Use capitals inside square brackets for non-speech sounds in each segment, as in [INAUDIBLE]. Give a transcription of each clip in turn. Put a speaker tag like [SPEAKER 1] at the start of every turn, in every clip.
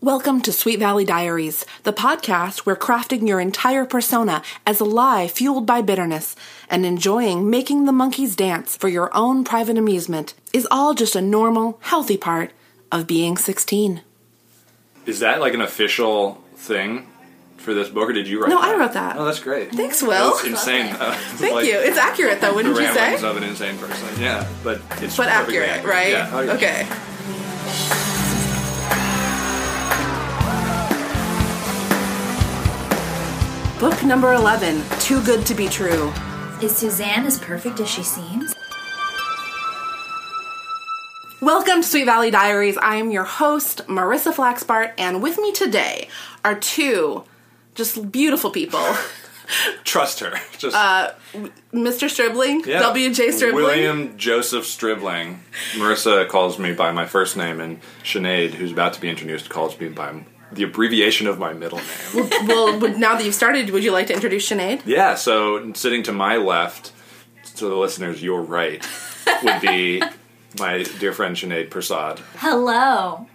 [SPEAKER 1] Welcome to Sweet Valley Diaries, the podcast where crafting your entire persona as a lie fueled by bitterness and enjoying making the monkeys dance for your own private amusement is all just a normal, healthy part of being 16.
[SPEAKER 2] Is that like an official thing for this book, or did you write?
[SPEAKER 1] No,
[SPEAKER 2] that?
[SPEAKER 1] I wrote that.
[SPEAKER 2] Oh, that's great.
[SPEAKER 1] Thanks, Will. [LAUGHS]
[SPEAKER 2] That's insane.
[SPEAKER 1] Thank you. It's accurate, though,
[SPEAKER 2] the
[SPEAKER 1] wouldn't you
[SPEAKER 2] ramblings
[SPEAKER 1] say?
[SPEAKER 2] of an insane person. Yeah, but it's
[SPEAKER 1] But
[SPEAKER 2] perfectly
[SPEAKER 1] accurate, right?
[SPEAKER 2] Yeah. Oh, yeah.
[SPEAKER 1] Okay. Book number 11 Too Good to Be True.
[SPEAKER 3] Is Suzanne as perfect as she seems?
[SPEAKER 1] Welcome to Sweet Valley Diaries. I am your host, Marissa Flaxbart, and with me today are two just beautiful people [LAUGHS]
[SPEAKER 2] Trust her. [LAUGHS] Just
[SPEAKER 1] Uh, Mr. Stribling,
[SPEAKER 2] yeah.
[SPEAKER 1] W.J. Stribling.
[SPEAKER 2] William Joseph Stribling. Marissa calls me by my first name, and Sinead, who's about to be introduced, calls me by the abbreviation of my middle
[SPEAKER 1] [LAUGHS]
[SPEAKER 2] name.
[SPEAKER 1] [LAUGHS] well, would- now that you've started, would you like to introduce Sinead?
[SPEAKER 2] yeah. So sitting to my left, to the listeners, your right
[SPEAKER 1] [LAUGHS]
[SPEAKER 2] would be my dear friend Sinead Prasad.
[SPEAKER 3] Hello.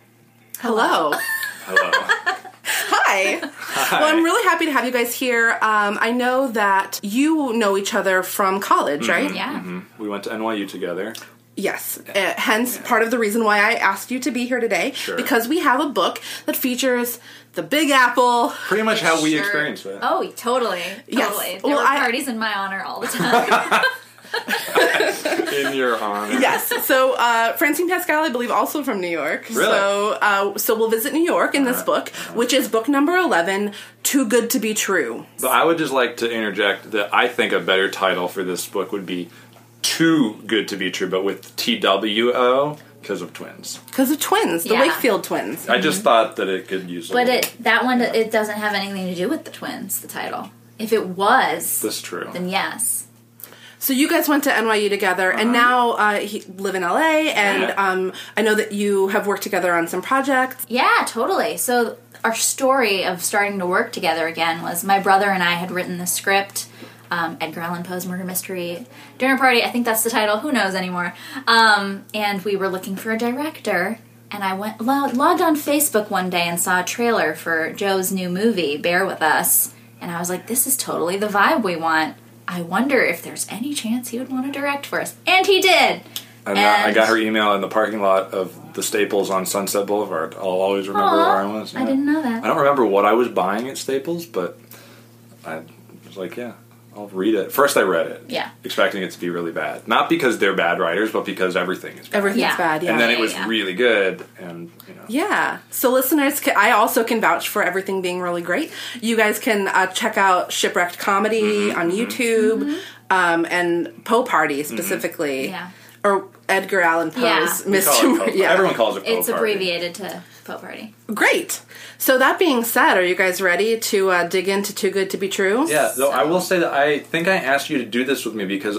[SPEAKER 1] Hello.
[SPEAKER 2] Hello. [LAUGHS]
[SPEAKER 1] Hi. Well, I'm really happy to have you guys here. Um, I know that you know each other from college,
[SPEAKER 2] Mm-hmm.
[SPEAKER 1] right?
[SPEAKER 3] Yeah.
[SPEAKER 2] We went to NYU together.
[SPEAKER 1] Yes. Uh, hence, part of the reason why I asked you to be here today,
[SPEAKER 2] Sure.
[SPEAKER 1] because we have a book that features the Big Apple.
[SPEAKER 2] Pretty much how we
[SPEAKER 3] Sure.
[SPEAKER 2] experienced it.
[SPEAKER 3] Oh, totally. Totally.
[SPEAKER 1] Yes.
[SPEAKER 3] There
[SPEAKER 1] Well,
[SPEAKER 3] were
[SPEAKER 1] I-
[SPEAKER 3] parties in my honor [LAUGHS] all the time.
[SPEAKER 2] In your honor.
[SPEAKER 1] Yes. So uh, Francine Pascal, I believe, also from New York.
[SPEAKER 2] Really?
[SPEAKER 1] So uh, so we'll visit New York in this book, which is book number eleven. Too good to be true.
[SPEAKER 2] But I would just like to interject that I think a better title for this book would be Too Good to Be True, but with TWO because of twins.
[SPEAKER 1] Because of twins, the
[SPEAKER 3] Yeah.
[SPEAKER 1] Wakefield twins.
[SPEAKER 2] I just thought that it could use a
[SPEAKER 3] Mm-hmm. but
[SPEAKER 2] little-
[SPEAKER 3] it that one it doesn't have anything to do with the twins, the title. If it was,
[SPEAKER 2] That's true.
[SPEAKER 3] then yes.
[SPEAKER 1] So you guys went to NYU together, and now uh, he, live in LA. And
[SPEAKER 2] Uh-huh. Yeah.
[SPEAKER 1] um, I know that you have worked together on some projects.
[SPEAKER 3] Yeah, totally. So our story of starting to work together again was my brother and I had written the script, um, Edgar Allan Poe's murder mystery dinner party. I think that's the title. Who knows anymore? Um, and we were looking for a director. And I went lo- logged on Facebook one day and saw a trailer for Joe's new movie, Bear with Us. And I was like, this is totally the vibe we want. I wonder if there's any chance he would want to direct for us. And he did.
[SPEAKER 2] And, I- I
[SPEAKER 3] and-
[SPEAKER 2] got her email in the parking lot of the Staples on Sunset Boulevard. I'll always remember
[SPEAKER 3] Aw,
[SPEAKER 2] where I was.
[SPEAKER 3] I
[SPEAKER 2] yeah.
[SPEAKER 3] didn't know that.
[SPEAKER 2] I don't remember what I was buying at Staples, but I was like, yeah, I'll read it. First, I read it.
[SPEAKER 3] Yeah.
[SPEAKER 2] Expecting it to be really bad. Not because they're bad writers, but because everything is bad.
[SPEAKER 1] Everything's
[SPEAKER 3] Yeah.
[SPEAKER 1] bad, yeah.
[SPEAKER 2] And then
[SPEAKER 3] Yeah,
[SPEAKER 2] it was
[SPEAKER 3] yeah.
[SPEAKER 2] really good, and, you know.
[SPEAKER 1] yeah. So listeners, ca- I also can vouch for everything being really great. You guys can uh, check out Shipwrecked Comedy
[SPEAKER 2] Mm-hmm,
[SPEAKER 1] on YouTube Um, and Poe Party specifically.
[SPEAKER 3] Mm-hmm. Yeah.
[SPEAKER 1] Or Edgar Allan Poe's
[SPEAKER 3] Yeah.
[SPEAKER 2] We call it
[SPEAKER 1] Mr.
[SPEAKER 2] Poe
[SPEAKER 1] Mur-
[SPEAKER 2] Party.
[SPEAKER 1] yeah.
[SPEAKER 2] Everyone calls it Poe
[SPEAKER 3] It's
[SPEAKER 2] Party.
[SPEAKER 3] abbreviated to Poe Party.
[SPEAKER 1] Great. So that being said, are you guys ready to uh, dig into Too Good to Be True?
[SPEAKER 2] Yeah, though I will say that I think I asked you to do this with me because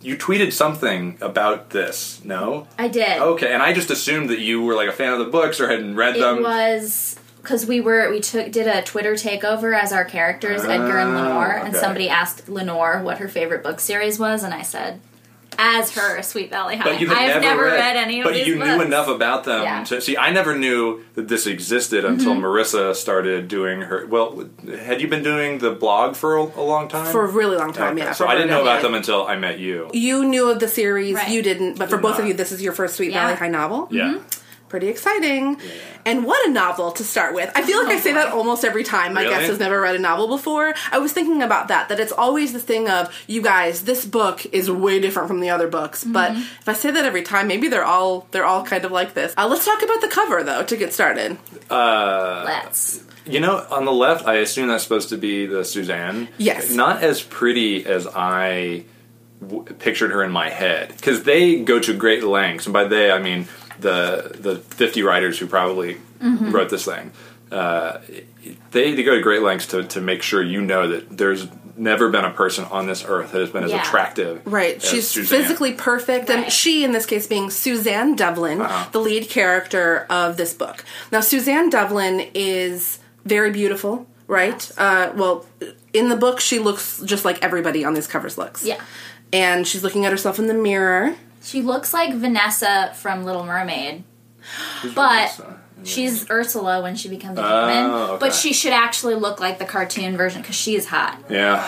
[SPEAKER 2] you tweeted something about this, no?
[SPEAKER 3] I did.
[SPEAKER 2] Okay, and I just assumed that you were like a fan of the books or hadn't read
[SPEAKER 3] It
[SPEAKER 2] them.
[SPEAKER 3] was because we were we took did a Twitter takeover as our characters Edgar and Lenore, and
[SPEAKER 2] Oh, okay.
[SPEAKER 3] somebody asked Lenore what her favorite book series was, and I said, as her Sweet Valley High.
[SPEAKER 2] But you had
[SPEAKER 3] I've
[SPEAKER 2] never,
[SPEAKER 3] never read, any of
[SPEAKER 2] But
[SPEAKER 3] these
[SPEAKER 2] you
[SPEAKER 3] books.
[SPEAKER 2] knew enough about them
[SPEAKER 3] Yeah. Mm-hmm.
[SPEAKER 2] to see. I never knew that this existed until Marissa started doing her. Well, had you been doing the blog for a, a long time?
[SPEAKER 1] For a really long time, Mm-hmm.
[SPEAKER 2] Okay,
[SPEAKER 1] yeah.
[SPEAKER 2] So
[SPEAKER 1] for
[SPEAKER 2] I didn't
[SPEAKER 1] Vernon.
[SPEAKER 2] know about
[SPEAKER 3] yeah.
[SPEAKER 2] them until I met you.
[SPEAKER 1] You knew of the series,
[SPEAKER 3] Right.
[SPEAKER 1] you didn't, but for
[SPEAKER 2] Did
[SPEAKER 1] both of
[SPEAKER 2] not.
[SPEAKER 1] you, this is your first Sweet
[SPEAKER 3] Yeah.
[SPEAKER 1] Valley High novel.
[SPEAKER 2] Yeah.
[SPEAKER 1] Pretty exciting. And what a novel to start with. I feel like I say that almost every time. My
[SPEAKER 2] Really?
[SPEAKER 1] guest has never read a novel before. I was thinking about that, that it's always this thing of, you guys, this book is way different from the other books. But if I say that every time, maybe they're all they're all kind of like this. Uh, let's talk about the cover though to get started.
[SPEAKER 3] Let's.
[SPEAKER 2] You know, on the left, I assume that's supposed to be the Suzanne.
[SPEAKER 1] Yes.
[SPEAKER 2] Not as pretty as I w- pictured her in my head, because they go to great lengths, and by they I mean the the fifty writers who probably
[SPEAKER 1] Mm-hmm.
[SPEAKER 2] wrote this thing. Uh, they, they go to great lengths to, to make sure you know that there's never been a person on this earth that has been as
[SPEAKER 3] Yeah.
[SPEAKER 2] attractive.
[SPEAKER 1] Right.
[SPEAKER 2] as
[SPEAKER 1] She's
[SPEAKER 2] Suzanne.
[SPEAKER 1] physically perfect. And
[SPEAKER 3] Right.
[SPEAKER 1] she, in this case, being Suzanne Devlin,
[SPEAKER 2] Uh-huh.
[SPEAKER 1] the lead character of this book. Now, Suzanne Devlin is very beautiful, right? Uh, well, in the book, she looks just like everybody on these covers looks.
[SPEAKER 3] Yeah.
[SPEAKER 1] And she's looking at herself in the mirror.
[SPEAKER 3] She looks like Vanessa from Little Mermaid, but She's Ursula when she becomes a
[SPEAKER 2] Mm. Oh,
[SPEAKER 3] human,
[SPEAKER 2] okay.
[SPEAKER 3] but she should actually look like the cartoon version because she is hot.
[SPEAKER 2] Yeah.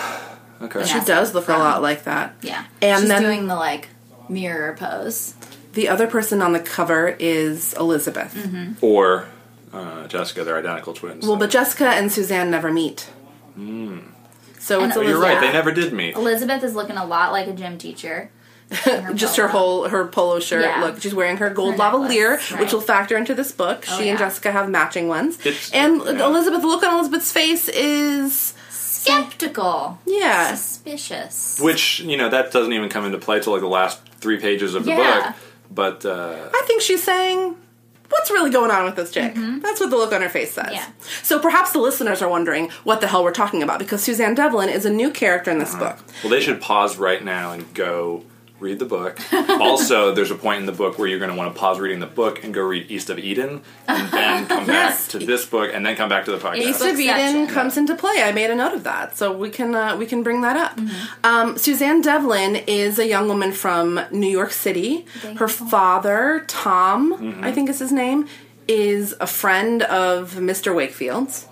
[SPEAKER 2] Okay.
[SPEAKER 1] She
[SPEAKER 3] Yeah.
[SPEAKER 1] does look a lot like that.
[SPEAKER 3] Uh-huh. Yeah,
[SPEAKER 1] And
[SPEAKER 3] she's
[SPEAKER 1] then-
[SPEAKER 3] doing the like mirror pose.
[SPEAKER 1] The other person on the cover is Elizabeth.
[SPEAKER 3] Mm-hmm.
[SPEAKER 2] Or uh, Jessica, they're identical twins.
[SPEAKER 1] Well, but Jessica and Suzanne never meet. So
[SPEAKER 3] And-
[SPEAKER 1] it's
[SPEAKER 3] Oh,
[SPEAKER 1] Elizabeth.
[SPEAKER 2] Hmm. you're right. They
[SPEAKER 3] yeah.
[SPEAKER 2] never did meet.
[SPEAKER 3] Elizabeth is looking a lot like a
[SPEAKER 1] [LAUGHS]
[SPEAKER 3] gym teacher.
[SPEAKER 1] Just her whole her polo shirt
[SPEAKER 3] Yeah.
[SPEAKER 1] look. She's wearing her gold
[SPEAKER 3] Her
[SPEAKER 1] lavalier,
[SPEAKER 3] necklace,
[SPEAKER 1] which
[SPEAKER 3] right. Oh,
[SPEAKER 1] will factor into this book. she and
[SPEAKER 3] yeah.
[SPEAKER 1] Jessica have matching ones.
[SPEAKER 2] It's-
[SPEAKER 1] and
[SPEAKER 2] yeah.
[SPEAKER 1] Elizabeth, the look on Elizabeth's face is
[SPEAKER 3] skeptical,
[SPEAKER 1] yeah.
[SPEAKER 3] suspicious.
[SPEAKER 2] Which you know that doesn't even come into play till like the last three pages of the
[SPEAKER 3] Yeah.
[SPEAKER 2] book. But uh,
[SPEAKER 1] I think she's saying, What's really going on with this chick? That's what the look on her face says.
[SPEAKER 3] Mm-hmm. Yeah.
[SPEAKER 1] So perhaps the listeners are wondering what the hell we're talking about because Suzanne Devlin is a new character in
[SPEAKER 3] Uh-huh.
[SPEAKER 1] this book.
[SPEAKER 2] well, they should pause right now and go read
[SPEAKER 1] [LAUGHS]
[SPEAKER 2] the book. also, there's a point in the book where you're going to want to pause reading the book and go read East of Eden, and
[SPEAKER 1] [LAUGHS]
[SPEAKER 2] then come
[SPEAKER 1] Yes.
[SPEAKER 2] back to this book, and then come back to the podcast.
[SPEAKER 1] East
[SPEAKER 3] book
[SPEAKER 1] of Eden
[SPEAKER 3] section.
[SPEAKER 1] comes into play. I made a note of that, so we can uh, we can bring that up.
[SPEAKER 3] Mm-hmm.
[SPEAKER 1] Um, Suzanne Devlin is a young woman from New York City. Her father, Tom,
[SPEAKER 3] Mm-hmm.
[SPEAKER 1] I think is his name, is a friend of Mr. Wakefield's,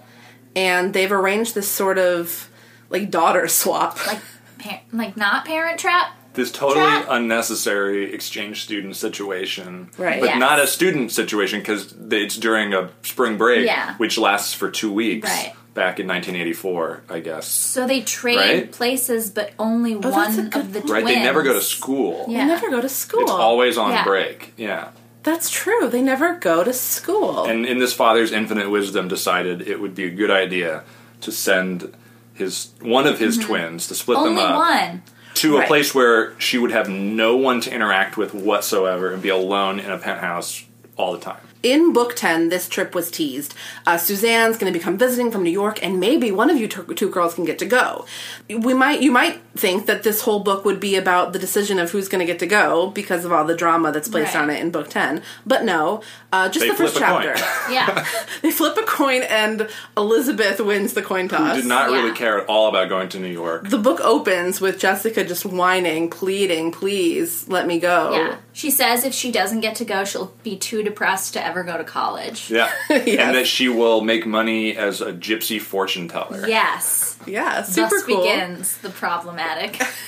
[SPEAKER 1] and they've arranged this sort of like daughter swap.
[SPEAKER 3] like par- like not parent trap
[SPEAKER 2] this totally
[SPEAKER 3] Trap.
[SPEAKER 2] unnecessary exchange student situation,
[SPEAKER 1] Right.
[SPEAKER 2] But
[SPEAKER 1] Yes.
[SPEAKER 2] not a student situation because it's during a spring break,
[SPEAKER 3] Yeah.
[SPEAKER 2] which lasts for two weeks.
[SPEAKER 3] Right.
[SPEAKER 2] Back in 1984, I guess.
[SPEAKER 3] so they trade
[SPEAKER 2] Right?
[SPEAKER 3] places but only one
[SPEAKER 1] Oh, that's a good
[SPEAKER 3] of the twins
[SPEAKER 2] Right? They never go to school.
[SPEAKER 1] They
[SPEAKER 3] Yeah.
[SPEAKER 1] never go to school.
[SPEAKER 2] It's always on
[SPEAKER 3] Yeah.
[SPEAKER 2] break. Yeah.
[SPEAKER 1] That's true. They never go to school.
[SPEAKER 2] And in this father's infinite wisdom, decided it would be a good idea to send his one of his twins to split
[SPEAKER 3] Mm-hmm. only
[SPEAKER 2] them up
[SPEAKER 3] one
[SPEAKER 2] to
[SPEAKER 1] Right.
[SPEAKER 2] a place where she would have no one to interact with whatsoever and be alone in a penthouse all the time.
[SPEAKER 1] In book 10, this trip was teased. Uh, Suzanne's going to become visiting from New York, and maybe one of you t- two girls can get to go. We might, you might think that this whole book would be about the decision of who's going to get to go because of all the drama that's placed
[SPEAKER 3] Right.
[SPEAKER 1] on it in book 10, but no. Uh, just
[SPEAKER 2] They
[SPEAKER 1] the first
[SPEAKER 2] flip a coin.
[SPEAKER 1] chapter. [LAUGHS]
[SPEAKER 2] [LAUGHS]
[SPEAKER 3] yeah
[SPEAKER 1] they flip a coin, and Elizabeth wins the coin toss.
[SPEAKER 2] Did not really
[SPEAKER 3] Yeah.
[SPEAKER 2] care at all about going to New York.
[SPEAKER 1] the book opens with Jessica just whining, pleading, please let me go.
[SPEAKER 3] yeah she says if she doesn't get to go she'll be too depressed to ever go to college [LAUGHS]
[SPEAKER 2] Yeah.
[SPEAKER 1] Yes.
[SPEAKER 2] And that she will make money as a gypsy fortune teller.
[SPEAKER 3] yes
[SPEAKER 1] Yeah, super
[SPEAKER 3] thus
[SPEAKER 1] cool.
[SPEAKER 3] begins the problematic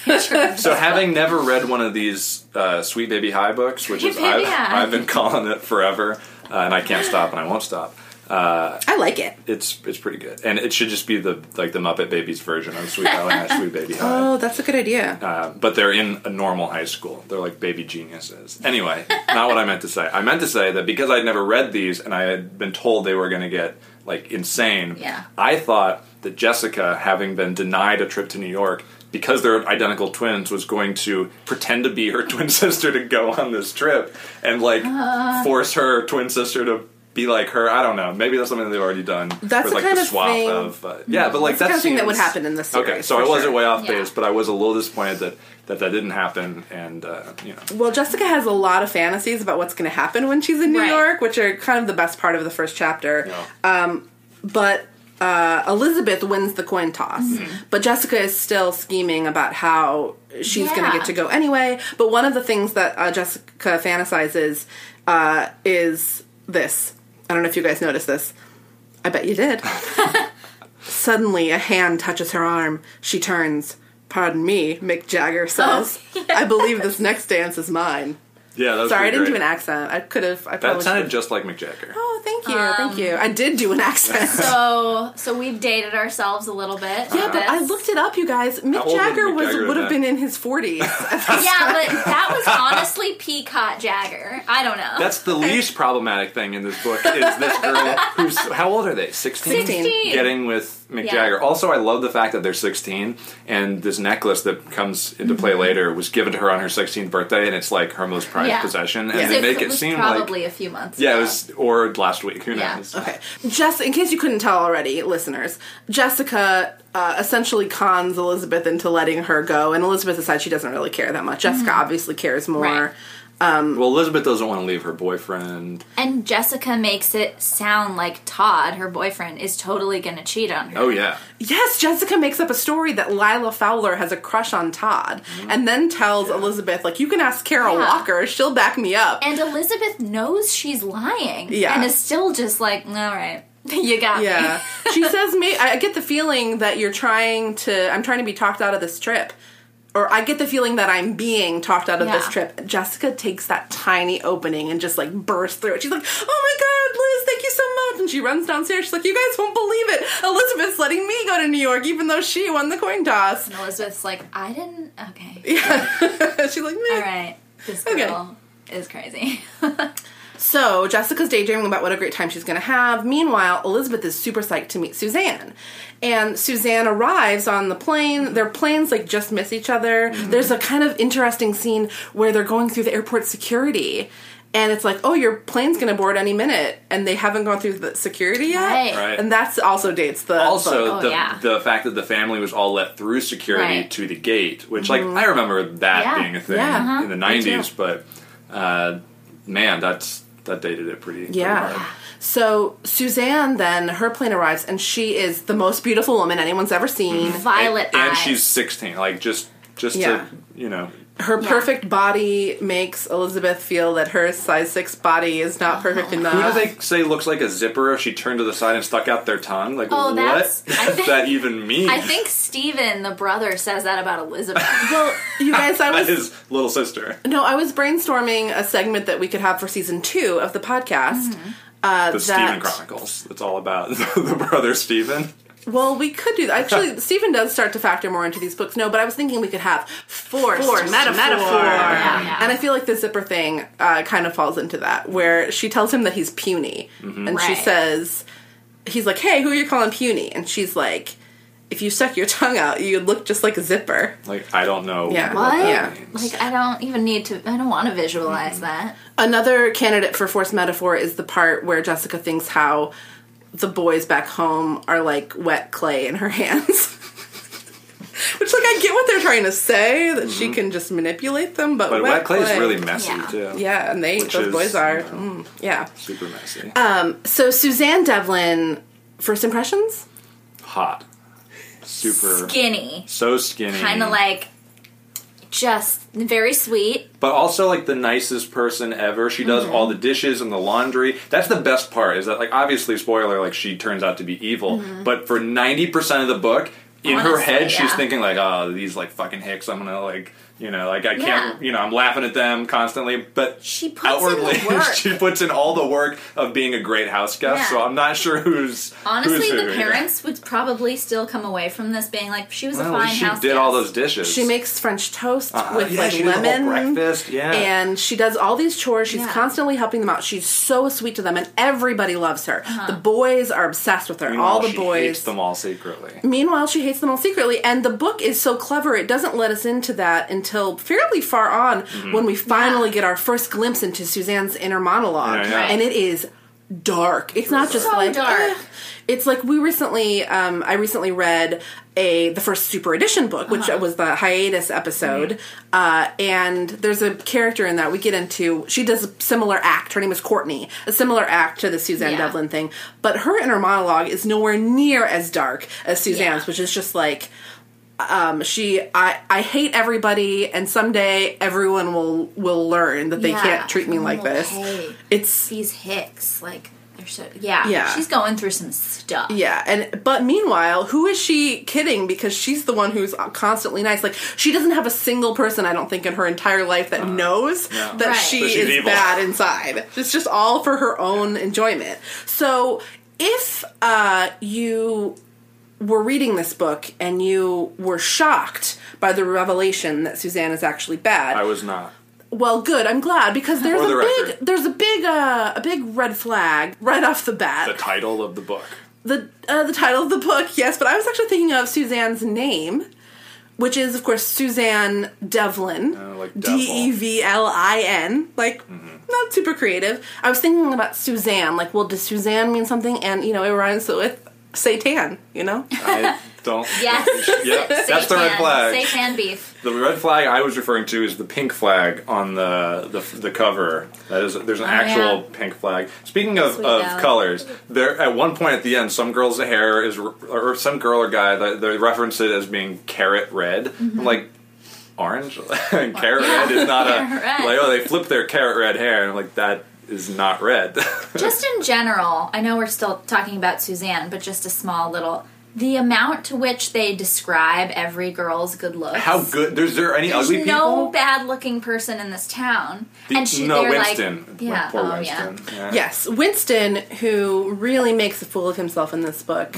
[SPEAKER 3] nature of
[SPEAKER 2] So having never read one of these uh, Sweet Baby High books, which is
[SPEAKER 3] Sweet Baby
[SPEAKER 2] I've,
[SPEAKER 3] High.
[SPEAKER 2] I've been [LAUGHS] calling it forever, uh, and I can't stop and I won't stop.
[SPEAKER 1] I like it.
[SPEAKER 2] It's it's pretty good, and it should just be the like the Muppet Babies version of Sweet Valley High, Sweet Baby High.
[SPEAKER 1] Oh, that's a good idea.
[SPEAKER 2] Uh, but they're in a normal high school. They're like baby geniuses. Anyway, not what I meant to say. I meant to say that because I'd never read these and I had been told they were going to get like insane.
[SPEAKER 3] Yeah.
[SPEAKER 2] I thought that Jessica, having been denied a trip to New York because they're identical twins, was going to pretend to be her [LAUGHS] twin sister to go on this trip and like force her twin sister to. Be like her. I don't know. Maybe that's something they've already done.
[SPEAKER 1] That's
[SPEAKER 2] with,
[SPEAKER 1] the
[SPEAKER 2] like
[SPEAKER 1] kind
[SPEAKER 2] the
[SPEAKER 1] of
[SPEAKER 2] swap
[SPEAKER 1] thing-
[SPEAKER 2] of uh, yeah, but like
[SPEAKER 1] That's the kind of thing that would
[SPEAKER 2] seems-
[SPEAKER 1] happen in this
[SPEAKER 2] Okay,
[SPEAKER 1] series,
[SPEAKER 2] so
[SPEAKER 1] for
[SPEAKER 2] I wasn't
[SPEAKER 1] sure.
[SPEAKER 2] way off
[SPEAKER 3] Yeah.
[SPEAKER 2] base, but I was a little disappointed that that, that didn't happen. And uh, you know,
[SPEAKER 1] Well, Jessica has a lot of fantasies about what's going to happen when she's in New
[SPEAKER 3] Right.
[SPEAKER 1] York, which are kind of the best part of the first chapter.
[SPEAKER 2] you know.
[SPEAKER 1] Uh, But uh, Elizabeth wins the coin toss,
[SPEAKER 3] Mm-hmm.
[SPEAKER 1] but Jessica is still scheming about how she's going to
[SPEAKER 3] Yeah.
[SPEAKER 1] get to go anyway. But one of the things that uh, Jessica fantasizes uh, is this. I don't know if you guys noticed this. I bet you
[SPEAKER 3] [LAUGHS]
[SPEAKER 1] did. Suddenly, a hand touches her arm. She turns. Pardon me, Mick Jagger says.
[SPEAKER 3] Oh, [LAUGHS]
[SPEAKER 1] I believe this next dance is mine.
[SPEAKER 2] yeah, that was
[SPEAKER 1] Sorry, I
[SPEAKER 2] pretty
[SPEAKER 1] didn't do
[SPEAKER 2] great.
[SPEAKER 1] an accent. I could have. I
[SPEAKER 2] That
[SPEAKER 1] probably.
[SPEAKER 2] sounded
[SPEAKER 1] should've-
[SPEAKER 2] just like Mick Jagger.
[SPEAKER 1] oh, thank you,
[SPEAKER 3] Um,
[SPEAKER 1] thank you. I did
[SPEAKER 2] [LAUGHS]
[SPEAKER 1] do an accent.
[SPEAKER 3] [LAUGHS] so so we've dated ourselves a little bit
[SPEAKER 1] yeah, but I looked it up, you guys. Mick
[SPEAKER 2] old would
[SPEAKER 1] Jagger
[SPEAKER 2] Mick
[SPEAKER 1] was
[SPEAKER 2] Jagger
[SPEAKER 1] would have
[SPEAKER 2] have
[SPEAKER 1] been
[SPEAKER 2] been?
[SPEAKER 1] in his forties.
[SPEAKER 2] [LAUGHS]
[SPEAKER 3] yeah but that was honestly peacock jagger i don't know
[SPEAKER 2] That's the least problematic thing in this book is this
[SPEAKER 1] [LAUGHS]
[SPEAKER 2] girl who's how old are they? 16?
[SPEAKER 1] 16.
[SPEAKER 2] Getting with Mick
[SPEAKER 3] Yeah.
[SPEAKER 2] Jagger. Also, I love the fact that they're 16 and this necklace that comes into
[SPEAKER 1] Mm-hmm.
[SPEAKER 2] play later was given to her on her 16th birthday and it's like her most prized
[SPEAKER 3] Yeah.
[SPEAKER 2] possession and
[SPEAKER 1] Yeah.
[SPEAKER 2] they
[SPEAKER 3] So
[SPEAKER 2] make
[SPEAKER 3] it
[SPEAKER 2] it
[SPEAKER 3] was
[SPEAKER 2] seem like
[SPEAKER 3] probably a few months
[SPEAKER 2] yeah, it
[SPEAKER 3] ago.
[SPEAKER 2] was or last week, who
[SPEAKER 3] Yeah.
[SPEAKER 2] knows.
[SPEAKER 1] okay, just in case you couldn't tell already, listeners, Jessica uh, essentially cons Elizabeth into letting her go, and Elizabeth decides she doesn't really care that much. Jessica obviously cares more.
[SPEAKER 3] Mm-hmm. Right.
[SPEAKER 2] well, Elizabeth doesn't want to leave her boyfriend.
[SPEAKER 3] And Jessica makes it sound like Todd, her boyfriend, is totally going to cheat on her.
[SPEAKER 2] Oh yeah,
[SPEAKER 1] Yes, Jessica makes up a story that Lila Fowler has a crush on Todd
[SPEAKER 2] Mm-hmm.
[SPEAKER 1] and then tells Elizabeth, like, you can ask Carol
[SPEAKER 3] Yeah.
[SPEAKER 1] Walker, she'll back me up.
[SPEAKER 3] And Elizabeth knows she's lying.
[SPEAKER 1] Yeah.
[SPEAKER 3] And is still just like, all right, [LAUGHS] you got [LAUGHS]
[SPEAKER 1] yeah.
[SPEAKER 3] me.
[SPEAKER 1] she says, "Me, I get the feeling that you're trying to, I'm trying to be talked out of this trip. Or I get the feeling that I'm being talked out of this
[SPEAKER 3] Yeah.
[SPEAKER 1] trip. Jessica takes that tiny opening and just like bursts through it. She's like, oh my god, Liz, thank you so much. And she runs downstairs. She's like, you guys won't believe it. Elizabeth's letting me go to New York even though she won the coin toss. [LAUGHS]
[SPEAKER 3] And Elizabeth's like, I didn't. Okay.
[SPEAKER 1] she's like,
[SPEAKER 3] All
[SPEAKER 1] "Meh."
[SPEAKER 3] right. This
[SPEAKER 1] Okay.
[SPEAKER 3] girl
[SPEAKER 2] [LAUGHS]
[SPEAKER 3] is crazy.
[SPEAKER 1] So Jessica's daydreaming about what a great time she's going to have. Meanwhile, Elizabeth is super psyched to meet Suzanne, and Suzanne arrives on the plane. Their planes like just miss each other. There's a kind of interesting scene where they're going through the airport security, and it's like, oh, your plane's going to board any minute, and they haven't gone through the security yet.
[SPEAKER 3] Right.
[SPEAKER 2] Right.
[SPEAKER 1] And that's also dates the book.
[SPEAKER 2] also
[SPEAKER 3] Oh,
[SPEAKER 2] the,
[SPEAKER 3] yeah.
[SPEAKER 2] the fact that the family was all let through security
[SPEAKER 3] Right.
[SPEAKER 2] to the gate which like i remember that
[SPEAKER 3] Yeah.
[SPEAKER 2] being a thing
[SPEAKER 1] Mm-hmm. Yeah. Uh-huh.
[SPEAKER 2] in the
[SPEAKER 1] Me too.
[SPEAKER 2] 90s but uh, man that's that dated it pretty pretty
[SPEAKER 1] Yeah.
[SPEAKER 2] hard.
[SPEAKER 1] So Suzanne then her plane arrives, and she is the most beautiful woman anyone's ever seen.
[SPEAKER 3] Violet
[SPEAKER 2] and, and
[SPEAKER 3] eyes.
[SPEAKER 2] she's 16 like just just
[SPEAKER 1] Yeah.
[SPEAKER 2] to you know
[SPEAKER 1] Her
[SPEAKER 3] Yeah.
[SPEAKER 1] perfect body makes Elizabeth feel that her size six body is not perfect enough.
[SPEAKER 2] who do they say looks like a zipper if she turned to the side and stuck out their tongue like
[SPEAKER 3] Oh,
[SPEAKER 2] what
[SPEAKER 3] that's- I
[SPEAKER 2] does
[SPEAKER 3] think-
[SPEAKER 2] that even mean
[SPEAKER 3] I think Steven, the brother, says that about
[SPEAKER 2] [LAUGHS]
[SPEAKER 3] Elizabeth.
[SPEAKER 1] Well, you guys, I
[SPEAKER 2] that
[SPEAKER 1] was
[SPEAKER 2] is little sister
[SPEAKER 1] no, I was brainstorming a segment that we could have for season two of the podcast. Uh,
[SPEAKER 2] the
[SPEAKER 1] that
[SPEAKER 2] Stephen Chronicles. It's all about [LAUGHS] the brother Stephen.
[SPEAKER 1] well, we could do that. Actually, Stephen does start to factor more into these books. No, but I was thinking we could have forced,
[SPEAKER 4] Forced
[SPEAKER 1] metaphor,
[SPEAKER 4] metaphor.
[SPEAKER 3] Yeah, yeah.
[SPEAKER 1] and I feel like the zipper thing uh, kind of falls into that, where she tells him that he's puny, and she
[SPEAKER 3] Right.
[SPEAKER 1] says, "He's like, hey, who are you calling puny?" And she's like, "If you stuck your tongue out, you'd look just like a zipper."
[SPEAKER 2] Like I don't know
[SPEAKER 1] Yeah.
[SPEAKER 3] What?
[SPEAKER 1] Yeah.
[SPEAKER 2] that means.
[SPEAKER 3] Like, I don't even need to, I don't want to
[SPEAKER 2] Mm-hmm.
[SPEAKER 3] visualize that.
[SPEAKER 1] Another candidate for forced metaphor is the part where Jessica thinks how the boys back home are like wet clay in her [LAUGHS] hands. Which, like, I get what they're trying to say that she can just manipulate them, but,
[SPEAKER 2] Mm-hmm. But wet, clay, is really messy
[SPEAKER 3] Yeah.
[SPEAKER 2] too.
[SPEAKER 1] yeah, and they
[SPEAKER 2] Which
[SPEAKER 1] those
[SPEAKER 2] is,
[SPEAKER 1] boys are,
[SPEAKER 2] you know,
[SPEAKER 1] mm, yeah.
[SPEAKER 2] super messy.
[SPEAKER 3] Uh,
[SPEAKER 1] So Suzanne Devlin, first impressions?
[SPEAKER 2] Hot, super,
[SPEAKER 3] Skinny.
[SPEAKER 2] so skinny,
[SPEAKER 3] Kind of like just very sweet.
[SPEAKER 2] but also like the nicest person ever. She does
[SPEAKER 3] Mm-hmm.
[SPEAKER 2] all the dishes and the laundry. That's the best part. Is that like obviously spoiler? Like she turns out to be evil, but for ninety percent of the book. In her
[SPEAKER 3] Mm-hmm. Honestly,
[SPEAKER 2] head, she's
[SPEAKER 3] yeah.
[SPEAKER 2] thinking like, "Oh, these like fucking hicks. I'm gonna like, you know, like I can't,
[SPEAKER 3] Yeah.
[SPEAKER 2] you know, I'm laughing at them constantly." But
[SPEAKER 3] She puts in
[SPEAKER 2] outwardly, [LAUGHS]
[SPEAKER 3] the work.
[SPEAKER 2] she puts in all the work of being a great house guest.
[SPEAKER 3] Yeah.
[SPEAKER 2] So I'm not sure who's
[SPEAKER 3] Honestly,
[SPEAKER 2] who's
[SPEAKER 3] the
[SPEAKER 2] who, yeah.
[SPEAKER 3] parents would probably still come away from this being like, she was
[SPEAKER 2] Well,
[SPEAKER 3] a
[SPEAKER 2] at
[SPEAKER 3] fine
[SPEAKER 2] least she
[SPEAKER 3] house
[SPEAKER 2] did
[SPEAKER 3] guest.
[SPEAKER 2] all those dishes.
[SPEAKER 1] She makes French toast
[SPEAKER 2] Uh,
[SPEAKER 1] with
[SPEAKER 2] yeah,
[SPEAKER 1] like
[SPEAKER 2] she did the whole
[SPEAKER 1] lemon
[SPEAKER 2] breakfast, yeah.
[SPEAKER 1] and she does all these chores. She's
[SPEAKER 3] Yeah.
[SPEAKER 1] constantly helping them out. She's so sweet to them, and everybody loves her. The boys are obsessed with her.
[SPEAKER 2] Meanwhile,
[SPEAKER 1] all the
[SPEAKER 2] she
[SPEAKER 1] boys.
[SPEAKER 2] hates them all secretly.
[SPEAKER 1] Meanwhile, she hates them all secretly, and the book is so clever it doesn't let us into that until fairly far on
[SPEAKER 2] Mm-hmm.
[SPEAKER 1] when we finally get our first glimpse into Suzanne's inner monologue,
[SPEAKER 2] Yeah, yeah.
[SPEAKER 1] and it is dark. It's not just
[SPEAKER 3] So
[SPEAKER 1] like
[SPEAKER 3] dark.
[SPEAKER 1] "Eh." It's like we recently, um, I recently read a the first Super Edition book, which
[SPEAKER 3] Uh-huh.
[SPEAKER 1] was the hiatus episode,
[SPEAKER 2] Mm-hmm.
[SPEAKER 1] uh, and there's a character in that we get into. She does a similar act. Her name is Courtney, a similar act to the Suzanne
[SPEAKER 3] Yeah.
[SPEAKER 1] Devlin thing, but her inner monologue is nowhere near as dark as Suzanne's,
[SPEAKER 3] Yeah.
[SPEAKER 1] which is just like um, she I I hate everybody, and someday everyone will will learn that they
[SPEAKER 3] Yeah.
[SPEAKER 1] can't treat me like
[SPEAKER 3] Well,
[SPEAKER 1] this.
[SPEAKER 3] hey.
[SPEAKER 1] It's
[SPEAKER 3] these hicks like they're so yeah
[SPEAKER 1] Yeah.
[SPEAKER 3] she's going through some stuff
[SPEAKER 1] Yeah, and but meanwhile, who is she kidding? Because she's the one who's constantly nice. Like she doesn't have a single person, I don't think, in her entire life that knows
[SPEAKER 2] Uh, yeah.
[SPEAKER 1] that
[SPEAKER 3] Right.
[SPEAKER 1] she
[SPEAKER 2] But she's
[SPEAKER 1] is
[SPEAKER 2] evil.
[SPEAKER 1] bad inside. It's just all for her own enjoyment. So if uh, you were reading this book and you were shocked by the revelation that Suzanne is actually bad,
[SPEAKER 2] I was not.
[SPEAKER 1] well, good. I'm glad because there's
[SPEAKER 2] For the
[SPEAKER 1] a big
[SPEAKER 2] record.
[SPEAKER 1] there's a big uh, a big red flag right off the bat
[SPEAKER 2] The title of the book.
[SPEAKER 1] the uh, the title of the book, yes, but I was actually thinking of Suzanne's name, which is of course Suzanne Devlin,
[SPEAKER 2] Oh, like Mm-hmm.
[SPEAKER 1] D
[SPEAKER 2] devil.
[SPEAKER 1] E V L I N, like not super creative. I was thinking about
[SPEAKER 3] [LAUGHS]
[SPEAKER 1] Suzanne, like, well, does Suzanne mean something? And you know, it rhymes with Satan, you know.
[SPEAKER 2] I, Don't.
[SPEAKER 3] Yes.
[SPEAKER 2] Yeah, [LAUGHS] that's the red
[SPEAKER 3] Seitan.
[SPEAKER 2] flag.
[SPEAKER 3] Seitan beef.
[SPEAKER 2] The red flag I was referring to is the pink flag on the the, the cover. That is, there's an
[SPEAKER 3] Oh,
[SPEAKER 2] actual
[SPEAKER 3] yeah.
[SPEAKER 2] pink flag. Speaking of,
[SPEAKER 3] Sweet
[SPEAKER 2] of
[SPEAKER 3] Valley.
[SPEAKER 2] colors, there at one point at the end, some girl's hair is, r- or some girl or guy, they- they reference it as being carrot red.
[SPEAKER 3] Mm-hmm.
[SPEAKER 2] I'm like, orange, [LAUGHS] carrot red is not a
[SPEAKER 3] [LAUGHS] Carrot red.
[SPEAKER 2] like. Oh, they flip their carrot red hair, and I'm like, that is not red. [LAUGHS]
[SPEAKER 3] Just in general, I know we're still talking about Suzanne, but just a small little. The amount to which they describe every girl's good looks.
[SPEAKER 2] How good? There's there any
[SPEAKER 3] There's
[SPEAKER 2] ugly
[SPEAKER 3] no
[SPEAKER 2] people?
[SPEAKER 3] bad-looking person in this town,
[SPEAKER 2] The-
[SPEAKER 3] and she,
[SPEAKER 2] no,
[SPEAKER 3] they're
[SPEAKER 2] Winston.
[SPEAKER 3] like, yeah,
[SPEAKER 2] poor
[SPEAKER 3] oh
[SPEAKER 2] Winston.
[SPEAKER 3] yeah,
[SPEAKER 2] Yeah.
[SPEAKER 1] Yes, Winston, who really makes a fool of himself in this book,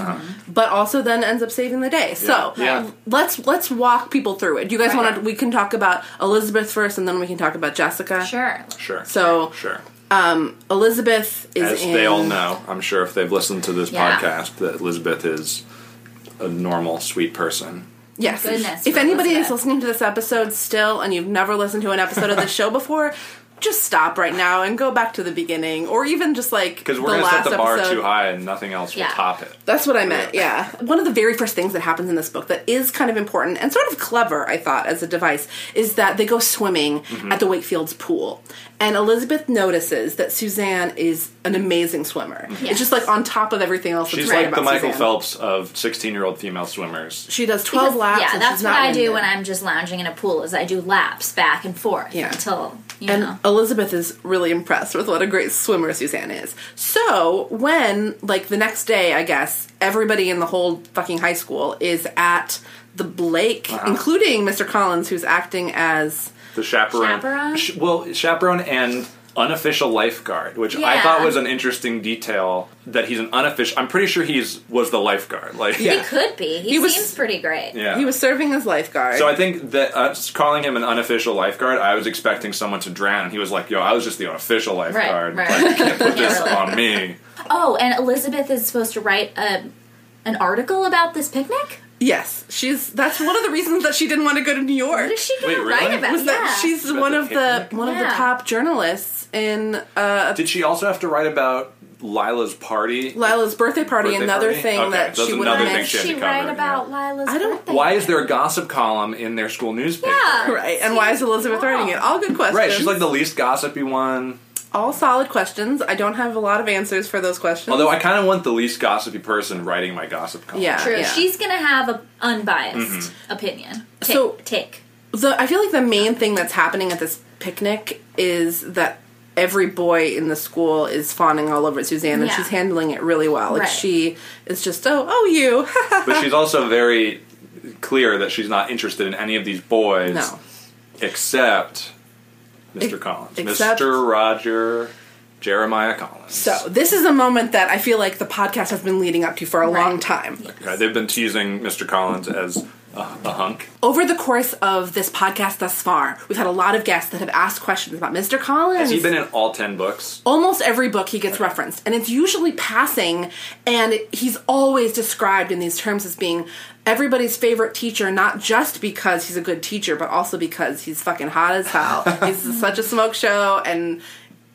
[SPEAKER 1] but also then ends up saving the day. So
[SPEAKER 2] Uh-huh. Yeah. Yeah.
[SPEAKER 1] let's let's walk people through it. Do you guys
[SPEAKER 3] Right.
[SPEAKER 1] want to? We can talk about Elizabeth first, and then we can talk about Jessica.
[SPEAKER 3] sure.
[SPEAKER 2] Sure.
[SPEAKER 1] So
[SPEAKER 2] sure.
[SPEAKER 1] Elizabeth is
[SPEAKER 2] As
[SPEAKER 1] in.
[SPEAKER 2] they all know, I'm sure if they've listened to this
[SPEAKER 3] Yeah.
[SPEAKER 2] podcast, that Elizabeth is a normal, sweet person.
[SPEAKER 1] Yes.
[SPEAKER 3] Goodness
[SPEAKER 1] if
[SPEAKER 3] for
[SPEAKER 1] anybody is
[SPEAKER 3] Elizabeth.
[SPEAKER 1] listening to this episode still, and you've never listened to an episode of the show before. Just stop right now and go back to the beginning, or even just like
[SPEAKER 2] Because we're
[SPEAKER 1] the
[SPEAKER 2] going to set
[SPEAKER 1] last
[SPEAKER 2] the bar
[SPEAKER 1] episode.
[SPEAKER 2] too high and nothing else
[SPEAKER 3] Yeah.
[SPEAKER 2] will top it.
[SPEAKER 1] That's what I meant, yeah. One of the very first things that happens in this book that is kind of important and sort of clever, I thought, as a device, is that they go swimming
[SPEAKER 2] Mm-hmm.
[SPEAKER 1] at the Wakefields pool. And Elizabeth notices that Suzanne is an amazing swimmer.
[SPEAKER 3] Mm-hmm.
[SPEAKER 1] It's just like on top of everything else
[SPEAKER 2] She's
[SPEAKER 1] that's right
[SPEAKER 2] like the
[SPEAKER 1] about
[SPEAKER 2] Michael
[SPEAKER 1] Suzanne.
[SPEAKER 2] Phelps of 16 year old female swimmers.
[SPEAKER 1] She does 12 laps.
[SPEAKER 3] yeah,
[SPEAKER 1] and
[SPEAKER 3] that's
[SPEAKER 1] she's
[SPEAKER 3] what
[SPEAKER 1] not
[SPEAKER 3] I do
[SPEAKER 1] winded.
[SPEAKER 3] when I'm just lounging in a pool. Is I do laps back and forth
[SPEAKER 1] Yeah.
[SPEAKER 3] until you
[SPEAKER 1] And
[SPEAKER 3] know.
[SPEAKER 1] Elizabeth is really impressed with what a great swimmer Suzanne is. So when, like, the next day, I guess everybody in the whole fucking high school is at the Blake, including Mr. Collins, who's acting as
[SPEAKER 2] The chaperone.
[SPEAKER 3] Chaperone?
[SPEAKER 2] Sh- well, chaperone and unofficial lifeguard, which I
[SPEAKER 3] Yeah.
[SPEAKER 2] thought was an interesting detail that he's an unofficial. I'm pretty sure he's was the lifeguard. Like,
[SPEAKER 1] Yeah.
[SPEAKER 3] He could be. He,
[SPEAKER 1] He was-
[SPEAKER 3] seems pretty great.
[SPEAKER 2] [LAUGHS] yeah.
[SPEAKER 1] he was serving as lifeguard.
[SPEAKER 2] So I think that us calling him an unofficial lifeguard, I was expecting someone to drown. and He was like, "Yo, I was just the unofficial lifeguard.
[SPEAKER 3] right.
[SPEAKER 2] Like, you
[SPEAKER 3] [LAUGHS]
[SPEAKER 2] can't put this [LAUGHS]
[SPEAKER 3] really.
[SPEAKER 2] on me."
[SPEAKER 3] Oh, and Elizabeth is supposed to write a, an article about this picnic.
[SPEAKER 1] yes, she's that's one of the reasons that she didn't want to go to New York.
[SPEAKER 3] What is she
[SPEAKER 2] Wait,
[SPEAKER 3] going to
[SPEAKER 2] really?
[SPEAKER 3] write about?
[SPEAKER 1] was
[SPEAKER 3] yeah.
[SPEAKER 1] that she's
[SPEAKER 2] About
[SPEAKER 1] one
[SPEAKER 2] the
[SPEAKER 1] of the
[SPEAKER 2] picnic?
[SPEAKER 1] one of the
[SPEAKER 3] Yeah.
[SPEAKER 1] top journalists in uh,
[SPEAKER 2] Did she also have to write about Lila's party?
[SPEAKER 1] Lila's birthday party?
[SPEAKER 2] Birthday
[SPEAKER 1] another
[SPEAKER 2] party?
[SPEAKER 1] thing
[SPEAKER 2] Okay,
[SPEAKER 1] that
[SPEAKER 2] that's
[SPEAKER 1] she would
[SPEAKER 2] another
[SPEAKER 1] have
[SPEAKER 2] thing
[SPEAKER 1] missed.
[SPEAKER 2] she had
[SPEAKER 3] she
[SPEAKER 2] to
[SPEAKER 3] write
[SPEAKER 2] cover,
[SPEAKER 3] about
[SPEAKER 2] yeah.
[SPEAKER 3] Lila's
[SPEAKER 1] I don't-
[SPEAKER 3] birthday?
[SPEAKER 2] Why is there a gossip column in their school newspaper?
[SPEAKER 3] Yeah.
[SPEAKER 1] Right, and why is Elizabeth writing it? All good questions.
[SPEAKER 2] Right, she's like the least gossipy one.
[SPEAKER 1] all solid questions. I don't have a lot of answers for those questions.
[SPEAKER 2] Although I kind of want the least gossipy person writing my gossip column.
[SPEAKER 1] Yeah.
[SPEAKER 3] True. She's going to have an unbiased
[SPEAKER 2] Mm-hmm.
[SPEAKER 3] opinion. Take,
[SPEAKER 1] So-
[SPEAKER 3] take.
[SPEAKER 1] the, I feel like the main thing that's happening at this picnic is that every boy in the school is fawning all over Suzanne, and
[SPEAKER 3] Yeah.
[SPEAKER 1] she's handling it really well. Like
[SPEAKER 3] Right.
[SPEAKER 1] she is just, oh, oh, you.
[SPEAKER 2] [LAUGHS]
[SPEAKER 1] [LAUGHS]
[SPEAKER 2] But she's also very clear that she's not interested in any of these boys
[SPEAKER 1] no,
[SPEAKER 2] except Mr.
[SPEAKER 1] Ex-
[SPEAKER 2] Collins.
[SPEAKER 1] except-
[SPEAKER 2] Mr. Roger Jeremiah Collins.
[SPEAKER 1] so this is a moment that I feel like the podcast has been leading up to for a
[SPEAKER 3] Right.
[SPEAKER 1] long time.
[SPEAKER 2] Yeah, they've been teasing Mr. Collins as a, a hunk.
[SPEAKER 1] Over the course of this podcast thus far, we've had a lot of guests that have asked questions about Mr. Collins.
[SPEAKER 2] Has he been in all ten books?
[SPEAKER 1] almost every book he gets referenced and it's usually passing and he's always described in these terms as being everybody's favorite teacher not just because he's a good teacher but also because he's fucking hot as
[SPEAKER 2] [LAUGHS]
[SPEAKER 1] hell he's such a smoke show and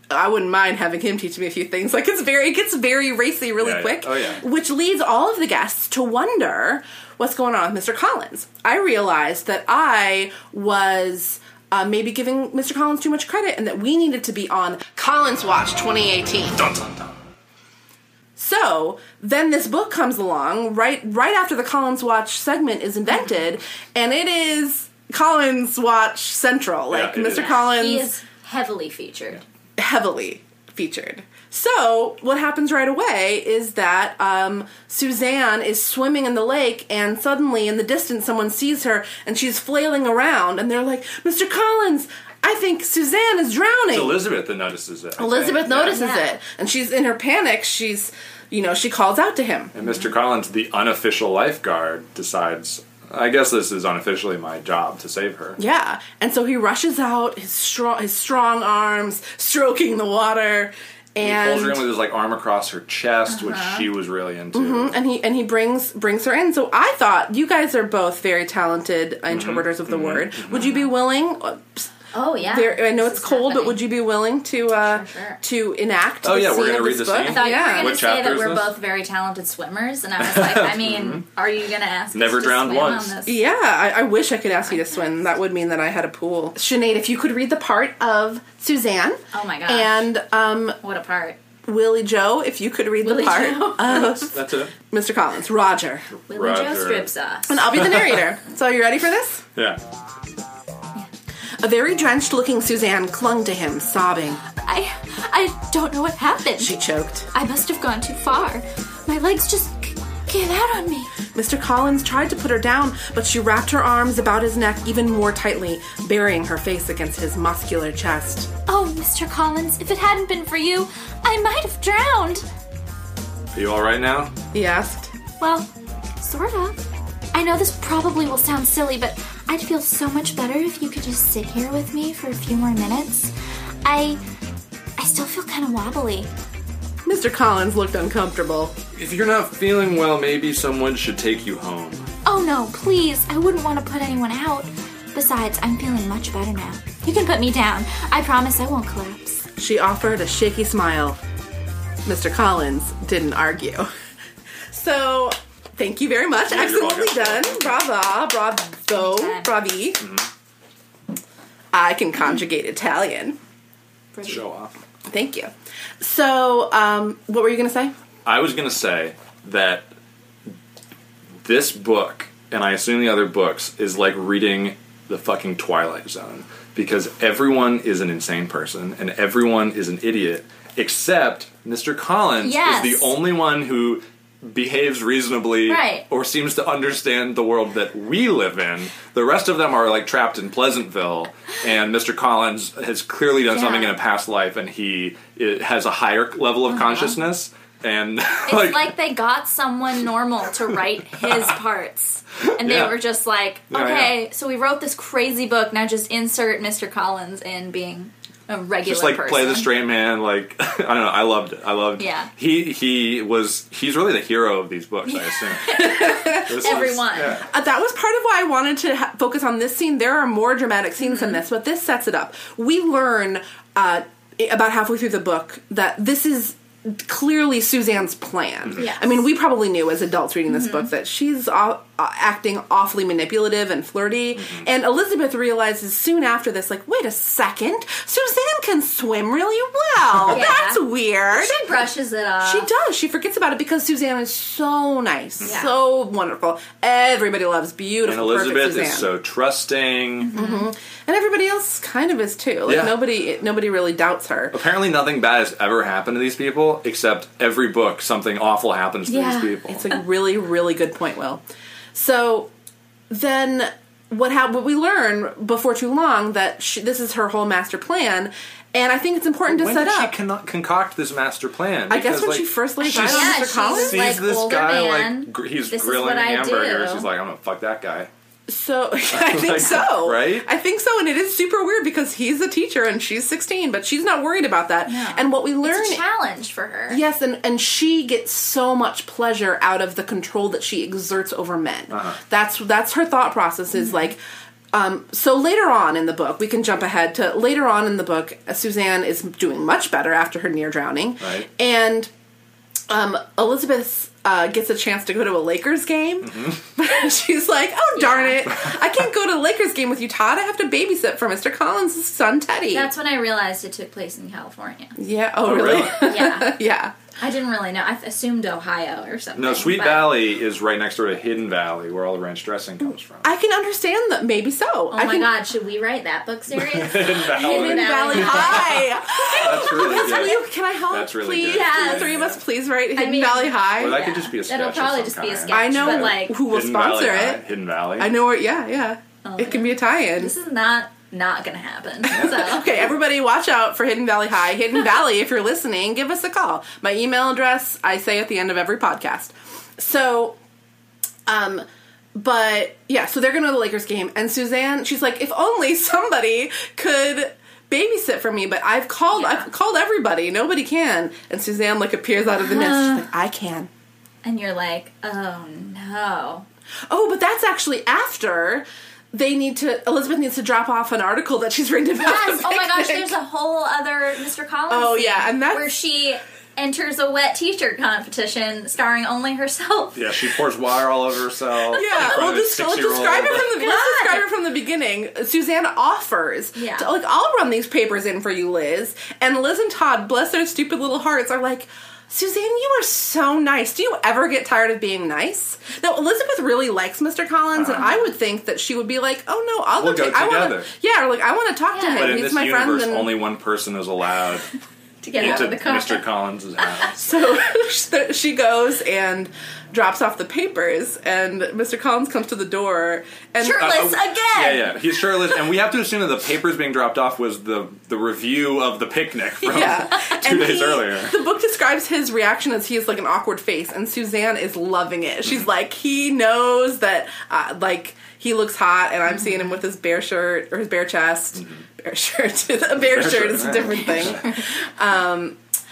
[SPEAKER 1] I wouldn't mind having him teach me a few things. Like it's very, it gets very racy really
[SPEAKER 2] Yeah, yeah.
[SPEAKER 1] quick,
[SPEAKER 2] Oh, yeah.
[SPEAKER 1] which leads all of the guests to wonder what's going on with Mr. Collins. I realized that I was uh, maybe giving Mr. Collins too much credit, and that we needed to be on Collins Watch 2018.
[SPEAKER 2] Dun dun dun.
[SPEAKER 1] So then this book comes along right right after the Collins Watch segment is invented, and it is Collins Watch Central. Like
[SPEAKER 2] it
[SPEAKER 1] Mr.
[SPEAKER 2] is.
[SPEAKER 1] Collins
[SPEAKER 3] He is heavily featured.
[SPEAKER 1] heavily featured. So what happens right away is that um, Suzanne is swimming in the lake, and suddenly in the distance someone sees her, and she's flailing around, and they're like, "Mr. Collins, I think Suzanne is drowning."
[SPEAKER 2] It's Elizabeth that notices it. I
[SPEAKER 1] Elizabeth
[SPEAKER 2] think.
[SPEAKER 1] notices
[SPEAKER 3] Yeah.
[SPEAKER 1] it, and she's in her panic. She's, you know, she calls out to him.
[SPEAKER 2] And Mr. Collins, the unofficial lifeguard, decides. I guess this is unofficially my job to save her.
[SPEAKER 1] Yeah, and so he rushes out, his strong, his strong arms stroking the water,
[SPEAKER 2] He
[SPEAKER 1] and
[SPEAKER 2] pulls her in with his like arm across her chest, which she was really into.
[SPEAKER 1] and he and he brings brings her in. So I Mm-hmm. thought you guys are both very talented interpreters of the word. Would you be willing? uh, s-
[SPEAKER 3] Oh, yeah.
[SPEAKER 1] There, I know
[SPEAKER 3] This
[SPEAKER 1] it's
[SPEAKER 3] is
[SPEAKER 1] cold, but
[SPEAKER 3] happening.
[SPEAKER 1] would you be willing to uh,
[SPEAKER 3] Sure, sure.
[SPEAKER 1] to enact?
[SPEAKER 2] Oh,
[SPEAKER 1] the
[SPEAKER 2] yeah, we're
[SPEAKER 1] scene
[SPEAKER 2] gonna
[SPEAKER 1] of
[SPEAKER 2] read
[SPEAKER 1] this
[SPEAKER 2] the
[SPEAKER 1] book?
[SPEAKER 2] scene?
[SPEAKER 3] I thought you
[SPEAKER 1] Yeah.
[SPEAKER 3] were going
[SPEAKER 2] What
[SPEAKER 3] to say
[SPEAKER 2] chapter
[SPEAKER 3] that
[SPEAKER 2] is
[SPEAKER 3] we're
[SPEAKER 2] this? Mm-hmm.
[SPEAKER 3] both very talented swimmers, and I was
[SPEAKER 2] [LAUGHS]
[SPEAKER 3] like, I mean, are you going to ask? us
[SPEAKER 2] Never
[SPEAKER 3] to
[SPEAKER 2] drowned
[SPEAKER 3] swim on
[SPEAKER 2] once.
[SPEAKER 3] this?
[SPEAKER 1] Yeah, I, I wish I could ask you to swim. That would mean that I had a pool. Sinead, if you could read the part of Suzanne.
[SPEAKER 3] Oh my gosh.
[SPEAKER 1] And um,
[SPEAKER 3] What a part.
[SPEAKER 1] Willie Joe, if you could read
[SPEAKER 3] Willie
[SPEAKER 1] the part
[SPEAKER 3] Joe.
[SPEAKER 1] of
[SPEAKER 2] That's it.
[SPEAKER 1] Mr. Collins, Roger.
[SPEAKER 3] Willie Joe
[SPEAKER 2] Roger.
[SPEAKER 3] strips us.
[SPEAKER 1] And I'll be the narrator. so, are you ready for this?
[SPEAKER 2] Yeah.
[SPEAKER 1] A very drenched looking Suzanne clung to him, sobbing.
[SPEAKER 3] I, I don't know what happened.
[SPEAKER 1] She choked.
[SPEAKER 3] I must have gone too far. My legs just c- gave out on me.
[SPEAKER 1] Mr. Collins tried to put her down, but she wrapped her arms about his neck even more tightly, burying her face against his muscular chest.
[SPEAKER 3] Oh, Mr. Collins, if it hadn't been for you, I might have drowned.
[SPEAKER 2] Are you all right now?
[SPEAKER 1] He asked.
[SPEAKER 5] Well, sort of. I know this probably will sound silly, but I'd feel so much better if you could just sit here with me for a few more minutes. I. I still feel kind of wobbly.
[SPEAKER 1] Mr. Collins looked uncomfortable.
[SPEAKER 2] If you're not feeling well, maybe someone should take you home.
[SPEAKER 5] Oh no, please, I wouldn't want to put anyone out. Besides, I'm feeling much better now. You can put me down. I promise I won't collapse.
[SPEAKER 1] She offered a shaky smile. Mr. Collins didn't argue. [LAUGHS] So, thank you very much.
[SPEAKER 2] Yeah, you're
[SPEAKER 1] Excellently done.
[SPEAKER 2] welcome.
[SPEAKER 1] Brava, bravo,
[SPEAKER 3] Anytime.
[SPEAKER 1] bravi. I can conjugate Italian.
[SPEAKER 2] Show off.
[SPEAKER 1] Thank you. So, um, what were you going to say?
[SPEAKER 2] I was going to say that this book, and I assume the other books, is like reading the fucking Twilight Zone because everyone is an insane person and everyone is an idiot except Mr. Collins
[SPEAKER 3] Yes.
[SPEAKER 2] is the only one who behaves reasonably
[SPEAKER 3] Right.
[SPEAKER 2] or seems to understand the world that we live in. The rest of them are like trapped in Pleasantville and Mr. Collins has clearly done
[SPEAKER 3] Yeah. Uh-huh.
[SPEAKER 2] something in a past life and he it, has a higher level of consciousness and [LAUGHS]
[SPEAKER 3] It's like, they got someone normal to write his parts. And they
[SPEAKER 2] Yeah.
[SPEAKER 3] were just like,
[SPEAKER 2] Yeah,
[SPEAKER 3] okay,
[SPEAKER 2] yeah.
[SPEAKER 3] so we wrote this crazy book, now just insert Mr. Collins in being a regular
[SPEAKER 2] just like
[SPEAKER 3] person.
[SPEAKER 2] play the straight man like [LAUGHS] i don't know i loved it i loved
[SPEAKER 3] Yeah.
[SPEAKER 2] he he was he's really the hero of these books i assume
[SPEAKER 3] [LAUGHS]
[SPEAKER 2] This is-
[SPEAKER 3] Everyone.
[SPEAKER 2] yeah.
[SPEAKER 1] Uh, that was part of why I wanted to ha- focus on this scene. There are more dramatic scenes than
[SPEAKER 3] Mm-hmm.
[SPEAKER 1] this, but this sets it up. We learn uh, i- about halfway through the book that this is clearly Suzanne's plan.
[SPEAKER 3] Yes. Mm-hmm.
[SPEAKER 1] I mean, we probably knew as adults reading this book that she's aw- uh, acting awfully manipulative and flirty.
[SPEAKER 3] Mm-hmm.
[SPEAKER 1] And Elizabeth realizes soon after this, like, wait a second, Suzanne can swim really well.
[SPEAKER 3] Yeah.
[SPEAKER 1] That's weird.
[SPEAKER 3] She brushes it off.
[SPEAKER 1] She does. She forgets about it because Suzanne is so nice,
[SPEAKER 3] Yeah.
[SPEAKER 1] so wonderful. Everybody loves
[SPEAKER 2] and
[SPEAKER 1] beautiful, perfect
[SPEAKER 2] elizabeth
[SPEAKER 1] Suzanne,
[SPEAKER 2] is so trusting
[SPEAKER 3] Mm-hmm.
[SPEAKER 1] and everybody else kind of is too. Like
[SPEAKER 2] Yeah.
[SPEAKER 1] nobody, nobody really doubts her.
[SPEAKER 2] apparently nothing bad has ever happened to these people except every book something awful happens to
[SPEAKER 3] Yeah.
[SPEAKER 2] these people
[SPEAKER 1] It's a really, really good point, Will. So then, what? How? But we learn before too long that she, this is her whole master plan, and I think it's important to
[SPEAKER 2] when
[SPEAKER 1] set
[SPEAKER 2] did
[SPEAKER 1] up.
[SPEAKER 2] she con- concoct this master plan
[SPEAKER 1] I guess
[SPEAKER 2] Because,
[SPEAKER 1] when
[SPEAKER 2] like,
[SPEAKER 1] she first laid
[SPEAKER 2] she
[SPEAKER 1] eyes on
[SPEAKER 2] sees-
[SPEAKER 3] yeah,
[SPEAKER 1] Mr.
[SPEAKER 3] she's
[SPEAKER 1] Collins?
[SPEAKER 2] sees
[SPEAKER 3] like
[SPEAKER 2] this
[SPEAKER 3] older
[SPEAKER 2] guy
[SPEAKER 3] man.
[SPEAKER 2] like gr- he's
[SPEAKER 3] this is
[SPEAKER 2] grilling
[SPEAKER 3] what I do.
[SPEAKER 2] hamburgers he's like i'm gonna fuck that guy
[SPEAKER 1] So
[SPEAKER 2] [LAUGHS]
[SPEAKER 1] I think so.
[SPEAKER 2] right?
[SPEAKER 1] I think so, and it is super weird because he's a teacher and she's 16, but she's not worried about that.
[SPEAKER 3] No.
[SPEAKER 1] And what we learn,
[SPEAKER 3] It's a challenge for her.
[SPEAKER 1] yes, and and she gets so much pleasure out of the control that she exerts over men. That's that's her thought process is like. Um, so later on in the book, we can jump ahead to later on in the book. Suzanne is doing much better after her near drowning,
[SPEAKER 2] Right.
[SPEAKER 1] and um, Elizabeth uh, gets a chance to go to a Lakers game. [LAUGHS] She's like, "Oh darn it, I can't go to the Lakers game with you, Todd. I have to babysit for Mr. Collins' son, Teddy."
[SPEAKER 3] That's when I realized it took place in
[SPEAKER 2] [LAUGHS]
[SPEAKER 3] California.
[SPEAKER 1] yeah. Oh, [LAUGHS] really?
[SPEAKER 3] Yeah.
[SPEAKER 1] [LAUGHS] yeah.
[SPEAKER 3] I didn't really know. I assumed Ohio or something.
[SPEAKER 2] no sweet
[SPEAKER 3] but-
[SPEAKER 2] valley is right next door to hidden valley where all the ranch dressing comes from
[SPEAKER 1] I can understand that. Maybe so.
[SPEAKER 3] Oh
[SPEAKER 1] I
[SPEAKER 3] my
[SPEAKER 1] can,
[SPEAKER 3] god, should we write that book
[SPEAKER 2] [LAUGHS]
[SPEAKER 3] series? Hidden
[SPEAKER 1] Hidden Valley
[SPEAKER 3] Valley.
[SPEAKER 1] High.
[SPEAKER 2] that's really
[SPEAKER 1] Can
[SPEAKER 2] good
[SPEAKER 1] you- can I help?
[SPEAKER 2] That's really
[SPEAKER 1] please,
[SPEAKER 2] good.
[SPEAKER 1] the
[SPEAKER 3] Yes.
[SPEAKER 1] three of us, please write Hidden
[SPEAKER 3] mean-
[SPEAKER 1] Valley High.
[SPEAKER 2] Well, that could just be a sketch.
[SPEAKER 3] That'll
[SPEAKER 2] of
[SPEAKER 3] probably
[SPEAKER 2] some
[SPEAKER 3] just be a
[SPEAKER 2] kind.
[SPEAKER 3] sketch.
[SPEAKER 1] I know
[SPEAKER 3] but like
[SPEAKER 1] who will
[SPEAKER 2] Hidden
[SPEAKER 1] sponsor
[SPEAKER 2] Valley,
[SPEAKER 1] it.
[SPEAKER 2] right? Hidden Valley.
[SPEAKER 1] I know. It, yeah, yeah.
[SPEAKER 3] Oh
[SPEAKER 1] it can be a tie-in.
[SPEAKER 3] This is not not
[SPEAKER 1] [LAUGHS]
[SPEAKER 3] gonna happen. So
[SPEAKER 1] Okay, everybody, watch out for Hidden Valley High.
[SPEAKER 3] [LAUGHS]
[SPEAKER 1] Hidden Valley, if you're listening, give us a call. My email address I say at the end of every podcast. So, um, but yeah, so they're going to the Lakers game, and Suzanne, she's like, if only [LAUGHS] somebody could babysit for me. But I've called,
[SPEAKER 3] Yeah.
[SPEAKER 1] I've called everybody. Nobody can. And Suzanne like appears out of the mist. She's
[SPEAKER 3] [GASPS]
[SPEAKER 1] like, I can.
[SPEAKER 3] and you're like, oh no.
[SPEAKER 1] [LAUGHS] Oh, but that's actually after they need to Elizabeth needs to drop off an article that she's written about.
[SPEAKER 3] Yes.
[SPEAKER 1] the
[SPEAKER 3] Oh my gosh,
[SPEAKER 1] picnic.
[SPEAKER 3] there's a whole other Mr. Collins.
[SPEAKER 1] Oh,
[SPEAKER 3] scene
[SPEAKER 1] yeah, and that's-
[SPEAKER 3] where she enters a wet t-shirt competition starring only herself.
[SPEAKER 2] Yeah, she pours water all over herself. in
[SPEAKER 1] Yeah,
[SPEAKER 2] front
[SPEAKER 1] well,
[SPEAKER 2] of a
[SPEAKER 1] just, let's
[SPEAKER 2] six-year-old.
[SPEAKER 1] describe it from the let's
[SPEAKER 3] God.
[SPEAKER 1] describe it from the beginning. Susanna offers,
[SPEAKER 3] Yeah.
[SPEAKER 1] to, like I'll run these papers in for you, Liz. And Liz and Todd, bless their stupid little hearts, are like, Suzanne, you are so nice. Do you ever get tired of being nice? Now Elizabeth really likes Mr. Collins, and I would think that she would be like, Oh no, I'll
[SPEAKER 2] Uh-huh. We'll
[SPEAKER 1] go.
[SPEAKER 2] go
[SPEAKER 1] ta- I want
[SPEAKER 2] together.
[SPEAKER 1] to, yeah, or like I want to talk to
[SPEAKER 3] Yeah.
[SPEAKER 1] him.
[SPEAKER 3] But
[SPEAKER 2] But in
[SPEAKER 1] He's
[SPEAKER 2] this
[SPEAKER 1] my
[SPEAKER 2] universe,
[SPEAKER 1] friend. And
[SPEAKER 2] only one person is allowed
[SPEAKER 3] To get out
[SPEAKER 2] into
[SPEAKER 3] of the car.
[SPEAKER 2] Mr. Collins'
[SPEAKER 1] [LAUGHS]
[SPEAKER 2] house.
[SPEAKER 1] so [LAUGHS] she goes and drops off the papers, and Mr. Collins comes to the door and
[SPEAKER 3] Shirtless
[SPEAKER 2] Uh,
[SPEAKER 3] again.
[SPEAKER 2] Yeah, yeah, he's shirtless, and we have to assume that the papers being dropped off was the the review of the picnic
[SPEAKER 1] [LAUGHS]
[SPEAKER 2] from
[SPEAKER 1] Yeah.
[SPEAKER 2] [LAUGHS] two days earlier.
[SPEAKER 1] The book describes his reaction as he is like an awkward face, and Suzanne is loving it.
[SPEAKER 2] Mm-hmm.
[SPEAKER 1] She's like, he knows that, uh, like, he looks hot, and I'm seeing him with his bare shirt or his bare chest. [LAUGHS] Bare shirt. a bare, shirt,
[SPEAKER 2] Mm-hmm. shirt,
[SPEAKER 1] is a
[SPEAKER 2] right. [LAUGHS]
[SPEAKER 1] different thing. um,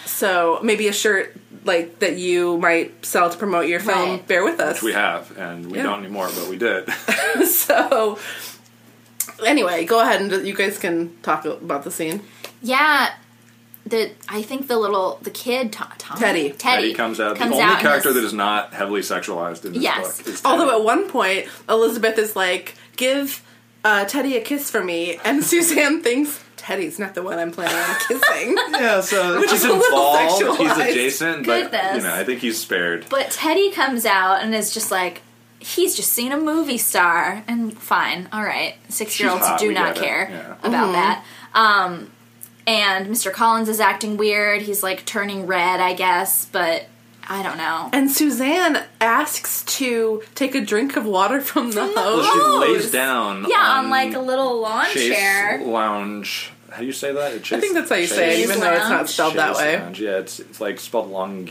[SPEAKER 1] so maybe a shirt like that you might sell to promote your film.
[SPEAKER 3] Right.
[SPEAKER 1] Bear with us. [LAUGHS]
[SPEAKER 2] We have, and we
[SPEAKER 1] Yeah.
[SPEAKER 2] don't anymore, but we did. [LAUGHS]
[SPEAKER 1] so anyway, go ahead and you guys can talk about the scene.
[SPEAKER 6] Yeah, the I think the little the kid Tom, Tom-
[SPEAKER 1] Teddy.
[SPEAKER 6] Teddy
[SPEAKER 2] Eddie comes out.
[SPEAKER 6] comes
[SPEAKER 2] the only
[SPEAKER 6] out and
[SPEAKER 2] character
[SPEAKER 6] this-
[SPEAKER 2] that is not heavily sexualized in this
[SPEAKER 6] Yes.
[SPEAKER 2] book. Is
[SPEAKER 1] Although
[SPEAKER 2] Teddy.
[SPEAKER 1] at one point Elizabeth is like, "Give uh, Teddy a kiss for me," and [LAUGHS] Suzanne thinks Teddy's not the one I'm planning on kissing.
[SPEAKER 2] yeah, so
[SPEAKER 1] Which
[SPEAKER 2] he's
[SPEAKER 1] is a little
[SPEAKER 2] involved. He's
[SPEAKER 1] sexualized.
[SPEAKER 2] adjacent, but you
[SPEAKER 3] Goodness.
[SPEAKER 2] know, I think he's spared.
[SPEAKER 6] But Teddy comes out and is just like, he's just seen a movie star, and fine, all right. Six year olds
[SPEAKER 2] hot,
[SPEAKER 6] do
[SPEAKER 2] we
[SPEAKER 6] not
[SPEAKER 2] get it,
[SPEAKER 6] care
[SPEAKER 2] yeah.
[SPEAKER 6] about that. Um, and Mr. Collins is acting weird. He's like turning red, I guess, but I don't know.
[SPEAKER 1] [LAUGHS] and Suzanne asks to take a drink of water from the hose.
[SPEAKER 2] Well, she lays down.
[SPEAKER 3] Yeah, on, like a little lawn
[SPEAKER 2] Um, Chase
[SPEAKER 3] chair.
[SPEAKER 2] Lounge. How do you say that? Chase,
[SPEAKER 1] I think that's how you say it,
[SPEAKER 2] Chase-
[SPEAKER 1] even though it's not
[SPEAKER 3] Lounge.
[SPEAKER 1] spelled that
[SPEAKER 2] Chase
[SPEAKER 1] way. Mm-hmm.
[SPEAKER 2] Lounge. Yeah, it's, it's like spelled Longue.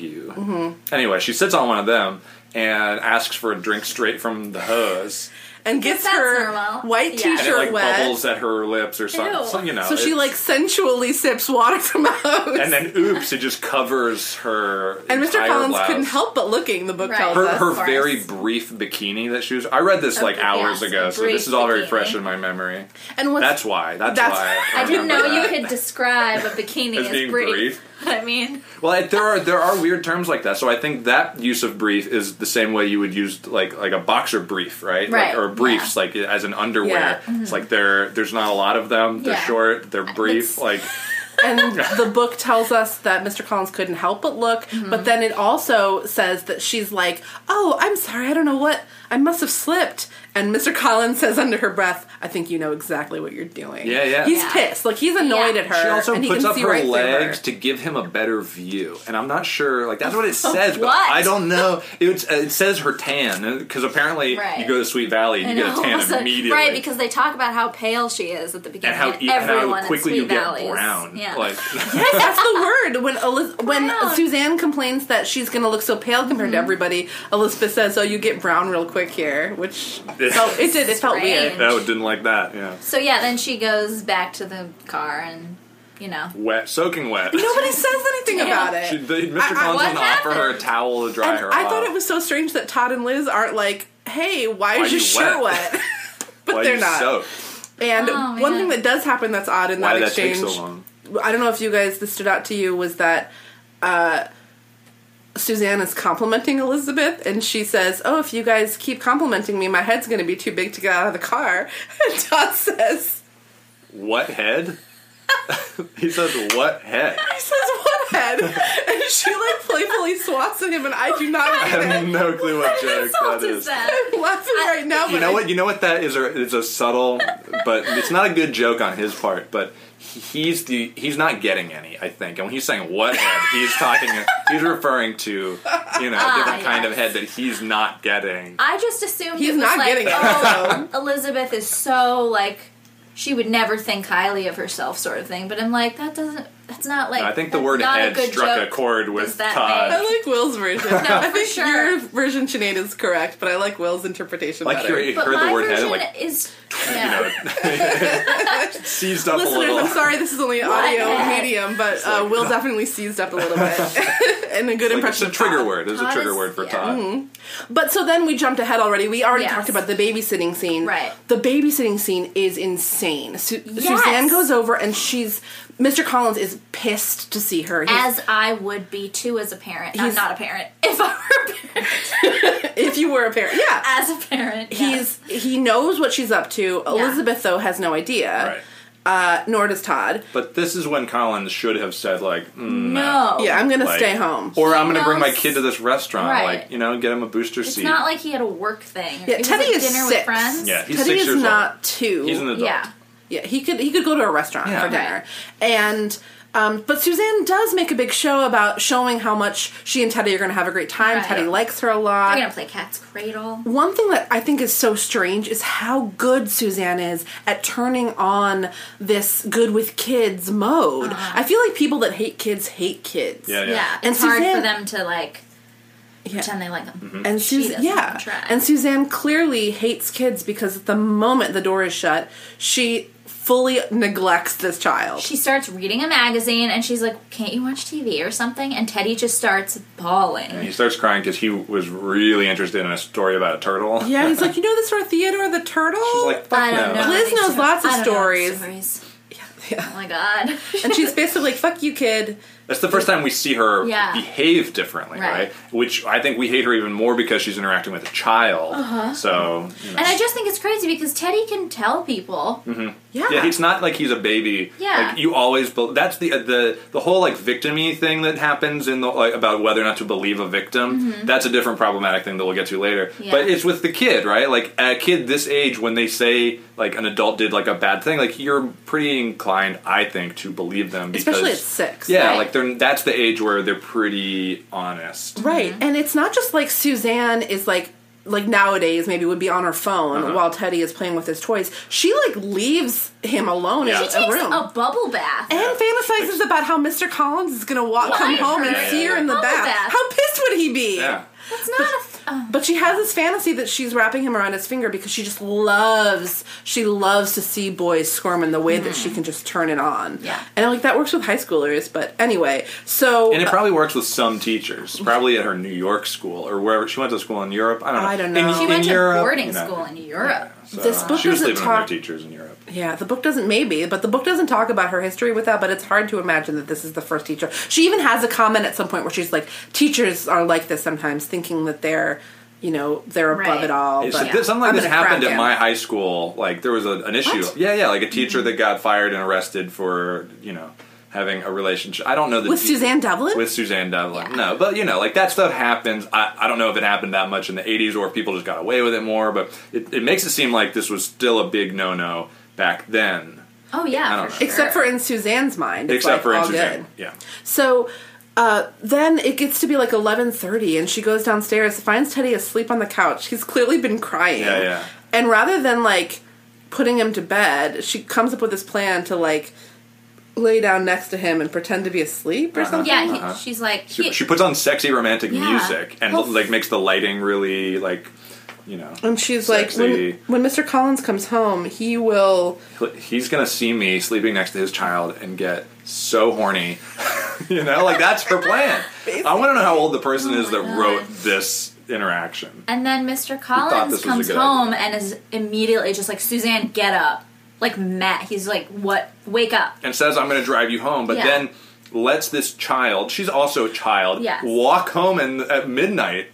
[SPEAKER 2] Anyway, she sits on one of them and asks for a drink straight from the hose.
[SPEAKER 1] And gets
[SPEAKER 3] That's
[SPEAKER 1] her
[SPEAKER 3] normal.
[SPEAKER 1] white
[SPEAKER 3] Yeah. And
[SPEAKER 2] And it
[SPEAKER 1] t-shirt
[SPEAKER 2] like
[SPEAKER 1] wet.
[SPEAKER 2] bubbles at her lips or something.
[SPEAKER 3] Ew.
[SPEAKER 2] So, you know,
[SPEAKER 1] So she
[SPEAKER 2] it's-
[SPEAKER 1] like sensually sips water from a hose.
[SPEAKER 2] and then oops, it just covers her.
[SPEAKER 1] And Mr.
[SPEAKER 2] entire
[SPEAKER 1] Collins
[SPEAKER 2] blouse.
[SPEAKER 1] couldn't help but looking. The book
[SPEAKER 3] Right.
[SPEAKER 1] tells
[SPEAKER 2] her
[SPEAKER 1] us.
[SPEAKER 2] her
[SPEAKER 3] Of course.
[SPEAKER 2] very brief bikini that she was. I read this like
[SPEAKER 3] Okay,
[SPEAKER 2] hours
[SPEAKER 3] yes,
[SPEAKER 2] ago,
[SPEAKER 3] a
[SPEAKER 2] so
[SPEAKER 3] brief
[SPEAKER 2] this is all very
[SPEAKER 3] bikini.
[SPEAKER 2] fresh in my memory.
[SPEAKER 1] and what's
[SPEAKER 2] That's why. That's,
[SPEAKER 1] That's-
[SPEAKER 2] why.
[SPEAKER 1] [LAUGHS]
[SPEAKER 3] I didn't know
[SPEAKER 2] remember
[SPEAKER 3] you
[SPEAKER 2] [LAUGHS] that.
[SPEAKER 3] could describe a bikini
[SPEAKER 2] As
[SPEAKER 3] as,
[SPEAKER 2] being
[SPEAKER 6] [LAUGHS]
[SPEAKER 2] brief.
[SPEAKER 3] brief. I mean,
[SPEAKER 2] Well, I- there are there are weird terms like that. So I think that use of brief is the same way you would use like like a boxer brief, right?
[SPEAKER 3] Right, Mm-hmm.
[SPEAKER 2] Like, or briefs like as an underwear.
[SPEAKER 1] Yeah.
[SPEAKER 2] It's like there there's not a lot of them. They're
[SPEAKER 3] Yeah.
[SPEAKER 2] short. They're brief.
[SPEAKER 6] it's-
[SPEAKER 2] Like
[SPEAKER 1] and
[SPEAKER 2] [LAUGHS]
[SPEAKER 1] the book tells us that Mr. Collins couldn't help but look,
[SPEAKER 2] Mm-hmm.
[SPEAKER 1] but then it also says that she's like, "Oh, I'm sorry, I don't know what I must have slipped." And Mr. Collins says under her breath, "I think you know exactly what you're doing."
[SPEAKER 2] Yeah, yeah.
[SPEAKER 1] He's
[SPEAKER 3] Yeah.
[SPEAKER 1] pissed, like he's annoyed
[SPEAKER 3] Yeah.
[SPEAKER 1] at
[SPEAKER 3] [LAUGHS]
[SPEAKER 1] her.
[SPEAKER 2] she also
[SPEAKER 1] and he
[SPEAKER 2] puts
[SPEAKER 1] can
[SPEAKER 2] up
[SPEAKER 1] see
[SPEAKER 2] her
[SPEAKER 1] right through
[SPEAKER 2] legs
[SPEAKER 1] her.
[SPEAKER 2] to give him a better view, and I'm not sure. Like that's what
[SPEAKER 3] [LAUGHS]
[SPEAKER 2] it says, but
[SPEAKER 3] What?
[SPEAKER 2] I don't know. It, it says her tan because apparently
[SPEAKER 3] Right.
[SPEAKER 2] you go to Sweet Valley and you get a
[SPEAKER 3] know, [LAUGHS]
[SPEAKER 6] [LAUGHS]
[SPEAKER 2] tan
[SPEAKER 3] also-
[SPEAKER 2] immediately.
[SPEAKER 6] Right, because they talk about how pale she is at the
[SPEAKER 2] and
[SPEAKER 6] beginning.
[SPEAKER 2] how, e- and
[SPEAKER 3] everyone
[SPEAKER 2] how
[SPEAKER 3] in
[SPEAKER 2] quickly you
[SPEAKER 3] Sweet Valley
[SPEAKER 2] get
[SPEAKER 3] is-
[SPEAKER 2] brown.
[SPEAKER 3] yeah.
[SPEAKER 2] Like
[SPEAKER 3] [LAUGHS]
[SPEAKER 2] [LAUGHS]
[SPEAKER 1] Yes, that's the word. When Eliz- when
[SPEAKER 3] Wow. Mm-hmm.
[SPEAKER 1] Suzanne complains that she's going to look so pale compared to everybody, Elizabeth says, "Oh, you get brown real quick here,"
[SPEAKER 2] [LAUGHS]
[SPEAKER 1] which felt, it did. It felt
[SPEAKER 3] Strange.
[SPEAKER 1] weird.
[SPEAKER 2] oh, didn't like that. Yeah,
[SPEAKER 3] so yeah, then she goes back to the car and, you know.
[SPEAKER 2] wet, soaking wet.
[SPEAKER 1] Nobody says anything
[SPEAKER 3] Damn.
[SPEAKER 1] about it.
[SPEAKER 2] She, the, Mr.
[SPEAKER 1] Eh, I-
[SPEAKER 2] Collins
[SPEAKER 1] what
[SPEAKER 2] didn't offer
[SPEAKER 3] happened?
[SPEAKER 2] her a towel to dry
[SPEAKER 1] And
[SPEAKER 2] her
[SPEAKER 1] I
[SPEAKER 2] off.
[SPEAKER 1] thought it was so strange that Todd and Liz aren't like, "Hey, why is
[SPEAKER 2] Why
[SPEAKER 1] your
[SPEAKER 2] you
[SPEAKER 1] shirt
[SPEAKER 2] wet?"
[SPEAKER 1] wet?"
[SPEAKER 2] [LAUGHS]
[SPEAKER 1] but
[SPEAKER 2] Why
[SPEAKER 1] they're
[SPEAKER 2] you
[SPEAKER 1] not.
[SPEAKER 2] soaked?
[SPEAKER 1] And
[SPEAKER 3] Oh,
[SPEAKER 1] one
[SPEAKER 3] man.
[SPEAKER 1] thing that does happen that's odd in
[SPEAKER 2] Why
[SPEAKER 1] that
[SPEAKER 2] did that take
[SPEAKER 1] exchange,
[SPEAKER 2] so long?
[SPEAKER 1] I don't know if you guys this stood out to you was that uh, Suzanne is complimenting Elizabeth, and she says, "Oh, if you guys keep complimenting me, my head's going to be too big to get out of the car." [LAUGHS] And Todd says,
[SPEAKER 2] What head? [LAUGHS] he says, "What head?"
[SPEAKER 1] "He says what head?" [LAUGHS] and she like playfully swats at him, and I do not
[SPEAKER 2] [LAUGHS] I
[SPEAKER 1] get
[SPEAKER 2] have no clue what joke
[SPEAKER 3] Insult
[SPEAKER 2] that is.
[SPEAKER 3] that?
[SPEAKER 1] I'm laughing right now.
[SPEAKER 2] You
[SPEAKER 1] but
[SPEAKER 2] know
[SPEAKER 1] I
[SPEAKER 2] what? You know what that is? Or it's a subtle, but it's not a good joke on his part. But he- he's the he's not getting any. I think, and when he's saying "what head," he's talking. He's referring to you know a different kind of head that he's not getting.
[SPEAKER 3] I just assumed
[SPEAKER 1] He's
[SPEAKER 3] it was
[SPEAKER 1] not
[SPEAKER 3] like,
[SPEAKER 1] getting it,
[SPEAKER 3] Oh, Elizabeth is so like she would never think highly of herself, sort of thing. But I'm like, that doesn't That's not like.
[SPEAKER 2] I think the
[SPEAKER 3] that's
[SPEAKER 2] word
[SPEAKER 3] not
[SPEAKER 2] head
[SPEAKER 3] good
[SPEAKER 2] struck
[SPEAKER 3] joke.
[SPEAKER 2] a chord
[SPEAKER 3] Is
[SPEAKER 2] with
[SPEAKER 3] that
[SPEAKER 2] Todd.
[SPEAKER 3] vague?
[SPEAKER 1] I like Will's version.
[SPEAKER 3] No,
[SPEAKER 1] I
[SPEAKER 3] for
[SPEAKER 1] think
[SPEAKER 3] sure.
[SPEAKER 1] your version, Sinead, is correct, but I like Will's interpretation
[SPEAKER 2] Like
[SPEAKER 1] better.
[SPEAKER 2] you
[SPEAKER 3] But
[SPEAKER 2] heard
[SPEAKER 3] my
[SPEAKER 2] the word head
[SPEAKER 3] version
[SPEAKER 2] and like [LAUGHS]
[SPEAKER 3] is. Yeah.
[SPEAKER 2] seized up a
[SPEAKER 1] Listeners,
[SPEAKER 2] little.
[SPEAKER 1] I'm sorry this is only an audio
[SPEAKER 3] head?
[SPEAKER 1] medium, but uh, Will definitely seized up a little bit. [LAUGHS] and a good
[SPEAKER 2] Like, it's
[SPEAKER 1] impression
[SPEAKER 2] a
[SPEAKER 1] of
[SPEAKER 2] trigger
[SPEAKER 1] Todd.
[SPEAKER 2] word. It's a
[SPEAKER 3] Todd
[SPEAKER 2] trigger
[SPEAKER 3] is- Mm-hmm.
[SPEAKER 2] word for
[SPEAKER 3] yeah.
[SPEAKER 2] Todd.
[SPEAKER 1] But so then we jumped ahead already. We already
[SPEAKER 3] Yes.
[SPEAKER 1] talked about the babysitting scene.
[SPEAKER 3] Right.
[SPEAKER 1] The babysitting scene is insane. Su-
[SPEAKER 3] Yes.
[SPEAKER 1] Suzanne goes over and she's Mr. Collins is pissed to see her. He's-
[SPEAKER 3] As I would be too as a parent. I'm
[SPEAKER 1] He's-
[SPEAKER 3] not a parent. [LAUGHS] If I were a parent.
[SPEAKER 1] if you were a parent, yeah.
[SPEAKER 3] As a parent. yes.
[SPEAKER 1] He's he knows what she's up to. Elizabeth though has no idea.
[SPEAKER 2] Right.
[SPEAKER 1] Uh, nor does Todd.
[SPEAKER 2] But this is when Collins should have said like, mm,
[SPEAKER 3] No.
[SPEAKER 1] Yeah, I'm gonna
[SPEAKER 2] like-
[SPEAKER 1] stay home.
[SPEAKER 2] or I'm going to bring my
[SPEAKER 3] knows-
[SPEAKER 2] kid to this restaurant,
[SPEAKER 3] Right.
[SPEAKER 2] like you know, get him a booster
[SPEAKER 3] It's
[SPEAKER 2] seat.
[SPEAKER 3] not like he had a work thing.
[SPEAKER 1] Yeah,
[SPEAKER 3] It was
[SPEAKER 1] Teddy
[SPEAKER 3] like
[SPEAKER 1] is
[SPEAKER 3] dinner
[SPEAKER 1] six.
[SPEAKER 3] with friends.
[SPEAKER 2] yeah, he's
[SPEAKER 1] Teddy
[SPEAKER 2] six
[SPEAKER 1] is
[SPEAKER 2] years
[SPEAKER 1] not
[SPEAKER 2] old.
[SPEAKER 1] two.
[SPEAKER 2] He's an adult.
[SPEAKER 3] Yeah.
[SPEAKER 1] Yeah, he could he could go to a restaurant
[SPEAKER 2] Yeah.
[SPEAKER 1] for dinner. And um, but Suzanne does make a big show about showing how much she and Teddy are going to have a great time.
[SPEAKER 3] Right.
[SPEAKER 1] Teddy likes her a lot.
[SPEAKER 3] They're gonna play cat's cradle.
[SPEAKER 1] One thing that I think is so strange is how good Suzanne is at turning on this good with kids mode.
[SPEAKER 3] Uh-huh.
[SPEAKER 1] I feel like people that hate kids hate kids.
[SPEAKER 2] Yeah, yeah.
[SPEAKER 3] Yeah,
[SPEAKER 1] And
[SPEAKER 3] it's hard for
[SPEAKER 1] Suzanne-
[SPEAKER 3] them to like
[SPEAKER 1] Yeah.
[SPEAKER 3] pretend they like them.
[SPEAKER 2] Mm-hmm.
[SPEAKER 1] And
[SPEAKER 3] She
[SPEAKER 1] Suzanne,
[SPEAKER 3] doesn't
[SPEAKER 1] yeah,
[SPEAKER 3] try.
[SPEAKER 1] and Suzanne clearly hates kids because the moment the door is shut, she fully neglects this child.
[SPEAKER 3] She starts reading a magazine and she's like, "Can't you watch TV or something?" And Teddy just starts bawling.
[SPEAKER 2] And he starts crying because he was really interested in a story about a turtle.
[SPEAKER 1] yeah,
[SPEAKER 2] [LAUGHS]
[SPEAKER 1] he's like, you know, this sort of Theodore the Turtle.
[SPEAKER 2] She's like, fuck
[SPEAKER 3] I don't
[SPEAKER 2] no.
[SPEAKER 3] know.
[SPEAKER 1] Liz knows lots of
[SPEAKER 3] I don't know
[SPEAKER 1] stories.
[SPEAKER 3] stories.
[SPEAKER 1] [LAUGHS] yeah.
[SPEAKER 3] Oh [LAUGHS] my god.
[SPEAKER 1] and she's basically like, "Fuck you, kid."
[SPEAKER 2] That's the first time we see her
[SPEAKER 3] Yeah.
[SPEAKER 2] behave differently,
[SPEAKER 3] Right.
[SPEAKER 2] right. Which I think we hate her even more because she's interacting with a child.
[SPEAKER 3] Uh-huh.
[SPEAKER 2] So, you know.
[SPEAKER 3] and I just think it's crazy because Teddy can tell people.
[SPEAKER 2] Mm-hmm.
[SPEAKER 1] Yeah,
[SPEAKER 2] yeah, it's not like he's a baby.
[SPEAKER 3] Yeah.
[SPEAKER 2] like you always. Be- that's the uh, the the whole like victimy thing that happens in the like, about whether or not to believe a victim. That's a different problematic thing that we'll get to later.
[SPEAKER 3] Yeah.
[SPEAKER 2] But it's with the kid, right? Like a kid this age, when they say like an adult did like a bad thing, like you're pretty inclined, I think, to believe them. Because,
[SPEAKER 1] especially at six.
[SPEAKER 2] Yeah,
[SPEAKER 3] Right.
[SPEAKER 2] like they're that's the age where they're pretty honest.
[SPEAKER 1] Right.
[SPEAKER 3] Mm-hmm.
[SPEAKER 1] And it's not just like Suzanne is like like nowadays maybe would be on her phone
[SPEAKER 2] Uh-huh.
[SPEAKER 1] while Teddy is playing with his toys. She like leaves him alone
[SPEAKER 2] Yeah.
[SPEAKER 1] in
[SPEAKER 3] She
[SPEAKER 2] A
[SPEAKER 3] takes
[SPEAKER 1] a room.
[SPEAKER 3] a bubble bath.
[SPEAKER 1] and fantasizes about how Mr. Collins is gonna walk, come
[SPEAKER 3] Why?
[SPEAKER 1] home and
[SPEAKER 2] Yeah,
[SPEAKER 1] see
[SPEAKER 2] yeah,
[SPEAKER 1] her in the
[SPEAKER 3] yeah.
[SPEAKER 1] bath.
[SPEAKER 3] Bath.
[SPEAKER 1] How pissed would he be?
[SPEAKER 2] Yeah.
[SPEAKER 3] That's not a. Th- oh.
[SPEAKER 1] But she has this fantasy that she's wrapping him around his finger because she just loves she loves to see boys squirm in the way that she can just turn it on.
[SPEAKER 3] Yeah.
[SPEAKER 1] And like that works with high schoolers, but anyway, so
[SPEAKER 2] And it probably works with some teachers, probably at her New York school or wherever she went to school in Europe. I don't know.
[SPEAKER 1] I don't
[SPEAKER 2] In-
[SPEAKER 1] know.
[SPEAKER 2] In,
[SPEAKER 3] she went to
[SPEAKER 2] Europe,
[SPEAKER 3] boarding
[SPEAKER 2] you know.
[SPEAKER 3] school in Europe.
[SPEAKER 2] So,
[SPEAKER 1] This book
[SPEAKER 2] she was
[SPEAKER 1] doesn't
[SPEAKER 2] sleeping
[SPEAKER 1] talk-
[SPEAKER 2] with her teachers in Europe.
[SPEAKER 1] Yeah, the book doesn't maybe, but the book doesn't talk about her history with that, but it's hard to imagine that this is the first teacher. She even has a comment at some point where she's like, teachers are like this sometimes, thinking that they're, you know, they're above
[SPEAKER 3] Right.
[SPEAKER 1] it all.
[SPEAKER 2] It's-
[SPEAKER 1] Oh, but
[SPEAKER 2] this- something like
[SPEAKER 1] I'm
[SPEAKER 2] this
[SPEAKER 1] gonna crack
[SPEAKER 2] happened at
[SPEAKER 1] him.
[SPEAKER 2] my high school. Like there was a, an issue.
[SPEAKER 1] What? Mm-hmm.
[SPEAKER 2] Yeah, yeah, like a teacher that got fired and arrested for you know having a relationship. I don't know the
[SPEAKER 1] With
[SPEAKER 2] de-
[SPEAKER 1] Suzanne Devlin?
[SPEAKER 2] With Suzanne Devlin.
[SPEAKER 3] Yeah.
[SPEAKER 2] No, but you know, like that stuff happens. I, I don't know if it happened that much in the '80s or if people just got away with it more. But it, it makes it seem like this was still a big no-no back then.
[SPEAKER 3] Oh yeah,
[SPEAKER 2] I don't
[SPEAKER 3] for
[SPEAKER 2] know.
[SPEAKER 3] sure.
[SPEAKER 1] Except for in Suzanne's mind. It's
[SPEAKER 2] Except
[SPEAKER 1] like
[SPEAKER 2] for in
[SPEAKER 1] all
[SPEAKER 2] Suzanne.
[SPEAKER 1] good.
[SPEAKER 2] Yeah.
[SPEAKER 1] So uh, then it gets to be like 11.30 and she goes downstairs, finds Teddy asleep on the couch. He's clearly been crying.
[SPEAKER 2] Yeah, yeah.
[SPEAKER 1] And rather than like putting him to bed, she comes up with this plan to like lay down next to him and pretend to be asleep or something.
[SPEAKER 3] yeah, he,
[SPEAKER 2] Uh-huh.
[SPEAKER 3] she's like
[SPEAKER 2] She,
[SPEAKER 3] he-
[SPEAKER 2] she puts on sexy romantic
[SPEAKER 3] Yeah.
[SPEAKER 2] music and
[SPEAKER 3] Well,
[SPEAKER 2] like makes the lighting really like you know
[SPEAKER 1] And she's
[SPEAKER 2] Sexy.
[SPEAKER 1] like, when, when Mr. Collins comes home, he will.
[SPEAKER 2] he's gonna see me sleeping next to his child and get so horny [LAUGHS] you know like that's her plan i want to know how old the person is that
[SPEAKER 3] God.
[SPEAKER 2] wrote this interaction
[SPEAKER 3] And then Mr.
[SPEAKER 2] thought
[SPEAKER 3] Collins
[SPEAKER 2] this was a
[SPEAKER 3] comes
[SPEAKER 2] good
[SPEAKER 3] home and is immediately just like, Suzanne, get up. Like, Matt, he's like, what? Wake up.
[SPEAKER 2] and says i'm gonna drive you home but
[SPEAKER 3] Yeah.
[SPEAKER 2] then lets this child she's also a child
[SPEAKER 3] Yes.
[SPEAKER 2] walk home and at midnight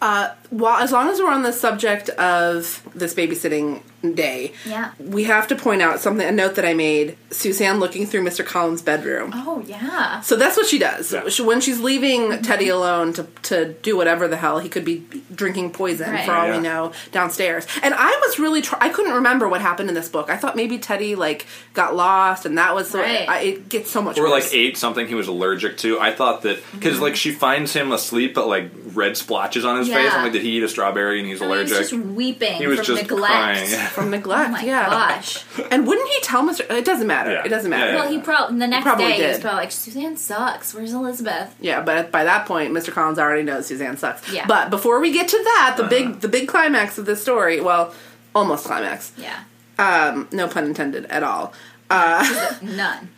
[SPEAKER 1] Well, as long as we're on the subject of this babysitting day,
[SPEAKER 3] Yeah.
[SPEAKER 1] we have to point out something, a note that I made Suzanne looking through Mr. Collins' bedroom.
[SPEAKER 3] Oh, yeah.
[SPEAKER 1] So that's what she does.
[SPEAKER 2] Yeah.
[SPEAKER 1] She, when she's leaving
[SPEAKER 3] Mm-hmm.
[SPEAKER 1] Teddy alone to, to do whatever the hell, he could be drinking poison
[SPEAKER 3] Right.
[SPEAKER 1] for all
[SPEAKER 2] Yeah.
[SPEAKER 1] we know downstairs. And I was really, try- I couldn't remember what happened in this book. I thought maybe Teddy like got lost, and that was the
[SPEAKER 3] Right.
[SPEAKER 1] I, it gets so much
[SPEAKER 2] or
[SPEAKER 1] worse.
[SPEAKER 2] like ate something he was allergic to. I thought that because like she finds him asleep at like red splotches on his
[SPEAKER 3] Yeah.
[SPEAKER 2] face. I'm like, did he eat a strawberry and he's
[SPEAKER 3] I mean,
[SPEAKER 2] allergic?
[SPEAKER 3] He was just weeping
[SPEAKER 2] He was
[SPEAKER 3] from
[SPEAKER 2] just
[SPEAKER 3] neglect.
[SPEAKER 2] crying. [LAUGHS]
[SPEAKER 1] from
[SPEAKER 3] [LAUGHS] Oh
[SPEAKER 1] neglect.
[SPEAKER 3] my
[SPEAKER 1] yeah.
[SPEAKER 3] gosh.
[SPEAKER 1] And wouldn't he tell Mr. It doesn't matter.
[SPEAKER 2] Yeah.
[SPEAKER 1] It doesn't matter.
[SPEAKER 2] Yeah.
[SPEAKER 1] Yeah,
[SPEAKER 3] Well, he probably the next
[SPEAKER 1] probably
[SPEAKER 3] day he was
[SPEAKER 1] did.
[SPEAKER 3] probably like Suzanne sucks. Where's Elizabeth?
[SPEAKER 1] but by that point, Mr. Collins already knows Suzanne sucks.
[SPEAKER 3] Yeah.
[SPEAKER 1] But before we get to that,
[SPEAKER 2] Uh-huh.
[SPEAKER 1] the big the big climax of this story, well, almost climax.
[SPEAKER 3] Yeah,
[SPEAKER 1] Um, no pun intended at all.
[SPEAKER 3] none.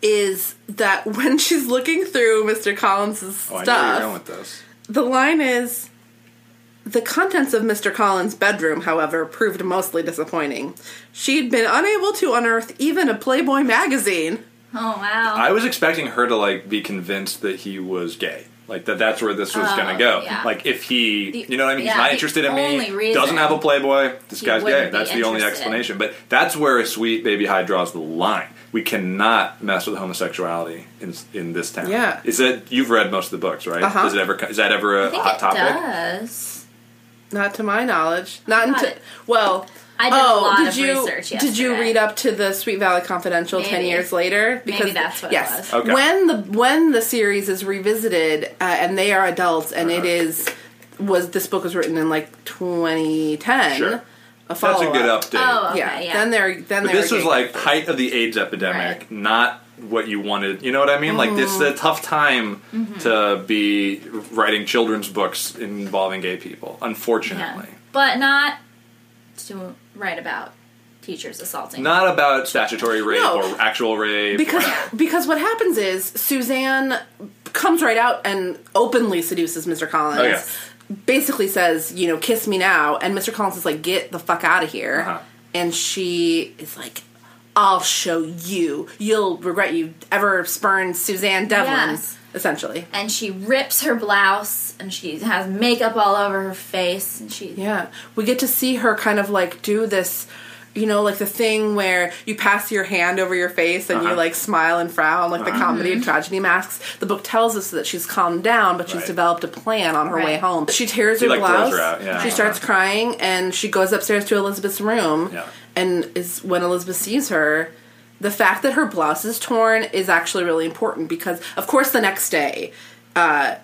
[SPEAKER 1] Is that [LAUGHS] when she's looking through Mr. Collins's
[SPEAKER 2] oh, I know where you're going
[SPEAKER 1] stuff?
[SPEAKER 2] with this.
[SPEAKER 1] The line is the contents of Mr. Collins' bedroom, however, proved mostly disappointing. She'd been unable to unearth even a Playboy magazine.
[SPEAKER 3] Oh wow.
[SPEAKER 2] I was expecting her to like be convinced that he was gay. Like that that's where this was
[SPEAKER 3] Oh,
[SPEAKER 2] gonna go.
[SPEAKER 3] yeah.
[SPEAKER 2] Like if he
[SPEAKER 3] The-
[SPEAKER 2] you know what I mean,
[SPEAKER 3] yeah,
[SPEAKER 2] he's not
[SPEAKER 3] the
[SPEAKER 2] interested in me,
[SPEAKER 3] only reason
[SPEAKER 2] doesn't have a playboy, this
[SPEAKER 3] he
[SPEAKER 2] guy's
[SPEAKER 3] wouldn't
[SPEAKER 2] gay.
[SPEAKER 3] be
[SPEAKER 2] That's the only
[SPEAKER 3] interested.
[SPEAKER 2] explanation. But that's where sweet baby high draws the line. We cannot mess with homosexuality in in this town.
[SPEAKER 1] Yeah.
[SPEAKER 2] Is that you've read most of the books, right?
[SPEAKER 1] Uh-huh.
[SPEAKER 2] Does it ever co- is that ever a
[SPEAKER 3] I think
[SPEAKER 2] hot
[SPEAKER 3] it
[SPEAKER 2] topic?
[SPEAKER 3] does.
[SPEAKER 1] Not to my knowledge. Not
[SPEAKER 3] Got
[SPEAKER 1] until
[SPEAKER 3] it.
[SPEAKER 1] well.
[SPEAKER 3] I did
[SPEAKER 1] oh,
[SPEAKER 3] a lot
[SPEAKER 1] did
[SPEAKER 3] of
[SPEAKER 1] you
[SPEAKER 3] research yesterday.
[SPEAKER 1] did you read up to the Sweet Valley Confidential ten
[SPEAKER 3] Maybe.
[SPEAKER 1] years later?
[SPEAKER 3] that's what it
[SPEAKER 1] yes.
[SPEAKER 3] was.
[SPEAKER 2] Okay.
[SPEAKER 1] When the when the series is revisited uh, and they are adults and
[SPEAKER 2] Uh-huh.
[SPEAKER 1] it is was this book was written in like 2010.
[SPEAKER 2] Sure.
[SPEAKER 1] A follow
[SPEAKER 2] That's a good update.
[SPEAKER 3] Oh, okay,
[SPEAKER 1] yeah.
[SPEAKER 3] yeah.
[SPEAKER 1] Then they're then
[SPEAKER 2] But
[SPEAKER 1] they're
[SPEAKER 2] this was
[SPEAKER 1] gay.
[SPEAKER 2] like height of the AIDS epidemic,
[SPEAKER 3] Right.
[SPEAKER 2] not what you wanted. You know what I mean? Like this is
[SPEAKER 1] Mm-hmm.
[SPEAKER 2] a tough time to be writing children's books involving gay people,
[SPEAKER 3] yeah.
[SPEAKER 2] unfortunately.
[SPEAKER 3] but not to write about teachers assaulting.
[SPEAKER 2] Not about statutory rape
[SPEAKER 1] No.
[SPEAKER 2] or actual rape.
[SPEAKER 1] because because what happens is Suzanne comes right out and openly seduces Mr. Collins.
[SPEAKER 2] Oh, yeah.
[SPEAKER 1] Basically says, you know, kiss me now, and Mr. Collins is like, get the fuck out of here.
[SPEAKER 2] Uh-huh.
[SPEAKER 1] And she is like, I'll show you. You'll regret you ever spurned Suzanne Devlin.
[SPEAKER 3] Yes.
[SPEAKER 1] Essentially,
[SPEAKER 3] and she rips her blouse and she has makeup all over her face and she
[SPEAKER 1] yeah. We get to see her kind of like do this. You know, like the thing where you pass your hand over your face and you
[SPEAKER 2] Uh-huh.
[SPEAKER 1] like smile and frown, like the comedy and tragedy masks. The book tells us that she's calmed down, but she's
[SPEAKER 2] Right.
[SPEAKER 1] developed a plan on her way
[SPEAKER 3] Right.
[SPEAKER 1] home. She tears
[SPEAKER 2] She,
[SPEAKER 1] her
[SPEAKER 2] like,
[SPEAKER 1] blouse.
[SPEAKER 2] throws her out, yeah.
[SPEAKER 1] She starts crying and she goes upstairs to Elizabeth's room.
[SPEAKER 2] Yeah.
[SPEAKER 1] And is when Elizabeth sees her. The fact that her blouse is torn is actually really important because, of course, the next day uh,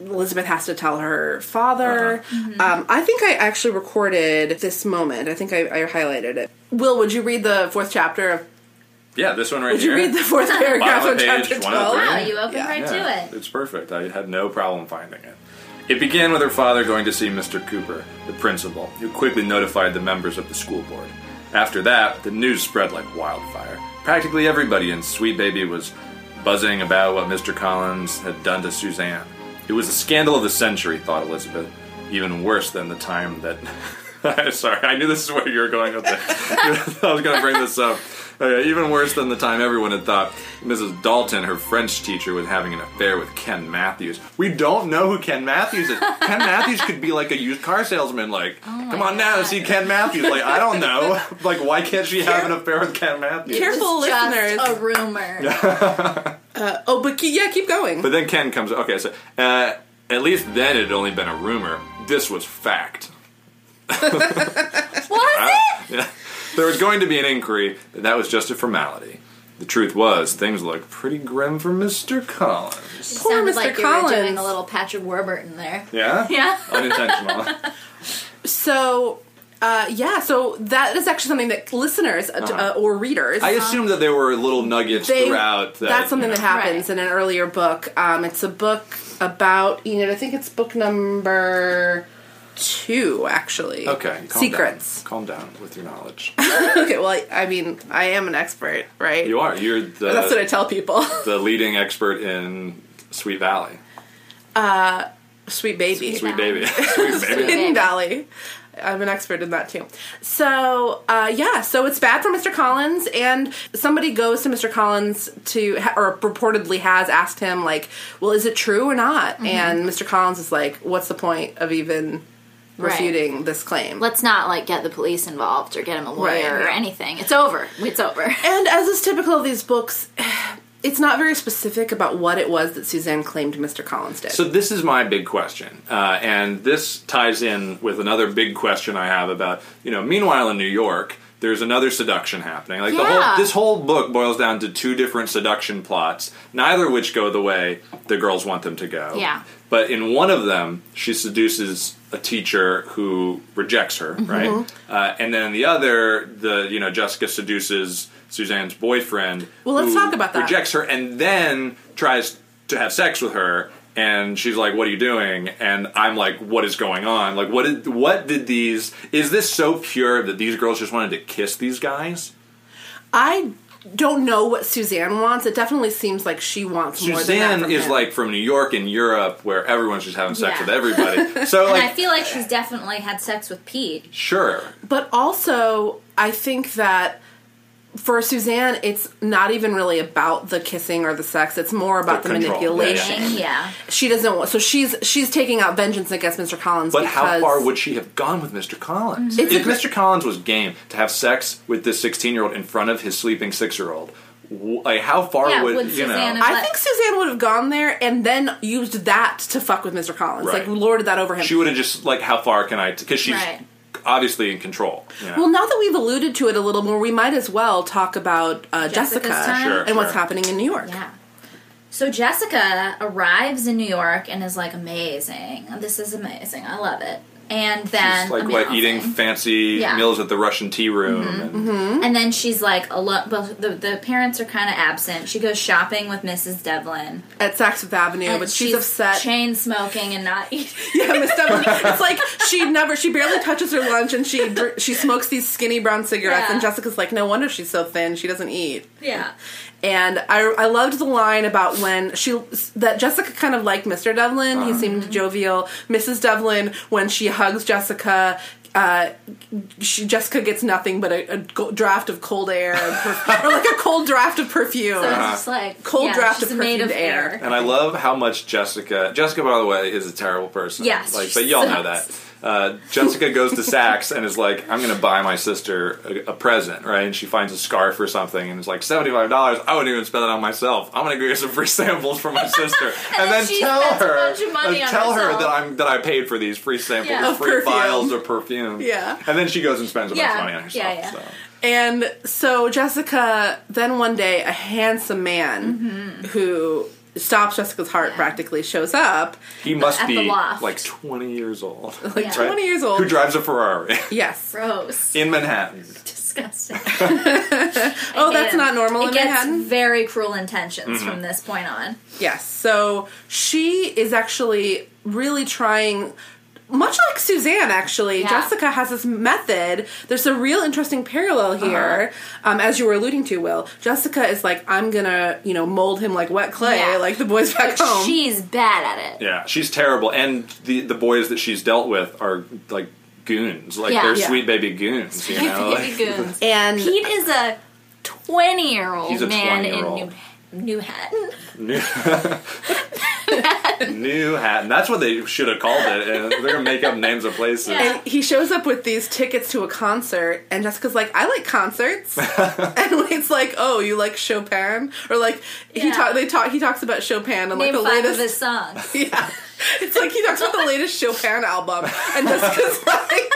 [SPEAKER 1] Elizabeth has to tell her father.
[SPEAKER 2] Uh-huh.
[SPEAKER 1] Um, I think I actually recorded this moment. I think I, I highlighted it. Will, would you read the fourth chapter of?
[SPEAKER 2] [LAUGHS] yeah, this one right
[SPEAKER 1] Would
[SPEAKER 2] here.
[SPEAKER 1] you read the fourth paragraph
[SPEAKER 2] Bottom
[SPEAKER 1] of
[SPEAKER 2] of page,
[SPEAKER 1] chapter
[SPEAKER 2] one of
[SPEAKER 1] twelve?
[SPEAKER 2] three.
[SPEAKER 3] wow you opened
[SPEAKER 1] Yeah.
[SPEAKER 3] right
[SPEAKER 2] Yeah,
[SPEAKER 3] to it
[SPEAKER 2] It's perfect. I had no problem finding it. It began with her father going to see Mr. Cooper, the principal, who quickly notified the members of the school board. After that, the news spread like wildfire. Practically everybody in Sweet Baby was buzzing about what Mr. Collins had done to Suzanne. It was a scandal of the century, thought Elizabeth, even worse than the time that. [LAUGHS] I'm Sorry, I knew this is where you were going with this. [LAUGHS] I was going to bring this up. Okay, even worse than the time everyone had thought Mrs. Dalton, her French teacher, was having an affair with Ken Matthews. We don't know who Ken Matthews is. Ken Matthews could be like a used car salesman. Like, come on now,
[SPEAKER 3] God.
[SPEAKER 2] see Ken Matthews. Like, I don't know. [LAUGHS] Like, why can't she have an affair with Ken Matthews?
[SPEAKER 1] Careful. Full
[SPEAKER 3] It's just
[SPEAKER 1] listeners.
[SPEAKER 3] a rumor [LAUGHS]
[SPEAKER 1] Oh, but ke- yeah, keep going.
[SPEAKER 2] But then Ken comes. Okay, so uh, at least then it had only been a rumor. This was fact.
[SPEAKER 3] was it
[SPEAKER 2] [LAUGHS] Yeah. There was going to be an inquiry, but that was just a formality. The truth was, things looked pretty grim for Mr. Collins.
[SPEAKER 1] Poor
[SPEAKER 3] Sounded
[SPEAKER 1] Mr.
[SPEAKER 3] like
[SPEAKER 1] Collins.
[SPEAKER 3] you were doing a little Patrick Warburton there.
[SPEAKER 1] [LAUGHS]
[SPEAKER 2] Yeah?
[SPEAKER 3] Yeah.
[SPEAKER 2] Unintentional.
[SPEAKER 1] so. Uh, yeah, so that is actually something that listeners uh,
[SPEAKER 2] Uh-huh.
[SPEAKER 1] or readers.
[SPEAKER 2] I assume that there were little nuggets
[SPEAKER 1] they-
[SPEAKER 2] throughout. That,
[SPEAKER 1] that's something
[SPEAKER 2] you
[SPEAKER 1] that
[SPEAKER 2] know,
[SPEAKER 1] happens
[SPEAKER 3] Right.
[SPEAKER 1] in an earlier book. Um, it's a book about you know I think it's book number two actually.
[SPEAKER 2] Okay. Calm
[SPEAKER 1] secrets.
[SPEAKER 2] [COUGHS] Down. Calm down with your
[SPEAKER 1] [LAUGHS]
[SPEAKER 2] knowledge.
[SPEAKER 1] okay, well I, I mean I am an expert, right?
[SPEAKER 2] You are. You're the,
[SPEAKER 1] That's what I tell people. [LAUGHS]
[SPEAKER 2] the leading expert in Sweet Valley.
[SPEAKER 1] Sweet baby,
[SPEAKER 2] Sweet Baby.
[SPEAKER 1] [LAUGHS]
[SPEAKER 2] [LAUGHS] Sweet Baby.
[SPEAKER 1] Hidden Valley. I'm an expert in that too. So uh, yeah, so it's bad for Mr. Collins, and somebody goes to Mr. Collins to, ha- or reportedly has asked him like, "Well, is it true or not?"
[SPEAKER 3] Mm-hmm.
[SPEAKER 1] And Mr. Collins is like, "What's the point of even
[SPEAKER 3] Right.
[SPEAKER 1] refuting this claim?"
[SPEAKER 3] Let's not like get the police involved or get him a lawyer
[SPEAKER 1] Right.
[SPEAKER 3] or anything. It's over.
[SPEAKER 1] [LAUGHS]
[SPEAKER 3] It's over.
[SPEAKER 1] and as is typical of these books, [SIGHS] it's not very specific about what it was that Suzanne claimed Mr. Collins did.
[SPEAKER 2] So this is my big question, uh, and this ties in with another big question I have about you know. Meanwhile, in New York, There's another seduction happening. Like the
[SPEAKER 3] Yeah.
[SPEAKER 2] whole this whole book boils down to two different seduction plots, neither of which go the way the girls want them to go.
[SPEAKER 3] Yeah.
[SPEAKER 2] But in one of them, she seduces a teacher who rejects her,
[SPEAKER 3] Mm-hmm.
[SPEAKER 2] right? Uh, and then in the other, the you know Jessica seduces Suzanne's boyfriend.
[SPEAKER 1] Well, let's
[SPEAKER 2] who
[SPEAKER 1] talk about that.
[SPEAKER 2] Rejects her and then tries to have sex with her, and she's like, "What are you doing?" And I'm like, "What is going on? Like, what did what did these? Is this so pure that these girls just wanted to kiss these guys?"
[SPEAKER 1] I don't know what Suzanne wants. It definitely seems like she wants more than that
[SPEAKER 2] Suzanne
[SPEAKER 1] from
[SPEAKER 2] is
[SPEAKER 1] him.
[SPEAKER 2] like from New York and Europe, where everyone's just having sex
[SPEAKER 3] Yeah.
[SPEAKER 2] with
[SPEAKER 3] [LAUGHS]
[SPEAKER 2] everybody. So
[SPEAKER 3] And
[SPEAKER 2] like,
[SPEAKER 3] I feel like she's definitely had sex with Pete.
[SPEAKER 2] sure,
[SPEAKER 1] But also, I think that for Suzanne, it's not even really about the kissing or the sex. It's more about the,
[SPEAKER 2] The control.
[SPEAKER 1] manipulation.
[SPEAKER 2] Yeah.
[SPEAKER 3] Yeah.
[SPEAKER 1] She doesn't want. So she's she's taking out vengeance against Mr. Collins.
[SPEAKER 2] But
[SPEAKER 1] because,
[SPEAKER 2] how far would she have gone with Mr. Collins?
[SPEAKER 1] Mm-hmm. It's
[SPEAKER 2] If
[SPEAKER 1] a-
[SPEAKER 2] Mr. Collins was game to have sex with this 16 year old in front of his sleeping six year old, like how far
[SPEAKER 3] Yeah,
[SPEAKER 2] would,
[SPEAKER 3] would
[SPEAKER 2] you
[SPEAKER 3] Suzanne
[SPEAKER 2] know?
[SPEAKER 3] have-
[SPEAKER 1] I think Suzanne would have gone there and then used that to fuck with Mr. Collins, like
[SPEAKER 2] Right.
[SPEAKER 1] lorded that over him.
[SPEAKER 2] She would have just like how far can I? Because she's
[SPEAKER 3] Right.
[SPEAKER 2] obviously in control. you know?
[SPEAKER 1] well, now that we've alluded to it a little more, we might as well talk about uh,
[SPEAKER 3] Jessica's
[SPEAKER 1] Jessica
[SPEAKER 3] time. Sure,
[SPEAKER 1] and what's
[SPEAKER 2] sure.
[SPEAKER 1] happening in New York.
[SPEAKER 3] Yeah. So Jessica arrives in New York and is like, amazing. This is amazing. I love it. And then
[SPEAKER 2] It's like
[SPEAKER 3] I mean,
[SPEAKER 2] what eating
[SPEAKER 3] amazing.
[SPEAKER 2] fancy
[SPEAKER 3] Yeah. Mm-hmm.
[SPEAKER 2] meals at the Russian tea room. and-
[SPEAKER 3] And then she's like, alone. Well, the, the parents are kind of absent. She goes shopping with Mrs. Devlin,
[SPEAKER 1] At Saks Fifth Avenue,
[SPEAKER 3] and
[SPEAKER 1] but she's, upset.
[SPEAKER 3] chain smoking and not [LAUGHS] eating.
[SPEAKER 1] Yeah, Miss Devlin. It's like she never, she barely touches her lunch, and she dr- she smokes these skinny brown cigarettes.
[SPEAKER 3] Yeah.
[SPEAKER 1] And Jessica's like, no wonder she's so thin. She doesn't eat.
[SPEAKER 3] yeah,
[SPEAKER 1] And I I loved the line about when she that Jessica kind of liked Mr. Devlin. He seemed jovial. Mrs. Devlin when she hugs Jessica. Uh, she, Jessica gets nothing but a, a go- draft of cold air, and perf- or like a cold draft of perfume.
[SPEAKER 3] so it's just like
[SPEAKER 1] Uh-huh. Cold
[SPEAKER 3] yeah,
[SPEAKER 1] draft
[SPEAKER 3] she's
[SPEAKER 1] of
[SPEAKER 3] made of
[SPEAKER 1] perfumed air.
[SPEAKER 3] air.
[SPEAKER 2] And I love how much Jessica. Jessica, by the way, is a terrible person.
[SPEAKER 3] Yes,
[SPEAKER 2] like,
[SPEAKER 3] she
[SPEAKER 2] but y'all know
[SPEAKER 3] sucks.
[SPEAKER 2] that. Uh, Jessica goes to Saks and is like, "I'm going to buy my sister a, a present," right? And she finds a scarf or something, and it's like seventy-five dollars. I wouldn't even spend that on myself. I'm going to go get some free samples
[SPEAKER 3] [LAUGHS]
[SPEAKER 2] for my sister, and,
[SPEAKER 3] then
[SPEAKER 2] then,
[SPEAKER 3] she
[SPEAKER 2] tell
[SPEAKER 3] spends a
[SPEAKER 2] her,
[SPEAKER 3] bunch of money
[SPEAKER 2] and
[SPEAKER 3] on
[SPEAKER 2] tell her
[SPEAKER 3] herself.
[SPEAKER 2] that I'm that I paid for these free samples,
[SPEAKER 3] Yeah.
[SPEAKER 1] Of
[SPEAKER 2] free
[SPEAKER 1] perfume.
[SPEAKER 2] vials of perfume.
[SPEAKER 1] Yeah.
[SPEAKER 2] and then she goes and spends a bunch
[SPEAKER 3] Yeah,
[SPEAKER 2] of money on herself.
[SPEAKER 3] yeah, yeah.
[SPEAKER 2] So.
[SPEAKER 1] And so Jessica, then one day, a handsome man
[SPEAKER 3] Mm-hmm.
[SPEAKER 1] who stops Jessica's heart practically shows up.
[SPEAKER 2] He must
[SPEAKER 3] at the
[SPEAKER 2] be
[SPEAKER 3] loft.
[SPEAKER 2] like twenty years old, [LAUGHS]
[SPEAKER 1] Like
[SPEAKER 3] Yeah.
[SPEAKER 1] 20 years old.
[SPEAKER 2] who drives a Ferrari [LAUGHS]
[SPEAKER 1] yes.
[SPEAKER 3] Gross,
[SPEAKER 2] in Manhattan.
[SPEAKER 3] disgusting.
[SPEAKER 1] [LAUGHS] Oh, that's
[SPEAKER 3] And
[SPEAKER 1] not normal
[SPEAKER 3] It
[SPEAKER 1] in
[SPEAKER 3] gets
[SPEAKER 1] Manhattan? Mm-hmm.
[SPEAKER 3] very cruel intentions from this point on.
[SPEAKER 1] Yes. So she is actually really trying. Much like Suzanne, actually,
[SPEAKER 3] Yeah.
[SPEAKER 1] Jessica has this method. There's a real interesting parallel
[SPEAKER 3] Uh-huh.
[SPEAKER 1] here, um, as you were alluding to, Will. Jessica is like, I'm gonna, you know, mold him like wet clay,
[SPEAKER 3] Yeah.
[SPEAKER 1] like the boys back
[SPEAKER 3] But
[SPEAKER 1] home.
[SPEAKER 3] she's bad at it.
[SPEAKER 2] Yeah, she's terrible, and the the boys that she's dealt with are like goons, like
[SPEAKER 3] Yeah.
[SPEAKER 2] they're
[SPEAKER 3] Yeah.
[SPEAKER 2] sweet baby goons, you know.
[SPEAKER 3] Baby
[SPEAKER 1] [LAUGHS]
[SPEAKER 2] Like,
[SPEAKER 3] goons.
[SPEAKER 1] and
[SPEAKER 3] Pete is a twenty-year-old
[SPEAKER 2] He's a
[SPEAKER 3] man in
[SPEAKER 2] 20-year-old.
[SPEAKER 3] New New Hatton.
[SPEAKER 2] New hat, and that's what they should have called it. And they're gonna make up names of places.
[SPEAKER 3] Yeah.
[SPEAKER 1] he shows up with these tickets to a concert, and Jessica's like, "I like
[SPEAKER 2] [LAUGHS]
[SPEAKER 1] concerts," and it's like, "Oh, you like Chopin?" Or like he
[SPEAKER 3] Yeah.
[SPEAKER 1] talk, they talk, he talks about Chopin and like
[SPEAKER 3] Name
[SPEAKER 1] the
[SPEAKER 3] five
[SPEAKER 1] latest,
[SPEAKER 3] of his songs.
[SPEAKER 1] [LAUGHS] yeah, it's like he talks about the latest Chopin album, and Jessica's [LAUGHS] like,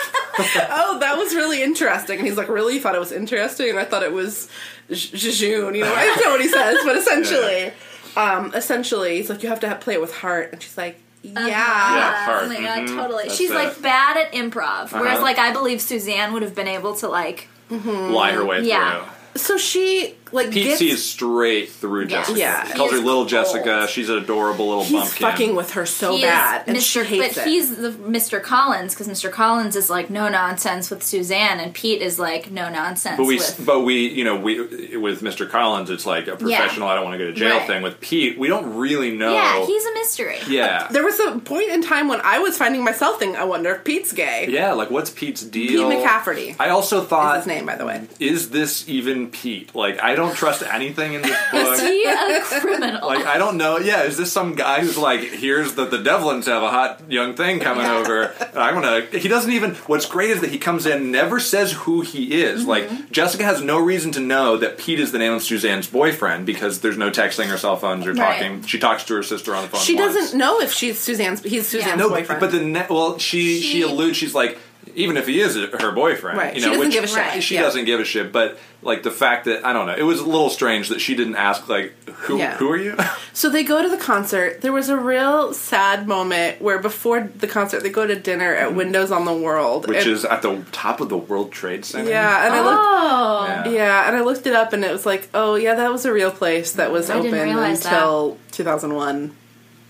[SPEAKER 1] "Oh, that was really interesting," and he's like, "Really? You thought it was interesting?" And I thought it was Jejune, you know? I don't know what he says, but
[SPEAKER 2] [LAUGHS]
[SPEAKER 1] essentially, um, essentially, he's like, "You have to have, play it with heart," and she's like, "Yeah."
[SPEAKER 2] Yeah,
[SPEAKER 3] oh
[SPEAKER 2] hard.
[SPEAKER 3] my god,
[SPEAKER 2] Mhm.
[SPEAKER 3] totally.
[SPEAKER 2] That's
[SPEAKER 3] She's
[SPEAKER 2] it.
[SPEAKER 3] like bad at improv, whereas
[SPEAKER 2] Uh-huh.
[SPEAKER 3] like I believe Suzanne would have been able to like.
[SPEAKER 2] Lie her way
[SPEAKER 3] Yeah.
[SPEAKER 2] through.
[SPEAKER 1] So she like
[SPEAKER 2] Pete
[SPEAKER 1] gets
[SPEAKER 2] sees straight through
[SPEAKER 3] Yes.
[SPEAKER 2] Jessica.
[SPEAKER 1] Yeah.
[SPEAKER 2] He calls
[SPEAKER 3] He
[SPEAKER 2] her
[SPEAKER 3] is
[SPEAKER 2] little
[SPEAKER 3] cold.
[SPEAKER 2] Jessica. She's an adorable little
[SPEAKER 1] he's
[SPEAKER 2] bumpkin.
[SPEAKER 1] fucking with her so
[SPEAKER 3] he is
[SPEAKER 1] Oh, bad, and
[SPEAKER 3] Mr.
[SPEAKER 1] she hates
[SPEAKER 3] but
[SPEAKER 1] it.
[SPEAKER 3] he's the Mr. Collins because Mr. Collins is like no nonsense with Suzanne, and Pete is like no nonsense.
[SPEAKER 2] But we,
[SPEAKER 3] with,
[SPEAKER 2] but we, you know, we with Mr. Collins, it's like a professional. I don't want to go to jail
[SPEAKER 3] Right.
[SPEAKER 2] thing. With Pete, we don't really know.
[SPEAKER 3] yeah, he's a mystery.
[SPEAKER 2] yeah,
[SPEAKER 1] there was a point in time when I was finding myself thinking, "I wonder if Pete's gay."
[SPEAKER 2] yeah. Like, what's Pete's
[SPEAKER 1] Pete
[SPEAKER 2] deal?
[SPEAKER 1] McCafferty
[SPEAKER 2] I also
[SPEAKER 1] is
[SPEAKER 2] thought
[SPEAKER 1] his name, by the way.
[SPEAKER 2] is this even Pete? Like, I don't trust anything in
[SPEAKER 3] [LAUGHS]
[SPEAKER 2] this book.
[SPEAKER 3] He a criminal.
[SPEAKER 2] Like, I don't know. Yeah, is this some guy who's like, here's that the Devlins have a hot young thing coming over. and I'm gonna. He doesn't even. What's great is that he comes in, never says who he is.
[SPEAKER 3] Mm-hmm.
[SPEAKER 2] Like, Jessica has no reason to know that Pete is the name of Suzanne's boyfriend because there's no texting or cell phones or
[SPEAKER 3] Right.
[SPEAKER 2] talking. She talks to her sister on the phone.
[SPEAKER 1] She
[SPEAKER 2] once.
[SPEAKER 1] doesn't know if she's Suzanne's. He's Suzanne's
[SPEAKER 2] No, but-
[SPEAKER 1] boyfriend.
[SPEAKER 2] but the ne- well, she, she
[SPEAKER 3] She-
[SPEAKER 2] alludes. She's like, even if he is her boyfriend,
[SPEAKER 1] Right.
[SPEAKER 2] you
[SPEAKER 1] She
[SPEAKER 2] know,
[SPEAKER 1] doesn't
[SPEAKER 2] which-
[SPEAKER 1] give a shit. Right.
[SPEAKER 2] She
[SPEAKER 1] Yeah.
[SPEAKER 2] doesn't give a shit. But like the fact that I don't know, it was a little strange that she didn't ask like who
[SPEAKER 1] Yeah.
[SPEAKER 2] who are you? [LAUGHS]
[SPEAKER 1] So they go to the concert. There was a real sad moment where before the concert they go to dinner at Windows on the World,
[SPEAKER 2] Mm-hmm. Which
[SPEAKER 1] and-
[SPEAKER 2] is at the top of the World Trade Center.
[SPEAKER 1] yeah, and I looked
[SPEAKER 3] Oh,
[SPEAKER 1] Yeah, and I looked it up and it was like, oh yeah, that was a real place that was
[SPEAKER 3] I didn't
[SPEAKER 1] open
[SPEAKER 3] realize
[SPEAKER 1] until 2001.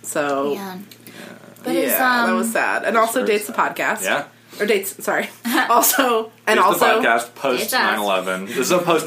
[SPEAKER 1] So yeah,
[SPEAKER 3] man. But it's um,
[SPEAKER 1] that was sad. And also
[SPEAKER 2] very
[SPEAKER 1] dates the podcast.
[SPEAKER 2] Yeah.
[SPEAKER 1] Or dates, sorry. [LAUGHS] also and
[SPEAKER 2] It's the
[SPEAKER 1] also
[SPEAKER 2] podcast
[SPEAKER 3] It's
[SPEAKER 2] post
[SPEAKER 3] us.
[SPEAKER 2] 9/11. This is a post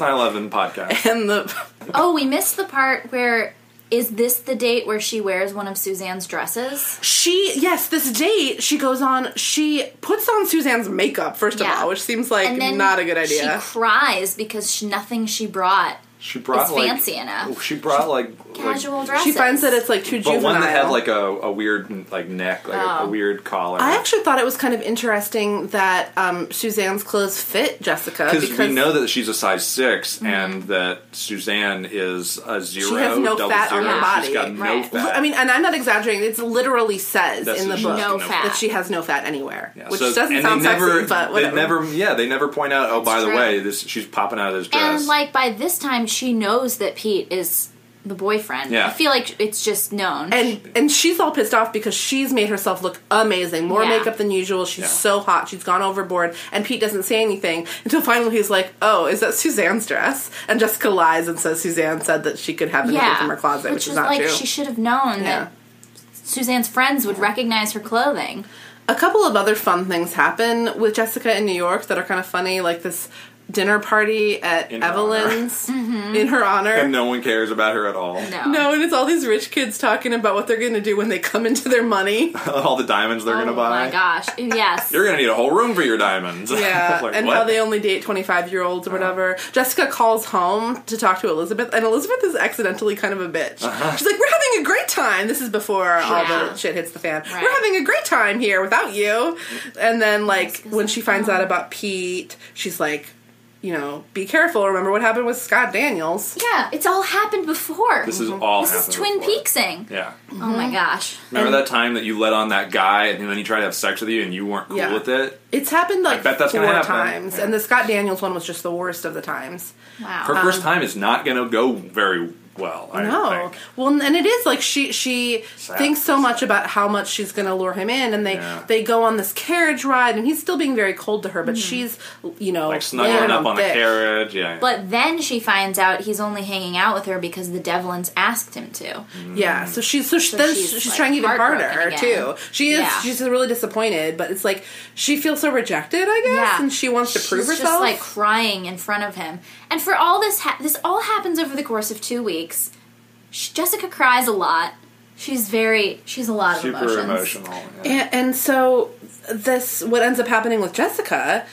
[SPEAKER 1] [LAUGHS]
[SPEAKER 2] 9/11 podcast.
[SPEAKER 1] and the
[SPEAKER 3] Oh, we missed the part where is this the date where she wears one of Suzanne's dresses?
[SPEAKER 1] she yes, this date she goes on she puts on Suzanne's makeup first of
[SPEAKER 3] Yeah.
[SPEAKER 1] all, which seems like
[SPEAKER 3] and then
[SPEAKER 1] not a good idea.
[SPEAKER 3] She cries because she, nothing she brought.
[SPEAKER 2] She brought
[SPEAKER 3] It's
[SPEAKER 2] like oh,
[SPEAKER 3] fancy enough.
[SPEAKER 2] She brought like
[SPEAKER 3] Casual
[SPEAKER 2] like,
[SPEAKER 3] dresses.
[SPEAKER 1] She finds that it's like too
[SPEAKER 2] but
[SPEAKER 1] juvenile.
[SPEAKER 2] one that had like a, a weird like neck, like a, a
[SPEAKER 3] Oh.
[SPEAKER 2] weird collar.
[SPEAKER 1] I actually thought it was kind of interesting that um, Suzanne's clothes fit Jessica
[SPEAKER 2] because we know that she's a size 6 and that Suzanne is a zero.
[SPEAKER 1] She has no
[SPEAKER 2] double
[SPEAKER 1] fat on
[SPEAKER 2] zero.
[SPEAKER 1] her body.
[SPEAKER 2] She's got no
[SPEAKER 3] Right.
[SPEAKER 2] fat.
[SPEAKER 1] I mean, and I'm not exaggerating. It literally says
[SPEAKER 2] That's
[SPEAKER 1] in the
[SPEAKER 2] just
[SPEAKER 1] book
[SPEAKER 3] No fat.
[SPEAKER 1] that she has no fat anywhere,
[SPEAKER 2] Yeah,
[SPEAKER 1] which
[SPEAKER 2] so-
[SPEAKER 1] doesn't
[SPEAKER 2] and
[SPEAKER 1] sound
[SPEAKER 2] they never,
[SPEAKER 1] sexy, but whatever.
[SPEAKER 2] They never, yeah, they never point out. Oh, by the
[SPEAKER 3] true.
[SPEAKER 2] way, this she's popping out of this dress.
[SPEAKER 3] And like by this time, she knows that Pete is the boyfriend.
[SPEAKER 2] Yeah.
[SPEAKER 3] I feel like it's just known.
[SPEAKER 1] and and she's all pissed off because she's made herself look amazing, more
[SPEAKER 3] Yeah.
[SPEAKER 1] makeup than usual. She's
[SPEAKER 2] Yeah.
[SPEAKER 1] so hot. She's gone overboard, and Pete doesn't say anything until finally he's like, "Oh, is that Suzanne's dress?" And Jessica lies and says Suzanne said that she could have anything
[SPEAKER 3] yeah,
[SPEAKER 1] from her closet, which, is not
[SPEAKER 3] like
[SPEAKER 1] true.
[SPEAKER 3] she should have
[SPEAKER 1] Yeah.
[SPEAKER 3] known that Suzanne's friends would recognize her clothing.
[SPEAKER 1] A couple of other fun things happen with Jessica in New York that are kind of funny, like this dinner party at
[SPEAKER 2] In her
[SPEAKER 3] [LAUGHS]
[SPEAKER 1] Evelyn's
[SPEAKER 3] Mm-hmm.
[SPEAKER 1] in her honor.
[SPEAKER 2] and no one cares about her at all.
[SPEAKER 3] No,
[SPEAKER 1] No, and it's all these rich kids talking about what they're going to do when they come into their money.
[SPEAKER 2] [LAUGHS] all the diamonds they're
[SPEAKER 3] oh
[SPEAKER 2] gonna buy.
[SPEAKER 3] my gosh, yes.
[SPEAKER 2] You're gonna need a whole room for your diamonds. [LAUGHS]
[SPEAKER 1] Yeah,
[SPEAKER 2] Like,
[SPEAKER 1] and
[SPEAKER 2] what?
[SPEAKER 1] how they only date 25 year olds or whatever. Jessica calls home to talk to Elizabeth, and Elizabeth is accidentally kind of a bitch.
[SPEAKER 2] Uh-huh.
[SPEAKER 1] She's like, We're having a great time. This is before all
[SPEAKER 3] Yeah.
[SPEAKER 1] the shit hits the fan.
[SPEAKER 3] Right.
[SPEAKER 1] We're having a great time here without you. And then, like, when she finds out about Pete, she's like, You know, be careful. Remember what happened with Scott Daniels.
[SPEAKER 3] yeah, it's all happened before.
[SPEAKER 2] This
[SPEAKER 1] Mm-hmm.
[SPEAKER 2] is all.
[SPEAKER 3] This is
[SPEAKER 2] happened
[SPEAKER 3] Twin
[SPEAKER 2] before.
[SPEAKER 3] Peaksing.
[SPEAKER 2] Yeah.
[SPEAKER 3] Oh my gosh.
[SPEAKER 2] Remember that time that you let on that guy and then he tried to have sex with you and you weren't cool
[SPEAKER 1] Yeah.
[SPEAKER 2] with it?
[SPEAKER 1] It's happened like
[SPEAKER 2] bet that's
[SPEAKER 1] four
[SPEAKER 2] gonna happen.
[SPEAKER 1] times,
[SPEAKER 2] Yeah.
[SPEAKER 1] and the Scott Daniels one was just the worst of the times.
[SPEAKER 3] Wow.
[SPEAKER 2] Her first time is not gonna go very well. I
[SPEAKER 1] Um, No.
[SPEAKER 2] Think.
[SPEAKER 1] Well, and it is like she she
[SPEAKER 2] Sad.
[SPEAKER 1] thinks so much about how much she's going to lure him in, and they
[SPEAKER 2] Yeah.
[SPEAKER 1] they go on this carriage ride, and he's still being very cold to her, but
[SPEAKER 3] Mm-hmm.
[SPEAKER 1] she's you know
[SPEAKER 2] Like snuggling
[SPEAKER 1] laying
[SPEAKER 2] up on a
[SPEAKER 1] thick.
[SPEAKER 2] carriage. Yeah.
[SPEAKER 3] But then she finds out he's only hanging out with her because the Devlins asked him to.
[SPEAKER 1] Yeah,
[SPEAKER 2] Mm-hmm.
[SPEAKER 1] so she's so, she,
[SPEAKER 3] So
[SPEAKER 1] then she's,
[SPEAKER 3] she's,
[SPEAKER 1] she's
[SPEAKER 3] like,
[SPEAKER 1] trying even harder
[SPEAKER 3] heartbroken again.
[SPEAKER 1] too. She is
[SPEAKER 3] Yeah.
[SPEAKER 1] she's really disappointed, but it's like she feels so rejected, I guess,
[SPEAKER 3] Yeah,
[SPEAKER 1] and she wants to prove
[SPEAKER 3] She's
[SPEAKER 1] herself.
[SPEAKER 3] Just like crying in front of him, and for all this, ha- this all happens over the course of two weeks. She, Jessica cries a lot. She's very, she's a lot
[SPEAKER 2] Super
[SPEAKER 3] of emotions.
[SPEAKER 2] emotional. yeah.
[SPEAKER 1] And, and so this what ends up happening with Jessica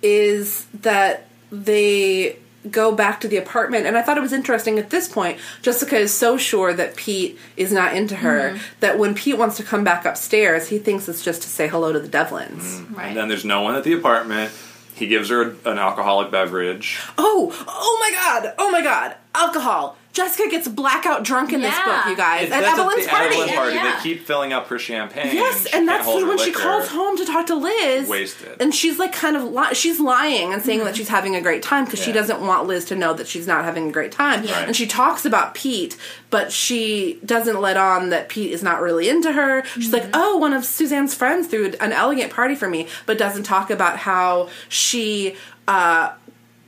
[SPEAKER 1] is that they go back to the apartment and I thought it was interesting at this point Jessica is so sure that Pete is not into her that when Pete wants to come back upstairs he thinks it's just to say hello to the Devlins.
[SPEAKER 3] Right.
[SPEAKER 2] And then there's no one at the apartment. He gives her an alcoholic beverage.
[SPEAKER 1] Oh, oh my god. Oh my god. Alcohol. Jessica gets blackout drunk in this
[SPEAKER 3] Yeah.
[SPEAKER 1] book, you guys.
[SPEAKER 2] It's-
[SPEAKER 1] at
[SPEAKER 2] that's
[SPEAKER 1] Evelyn's
[SPEAKER 2] the
[SPEAKER 1] party.
[SPEAKER 2] Evelyn party.
[SPEAKER 3] Yeah, yeah.
[SPEAKER 2] They keep filling up her champagne.
[SPEAKER 1] Yes,
[SPEAKER 2] she
[SPEAKER 1] and
[SPEAKER 2] can't
[SPEAKER 1] that's
[SPEAKER 2] hold her
[SPEAKER 1] when she
[SPEAKER 2] liquor.
[SPEAKER 1] calls home to talk to Liz.
[SPEAKER 2] Wasted.
[SPEAKER 1] And she's like kind of li- she's lying and saying
[SPEAKER 3] Mm-hmm.
[SPEAKER 1] that she's having a great time because she
[SPEAKER 2] Yeah.
[SPEAKER 1] doesn't want Liz to know that she's not having a great time.
[SPEAKER 2] Right.
[SPEAKER 1] And she talks about Pete, but she doesn't let on that Pete is not really into her. She's like,
[SPEAKER 3] Mm-hmm.
[SPEAKER 1] "Oh, one of Suzanne's friends threw an elegant party for me," but doesn't talk about how she uh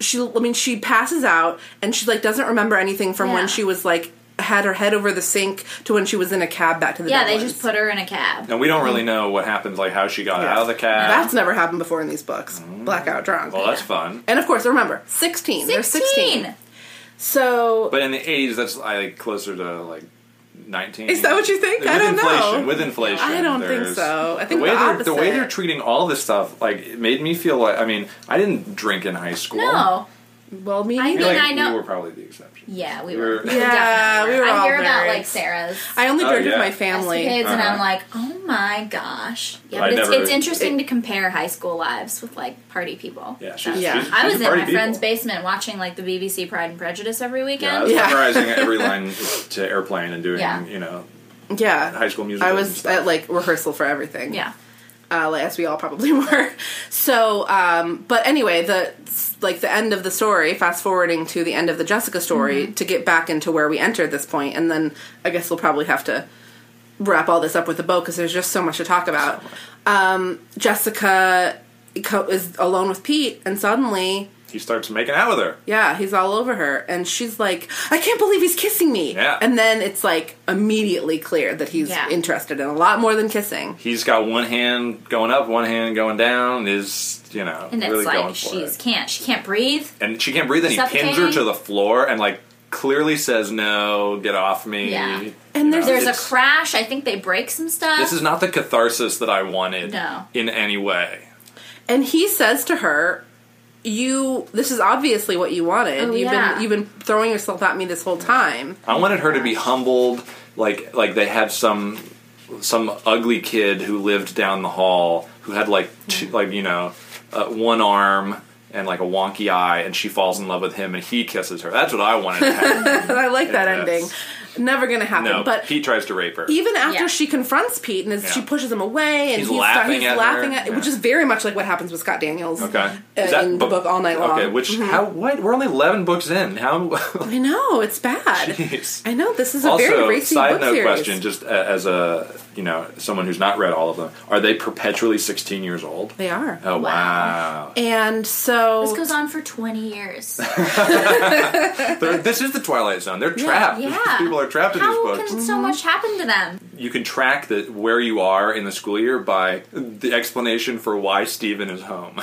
[SPEAKER 1] she I mean she passes out and she like doesn't remember anything from when
[SPEAKER 3] Yeah.
[SPEAKER 1] she was like had her head over the sink to when she was in a cab back to the
[SPEAKER 3] yeah, they
[SPEAKER 1] Dublins.
[SPEAKER 3] just put her in a cab.
[SPEAKER 2] And we don't really know what happens, like how she got
[SPEAKER 1] Yeah.
[SPEAKER 2] out of the cab. Mm.
[SPEAKER 1] That's never happened before in these books. Blackout drunk.
[SPEAKER 2] well, that's fun.
[SPEAKER 1] and of course, remember, 16. They're 16.
[SPEAKER 3] Sixteen.
[SPEAKER 1] So,
[SPEAKER 2] But in the 80s, that's I think, closer to like 19.
[SPEAKER 1] Is that what you think?
[SPEAKER 2] With
[SPEAKER 1] I don't know.
[SPEAKER 2] inflation, With inflation.
[SPEAKER 1] I don't think
[SPEAKER 2] there's-
[SPEAKER 1] so. I think
[SPEAKER 2] the way,
[SPEAKER 1] the
[SPEAKER 2] they're, the way
[SPEAKER 1] opposite.
[SPEAKER 2] they're treating all this stuff, like, it made me feel like, I mean, I didn't drink in high school.
[SPEAKER 3] No.
[SPEAKER 1] well, me
[SPEAKER 3] I
[SPEAKER 1] neither.
[SPEAKER 2] feel
[SPEAKER 3] mean,
[SPEAKER 2] like
[SPEAKER 3] I know-
[SPEAKER 2] We were probably the exception.
[SPEAKER 3] Yeah, we
[SPEAKER 2] We
[SPEAKER 3] were.
[SPEAKER 2] were-
[SPEAKER 3] we
[SPEAKER 1] Yeah,
[SPEAKER 3] definitely
[SPEAKER 1] we were
[SPEAKER 3] I
[SPEAKER 1] all
[SPEAKER 3] hear about
[SPEAKER 1] very-
[SPEAKER 3] like Sarah's.
[SPEAKER 1] I only
[SPEAKER 2] Oh,
[SPEAKER 1] drank
[SPEAKER 2] yeah.
[SPEAKER 1] with my family.
[SPEAKER 3] escapades, and I'm
[SPEAKER 2] Uh-huh.
[SPEAKER 3] like, oh my gosh. Yeah,
[SPEAKER 2] I
[SPEAKER 3] but it's,
[SPEAKER 2] never-
[SPEAKER 3] it's interesting to compare high school lives with like party people.
[SPEAKER 2] Yeah, she's,
[SPEAKER 1] Yeah.
[SPEAKER 2] she's-
[SPEAKER 3] I
[SPEAKER 2] she's
[SPEAKER 3] was
[SPEAKER 2] a
[SPEAKER 3] in my
[SPEAKER 2] party people.
[SPEAKER 3] friend's basement watching like the BBC Pride and Prejudice every
[SPEAKER 2] Yeah, I
[SPEAKER 3] weekend.
[SPEAKER 2] was
[SPEAKER 1] Yeah. [LAUGHS]
[SPEAKER 2] memorizing every line to airplane and doing,
[SPEAKER 3] Yeah.
[SPEAKER 2] you know,
[SPEAKER 1] Yeah.
[SPEAKER 2] High School Musical
[SPEAKER 1] I
[SPEAKER 2] and
[SPEAKER 1] was
[SPEAKER 2] stuff.
[SPEAKER 1] at like rehearsal for everything.
[SPEAKER 3] Yeah.
[SPEAKER 1] uh, like, as we all probably [LAUGHS] were. So, um, but anyway, the like the end of the story, fast forwarding to the end of the Jessica story to get back into where we entered this point, and then I guess we'll probably have to wrap all this up with a bow because there's just so much to talk about. Um, Jessica co- is alone with Pete, and suddenly
[SPEAKER 2] He starts making out with her.
[SPEAKER 1] yeah, he's all over her, and she's like, "I can't believe he's kissing me."
[SPEAKER 2] Yeah.
[SPEAKER 1] and then it's like immediately clear that he's
[SPEAKER 3] Yeah.
[SPEAKER 1] interested in a lot more than kissing.
[SPEAKER 2] He's got one hand going up, one hand going down. Is you know
[SPEAKER 3] And it's
[SPEAKER 2] really going
[SPEAKER 3] like
[SPEAKER 2] for
[SPEAKER 3] she's
[SPEAKER 2] it.
[SPEAKER 3] can't she can't breathe.
[SPEAKER 2] And she can't breathe. And he pins her
[SPEAKER 3] Suffocating.
[SPEAKER 2] to the floor and like clearly says, "No, get off me."
[SPEAKER 3] Yeah.
[SPEAKER 2] You
[SPEAKER 1] And there's-
[SPEAKER 2] know,
[SPEAKER 3] There's a
[SPEAKER 2] it's-
[SPEAKER 3] crash. I think they break some stuff.
[SPEAKER 2] This is not the catharsis that I wanted
[SPEAKER 3] No.
[SPEAKER 2] in any way.
[SPEAKER 1] And he says to her, "You, this is obviously what you wanted.
[SPEAKER 3] Oh,
[SPEAKER 1] you've
[SPEAKER 3] yeah.
[SPEAKER 1] been you've been throwing yourself at me this whole time." [LAUGHS]
[SPEAKER 2] I wanted her to be humbled, like like they had some some ugly kid who lived down the hall who had like
[SPEAKER 3] Mm.
[SPEAKER 2] two, like you know uh, one arm and like a wonky eye, and she falls in love with him, and he kisses her. That's what I wanted to
[SPEAKER 3] [LAUGHS]
[SPEAKER 2] happen.
[SPEAKER 1] And I like that
[SPEAKER 2] Yeah,
[SPEAKER 1] ending.
[SPEAKER 2] that's-
[SPEAKER 1] Never gonna happen.
[SPEAKER 2] no,
[SPEAKER 1] but
[SPEAKER 2] Pete tries to rape her.
[SPEAKER 1] even after
[SPEAKER 3] Yeah.
[SPEAKER 1] she confronts Pete and is, she
[SPEAKER 2] Yeah.
[SPEAKER 1] pushes him away, and
[SPEAKER 2] He's
[SPEAKER 1] he's,
[SPEAKER 2] laughing
[SPEAKER 1] he's
[SPEAKER 2] at her.
[SPEAKER 1] laughing at,
[SPEAKER 2] Yeah.
[SPEAKER 1] which is very much like what happens with Scott Daniels.
[SPEAKER 2] Okay,
[SPEAKER 1] uh,
[SPEAKER 2] Is that
[SPEAKER 1] in the
[SPEAKER 2] bu-
[SPEAKER 1] book all night long. Mm-hmm.
[SPEAKER 2] Okay, which how what we're only eleven books in. How [LAUGHS]
[SPEAKER 1] I know it's bad.
[SPEAKER 2] Jeez.
[SPEAKER 1] I know this is a very
[SPEAKER 2] also
[SPEAKER 1] racy
[SPEAKER 2] side
[SPEAKER 1] book
[SPEAKER 2] note
[SPEAKER 1] series.
[SPEAKER 2] question, just a- as a you know someone who's not read all of them, are they perpetually sixteen years old?
[SPEAKER 1] They are.
[SPEAKER 2] Oh wow!
[SPEAKER 1] And
[SPEAKER 3] this
[SPEAKER 1] so
[SPEAKER 3] goes on for 20
[SPEAKER 2] [LAUGHS]
[SPEAKER 3] years.
[SPEAKER 2] They're- this is the Twilight Zone. They're trapped. [LAUGHS]
[SPEAKER 3] Yeah.
[SPEAKER 2] People are trapped in these
[SPEAKER 3] How
[SPEAKER 2] books.
[SPEAKER 3] can so much happen to them?
[SPEAKER 2] You can track the, where you are in the school year by the explanation for why Steven is home. [LAUGHS] the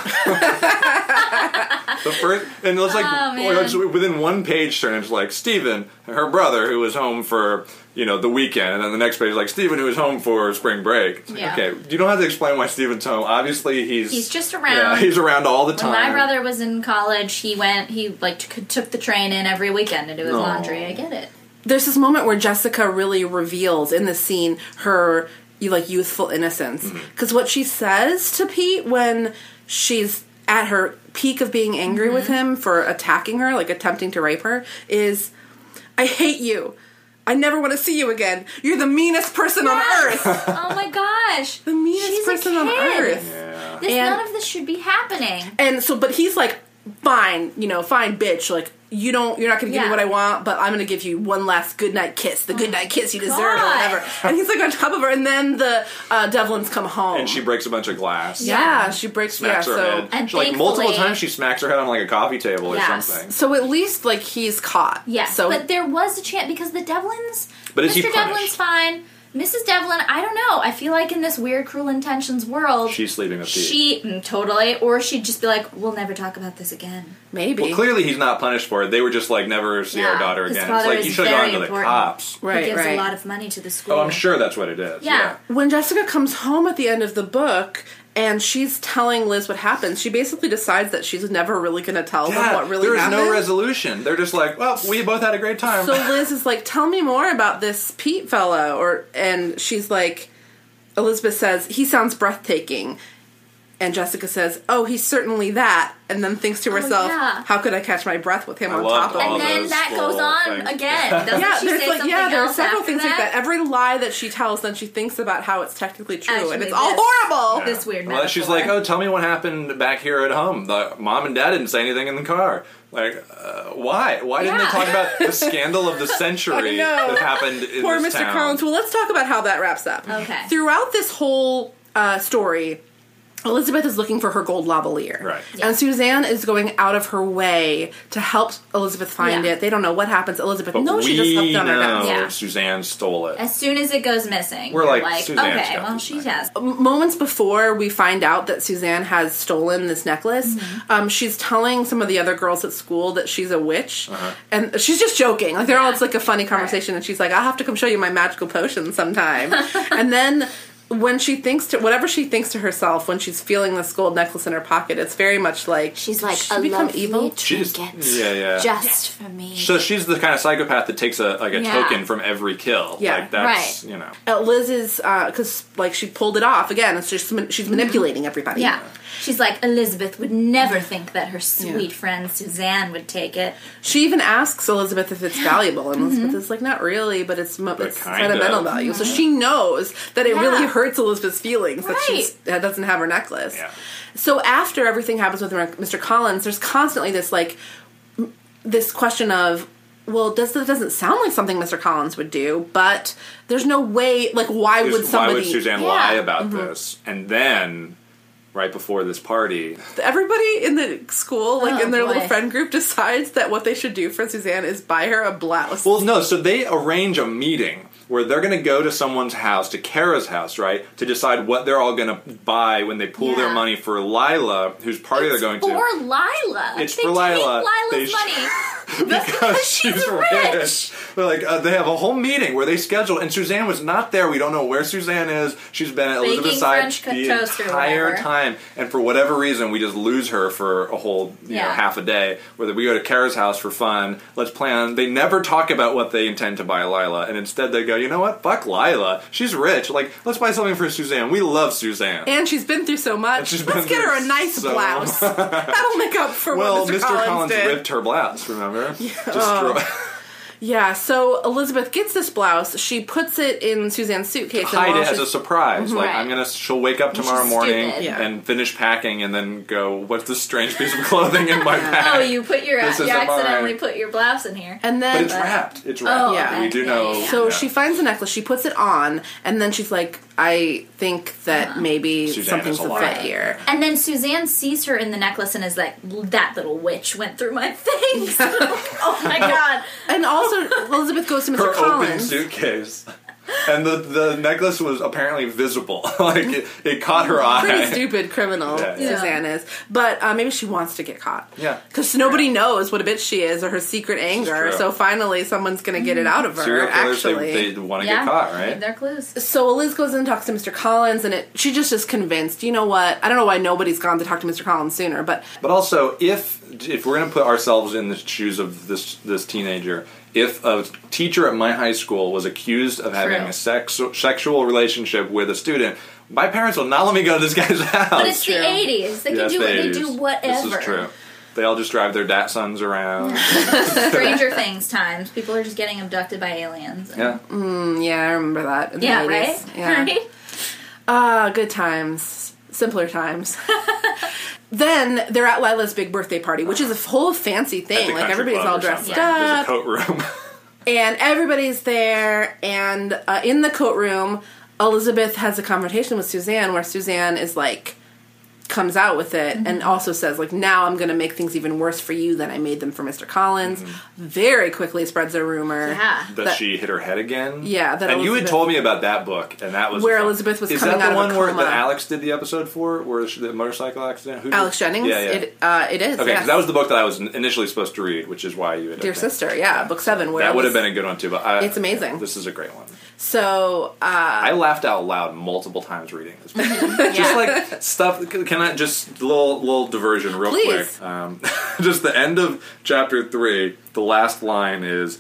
[SPEAKER 2] first, and it's like
[SPEAKER 3] Oh, man.
[SPEAKER 2] it's within one page turn, it's like Steven, her brother, who was home for you know the weekend, and then the next page is like Steven, who was home for spring break. It's like,
[SPEAKER 3] Yeah.
[SPEAKER 2] Okay, you don't have to explain why Steven's home. Obviously, he's
[SPEAKER 3] He's just around.
[SPEAKER 2] Yeah, he's around all the
[SPEAKER 3] When
[SPEAKER 2] time.
[SPEAKER 3] my brother was in college, he went, he like t- took the train in every weekend to do his
[SPEAKER 2] Aw.
[SPEAKER 3] laundry. I get it.
[SPEAKER 1] there's this moment where Jessica really reveals in this scene her you- like youthful innocence because what she says to Pete when she's at her peak of being angry with
[SPEAKER 3] Mm-hmm.
[SPEAKER 1] him for attacking her, like attempting to rape her, is I hate you. I never want to see you again. You're the meanest person
[SPEAKER 3] [LAUGHS] Yes!
[SPEAKER 1] on earth.
[SPEAKER 3] oh my gosh.
[SPEAKER 1] [LAUGHS] The meanest
[SPEAKER 3] She's a
[SPEAKER 1] person on
[SPEAKER 3] kid.
[SPEAKER 1] earth.
[SPEAKER 2] Yeah.
[SPEAKER 3] This,
[SPEAKER 1] And-
[SPEAKER 3] none of this should be happening.
[SPEAKER 1] And so, but he's like, fine, you know, fine, bitch. Like, you don't, you're not gonna give me
[SPEAKER 3] Yeah. Oh
[SPEAKER 1] what I want, but I'm gonna give you one last goodnight kiss, the goodnight kiss you deserve, or
[SPEAKER 3] God.
[SPEAKER 1] whatever. And he's like on top of her, and then the uh, Devlins come home,
[SPEAKER 2] and she breaks a bunch of glass.
[SPEAKER 1] yeah, she breaks,
[SPEAKER 2] smacks
[SPEAKER 1] yeah.
[SPEAKER 2] her
[SPEAKER 1] so,
[SPEAKER 2] head.
[SPEAKER 3] And
[SPEAKER 2] she, like multiple
[SPEAKER 3] thankfully-
[SPEAKER 2] times, she smacks her head on like a coffee table or
[SPEAKER 3] Yes.
[SPEAKER 2] something.
[SPEAKER 1] so at least like he's caught.
[SPEAKER 3] Yes,
[SPEAKER 1] So
[SPEAKER 3] but there was a chance because the Devlins.
[SPEAKER 2] But is
[SPEAKER 3] Mr.
[SPEAKER 2] he
[SPEAKER 3] Devlin's
[SPEAKER 2] punished?
[SPEAKER 3] fine. Mrs. Devlin, I don't know. I feel like in this weird cruel intentions world,
[SPEAKER 2] She's sleeping with Pete.
[SPEAKER 3] She mm, totally, or she'd just be like, "We'll never talk about this again."
[SPEAKER 1] maybe.
[SPEAKER 2] Well, clearly he's not punished for it. They were just like never see our
[SPEAKER 3] Yeah,
[SPEAKER 2] daughter
[SPEAKER 3] his
[SPEAKER 2] again. It's
[SPEAKER 3] father
[SPEAKER 2] like
[SPEAKER 3] is
[SPEAKER 2] you should have
[SPEAKER 3] very
[SPEAKER 2] gone to the
[SPEAKER 3] important.
[SPEAKER 2] cops.
[SPEAKER 1] Right,
[SPEAKER 3] he gives
[SPEAKER 1] right.
[SPEAKER 3] a lot of money to the school.
[SPEAKER 2] Oh, I'm sure that's what it is.
[SPEAKER 3] Yeah.
[SPEAKER 1] when Jessica comes home at the end of the book and she's telling Liz what happened, she basically decides that she's never really gonna tell them
[SPEAKER 2] Yeah,
[SPEAKER 1] what really
[SPEAKER 2] there is
[SPEAKER 1] happened.
[SPEAKER 2] no resolution. They're just like, well, we both had a great time.
[SPEAKER 1] So
[SPEAKER 2] [LAUGHS]
[SPEAKER 1] Liz is like, "Tell me more about this Pete fellow," or and she's like, Elizabeth says, "He sounds breathtaking," and Jessica says, "Oh, he's certainly that," and then thinks to herself,
[SPEAKER 3] Oh, yeah.
[SPEAKER 1] "How could I catch my breath with him on
[SPEAKER 2] loved
[SPEAKER 1] top of?"
[SPEAKER 2] all
[SPEAKER 3] and
[SPEAKER 1] me?"
[SPEAKER 3] then
[SPEAKER 2] those
[SPEAKER 3] that goes
[SPEAKER 2] little
[SPEAKER 3] on
[SPEAKER 2] things. [LAUGHS]
[SPEAKER 3] again. Doesn't
[SPEAKER 1] yeah,
[SPEAKER 3] she
[SPEAKER 1] there's
[SPEAKER 3] say
[SPEAKER 1] like
[SPEAKER 3] something
[SPEAKER 1] yeah, there are
[SPEAKER 3] else
[SPEAKER 1] several
[SPEAKER 3] after
[SPEAKER 1] things like that.
[SPEAKER 3] that?
[SPEAKER 1] Every lie that she tells, then she thinks about how it's technically true, and
[SPEAKER 3] Actually,
[SPEAKER 1] it's all
[SPEAKER 3] this-
[SPEAKER 1] horrible.
[SPEAKER 2] Yeah.
[SPEAKER 3] This weird.
[SPEAKER 2] Well, she's like,
[SPEAKER 3] metaphor.
[SPEAKER 2] oh, tell me what happened back here at home. The mom and dad didn't say anything in the car. Like, uh, why? Why didn't
[SPEAKER 3] Yeah.
[SPEAKER 2] they talk about
[SPEAKER 3] [LAUGHS]
[SPEAKER 2] the scandal of the century
[SPEAKER 1] I know.
[SPEAKER 2] that happened in
[SPEAKER 1] Poor
[SPEAKER 2] this
[SPEAKER 1] Mr.
[SPEAKER 2] town?
[SPEAKER 1] Collins. Well, let's talk about how that wraps up.
[SPEAKER 3] Okay.
[SPEAKER 1] Throughout this whole uh, story, Elizabeth is looking for her gold lavalier.
[SPEAKER 2] Right.
[SPEAKER 1] And Suzanne is going out of her way to help Elizabeth find
[SPEAKER 3] Yeah.
[SPEAKER 1] it. They don't know what happens. Elizabeth
[SPEAKER 2] But
[SPEAKER 1] knows
[SPEAKER 2] we
[SPEAKER 1] she just left on her
[SPEAKER 2] know
[SPEAKER 1] desk.
[SPEAKER 3] Yeah.
[SPEAKER 2] Suzanne stole it.
[SPEAKER 3] as soon as it goes missing,
[SPEAKER 2] We're
[SPEAKER 3] you're
[SPEAKER 2] like,
[SPEAKER 3] like
[SPEAKER 2] Suzanne's
[SPEAKER 3] okay,
[SPEAKER 2] got
[SPEAKER 3] well,
[SPEAKER 2] this
[SPEAKER 3] she
[SPEAKER 2] thing.
[SPEAKER 3] has.
[SPEAKER 1] Moments before we find out that Suzanne has stolen this necklace, um, she's telling some of the other girls at school that she's a witch. And she's just joking. Like, they're all, it's like a funny conversation. And she's like, I'll have to come show you my magical potion sometime. and then when she thinks to, whatever she thinks to herself when she's feeling this gold necklace in her pocket, it's very much like,
[SPEAKER 5] She's like
[SPEAKER 1] "Should
[SPEAKER 5] a
[SPEAKER 1] we
[SPEAKER 5] lovely
[SPEAKER 2] She's-
[SPEAKER 5] trinket.
[SPEAKER 2] yeah, yeah.
[SPEAKER 5] Just for me.
[SPEAKER 2] So she's the kind of psychopath that takes a like a
[SPEAKER 3] Yeah.
[SPEAKER 2] token from every kill.
[SPEAKER 1] Yeah.
[SPEAKER 2] like that's you know.
[SPEAKER 1] Uh, Liz is, because like she pulled it off again. It's just, she's manipulating everybody.
[SPEAKER 3] Yeah. [CLEARS THROAT] She's like, Elizabeth would never think that her sweet friend Suzanne would take it.
[SPEAKER 1] She even asks Elizabeth
[SPEAKER 3] [GASPS]
[SPEAKER 1] if it's
[SPEAKER 3] Mm-hmm.
[SPEAKER 1] valuable, and Elizabeth is like, "Not really, but it's mo- it's
[SPEAKER 2] kind
[SPEAKER 1] sentimental
[SPEAKER 2] of.
[SPEAKER 1] value." So she knows that it really
[SPEAKER 3] Yeah.
[SPEAKER 1] hurts Elizabeth's feelings that she's, that doesn't have her necklace.
[SPEAKER 2] Yeah.
[SPEAKER 1] So after everything happens with Mr. Collins, there's constantly this like m- this question of well, does that doesn't sound like something Mr. Collins would do, but there's no way like why would
[SPEAKER 2] Why
[SPEAKER 1] somebody
[SPEAKER 2] would Suzanne lie
[SPEAKER 3] Yeah. mm-hmm.
[SPEAKER 2] about this? And then, right before this party,
[SPEAKER 1] everybody in the school like
[SPEAKER 3] Oh,
[SPEAKER 1] in their
[SPEAKER 3] boy.
[SPEAKER 1] little friend group decides that what they should do for Suzanne is buy her a blouse.
[SPEAKER 2] Well, no. So they arrange a meeting where they're going to go to someone's house, to Kara's house, right, to decide what they're all going to buy when they pool their
[SPEAKER 3] Yeah.
[SPEAKER 2] money for Lila, whose party
[SPEAKER 3] It's
[SPEAKER 2] they're going
[SPEAKER 3] for
[SPEAKER 2] to.
[SPEAKER 3] Lila.
[SPEAKER 2] It's
[SPEAKER 3] they
[SPEAKER 2] for Lila.
[SPEAKER 3] Take
[SPEAKER 2] They
[SPEAKER 3] Lila's
[SPEAKER 2] sh- [LAUGHS]
[SPEAKER 3] money. [LAUGHS]
[SPEAKER 2] Because she's rich. They're like, uh, they have a whole meeting where they schedule, and Suzanne was not there. We don't know where Suzanne is. She's been at
[SPEAKER 3] Baking
[SPEAKER 2] Elizabeth's side
[SPEAKER 3] French cut
[SPEAKER 2] the
[SPEAKER 3] toast or
[SPEAKER 2] entire
[SPEAKER 3] whatever.
[SPEAKER 2] time, and for whatever reason, we just lose her for a whole, you know,
[SPEAKER 3] Yeah.
[SPEAKER 2] half a day. Whether we go to Kara's house for fun, let's plan. They never talk about what they intend to buy Lila, and instead they go, you know what? Fuck Lila. She's rich. Like, let's buy something for Suzanne. We love Suzanne.
[SPEAKER 1] and she's been through so much.
[SPEAKER 2] she's
[SPEAKER 1] Let's
[SPEAKER 2] been
[SPEAKER 1] get her a
[SPEAKER 2] through
[SPEAKER 1] nice
[SPEAKER 2] so
[SPEAKER 1] blouse. [LAUGHS] That'll make up for
[SPEAKER 2] well,
[SPEAKER 1] what Mr.
[SPEAKER 2] Mr.
[SPEAKER 1] Collins,
[SPEAKER 2] Collins,
[SPEAKER 1] did.
[SPEAKER 2] ripped her blouse.
[SPEAKER 3] [LAUGHS]
[SPEAKER 2] Remember?
[SPEAKER 3] Oh.
[SPEAKER 2] Destroy-
[SPEAKER 1] Yeah, so Elizabeth gets this blouse. She puts it in Suzanne's suitcase.
[SPEAKER 2] hide
[SPEAKER 1] and while
[SPEAKER 2] it as a
[SPEAKER 1] she's-
[SPEAKER 2] surprise. Like
[SPEAKER 3] Right.
[SPEAKER 2] I'm gonna, she'll wake up tomorrow
[SPEAKER 3] is
[SPEAKER 2] morning
[SPEAKER 3] stupid.
[SPEAKER 1] Yeah.
[SPEAKER 2] and finish packing, and then go, "What's this strange piece of clothing in my bag?"
[SPEAKER 3] [LAUGHS] Oh, you put your
[SPEAKER 2] This
[SPEAKER 3] you
[SPEAKER 2] isn't
[SPEAKER 3] accidentally
[SPEAKER 2] mine.
[SPEAKER 3] put your blouse in here.
[SPEAKER 1] and
[SPEAKER 2] But
[SPEAKER 1] then
[SPEAKER 2] it's wrapped. It's wrapped.
[SPEAKER 3] Oh,
[SPEAKER 1] okay.
[SPEAKER 2] We do know.
[SPEAKER 3] Yeah, yeah, yeah.
[SPEAKER 1] so
[SPEAKER 2] yeah.
[SPEAKER 1] she finds the necklace. She puts it on, and then she's like, "I think that maybe
[SPEAKER 2] Suzanne
[SPEAKER 1] something's
[SPEAKER 2] is
[SPEAKER 1] the
[SPEAKER 2] alive.
[SPEAKER 1] fit here."
[SPEAKER 3] And then Suzanne sees her in the necklace and is like, "That little witch went through my [LAUGHS]
[SPEAKER 1] [LAUGHS]
[SPEAKER 3] things." oh my god!
[SPEAKER 1] And
[SPEAKER 2] [LAUGHS]
[SPEAKER 1] also, Elizabeth goes to Mr.
[SPEAKER 2] her open
[SPEAKER 1] Collins.
[SPEAKER 2] suitcase. And the, the necklace was apparently visible. [LAUGHS] like it, it caught her eye.
[SPEAKER 1] Pretty stupid criminal
[SPEAKER 2] Yeah.
[SPEAKER 3] Yeah.
[SPEAKER 1] Suzanne is, but uh, maybe she wants to get caught.
[SPEAKER 2] Yeah.
[SPEAKER 1] because nobody knows what a bitch she is or her secret anger.
[SPEAKER 2] true.
[SPEAKER 1] So finally, someone's gonna get it out of her.
[SPEAKER 2] Serial killers,
[SPEAKER 1] actually,
[SPEAKER 2] they, they want to
[SPEAKER 3] yeah,
[SPEAKER 2] get caught,
[SPEAKER 3] leave
[SPEAKER 2] right?
[SPEAKER 3] Their clues.
[SPEAKER 1] so Liz goes in and talks to Mr. Collins, and it, she just is convinced. You know what? I don't know why nobody's gone to talk to Mr. Collins sooner, but
[SPEAKER 2] But also, if if we're going to put ourselves in the shoes of this this teenager, if a teacher at my high school was accused of having
[SPEAKER 3] True.
[SPEAKER 2] a sex, sexual relationship with a student, my parents will not let me go to this guy's house.
[SPEAKER 3] But it's
[SPEAKER 1] true.
[SPEAKER 3] the '80s. They
[SPEAKER 2] Yeah,
[SPEAKER 3] can
[SPEAKER 2] it's
[SPEAKER 3] do
[SPEAKER 2] the
[SPEAKER 3] what they
[SPEAKER 2] 80s.
[SPEAKER 3] do whatever.
[SPEAKER 2] This is true. They all just drive their dat sons
[SPEAKER 3] [LAUGHS]
[SPEAKER 2] around. [LAUGHS]
[SPEAKER 3] Stranger Things times. People are just getting abducted by aliens.
[SPEAKER 2] yeah.
[SPEAKER 1] mm, yeah, I remember that. In
[SPEAKER 3] Yeah,
[SPEAKER 1] the
[SPEAKER 3] [LAUGHS]
[SPEAKER 1] 80s.
[SPEAKER 3] right?
[SPEAKER 1] Yeah.
[SPEAKER 3] Right?
[SPEAKER 1] Ah, good times. Simpler [LAUGHS] times. then they're at Lila's big birthday party, which is a whole fancy
[SPEAKER 2] At the
[SPEAKER 1] thing. Like
[SPEAKER 2] country
[SPEAKER 1] everybody's
[SPEAKER 2] club
[SPEAKER 1] all
[SPEAKER 2] or
[SPEAKER 1] dressed
[SPEAKER 2] something. There's a
[SPEAKER 1] up,
[SPEAKER 2] coat room.
[SPEAKER 1] and everybody's there. And uh, in the coat room, Elizabeth has a confrontation with Suzanne, where Suzanne is like comes out with it and also says like now i'm going to make things even worse for you than i made them for mr collins very quickly spreads a rumor
[SPEAKER 3] Yeah.
[SPEAKER 2] that,
[SPEAKER 1] That-
[SPEAKER 2] she hit her head again.
[SPEAKER 1] Yeah, that
[SPEAKER 2] and you had
[SPEAKER 1] Elizabeth-
[SPEAKER 2] told me about that book, and that was
[SPEAKER 1] Where
[SPEAKER 2] fun-
[SPEAKER 1] Elizabeth was
[SPEAKER 2] Is
[SPEAKER 1] coming
[SPEAKER 2] that
[SPEAKER 1] out
[SPEAKER 2] the
[SPEAKER 1] of a
[SPEAKER 2] one where
[SPEAKER 1] coma.
[SPEAKER 2] that Alex did the episode for, where she, the motorcycle accident? Who did-
[SPEAKER 1] alex jennings
[SPEAKER 2] Yeah, yeah.
[SPEAKER 1] It, uh, it is
[SPEAKER 2] okay,
[SPEAKER 1] yes.
[SPEAKER 2] 'cause that was the book that I was initially supposed to read, which is why you had
[SPEAKER 1] dear
[SPEAKER 2] I think-
[SPEAKER 1] sister yeah book seven where
[SPEAKER 2] That would have
[SPEAKER 1] Elizabeth-
[SPEAKER 2] been a good one too, but I,
[SPEAKER 1] It's amazing.
[SPEAKER 2] This is a great one.
[SPEAKER 1] So uh,
[SPEAKER 2] I laughed out loud multiple times reading this. book. [LAUGHS]
[SPEAKER 3] Mhm.
[SPEAKER 2] just like stuff. Can I just little little diversion real
[SPEAKER 1] Please.
[SPEAKER 2] quick? Um, [LAUGHS] just the end of chapter three. The last line is.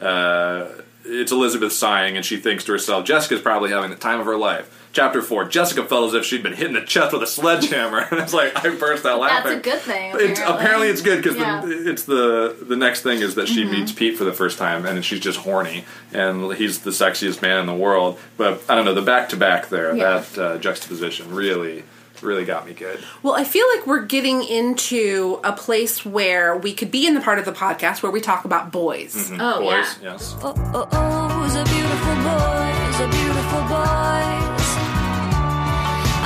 [SPEAKER 2] Uh, it's Elizabeth sighing, and she thinks to herself, Jessica's probably having the time of her life. Chapter 4 Jessica felt as if she'd been hit in the chest with a sledgehammer. [LAUGHS] and it's like, I burst out
[SPEAKER 3] That's
[SPEAKER 2] laughing.
[SPEAKER 3] a good thing,
[SPEAKER 2] It's, apparently,
[SPEAKER 3] apparently.
[SPEAKER 2] it's good because
[SPEAKER 3] Yeah.
[SPEAKER 2] it's the the next thing is that she meets Pete for the first time, and she's just horny, and he's the sexiest man in the world. But I don't know the back to back there,
[SPEAKER 3] Yeah.
[SPEAKER 2] that uh, juxtaposition really really got me good.
[SPEAKER 1] well, I feel like we're getting into a place where we could be in the part of the podcast where we talk about boys.
[SPEAKER 2] Mm-hmm.
[SPEAKER 3] Oh, yeah.
[SPEAKER 2] Boys, yes.
[SPEAKER 7] Oh, oh, oh, he's a beautiful boy, he's a beautiful boy.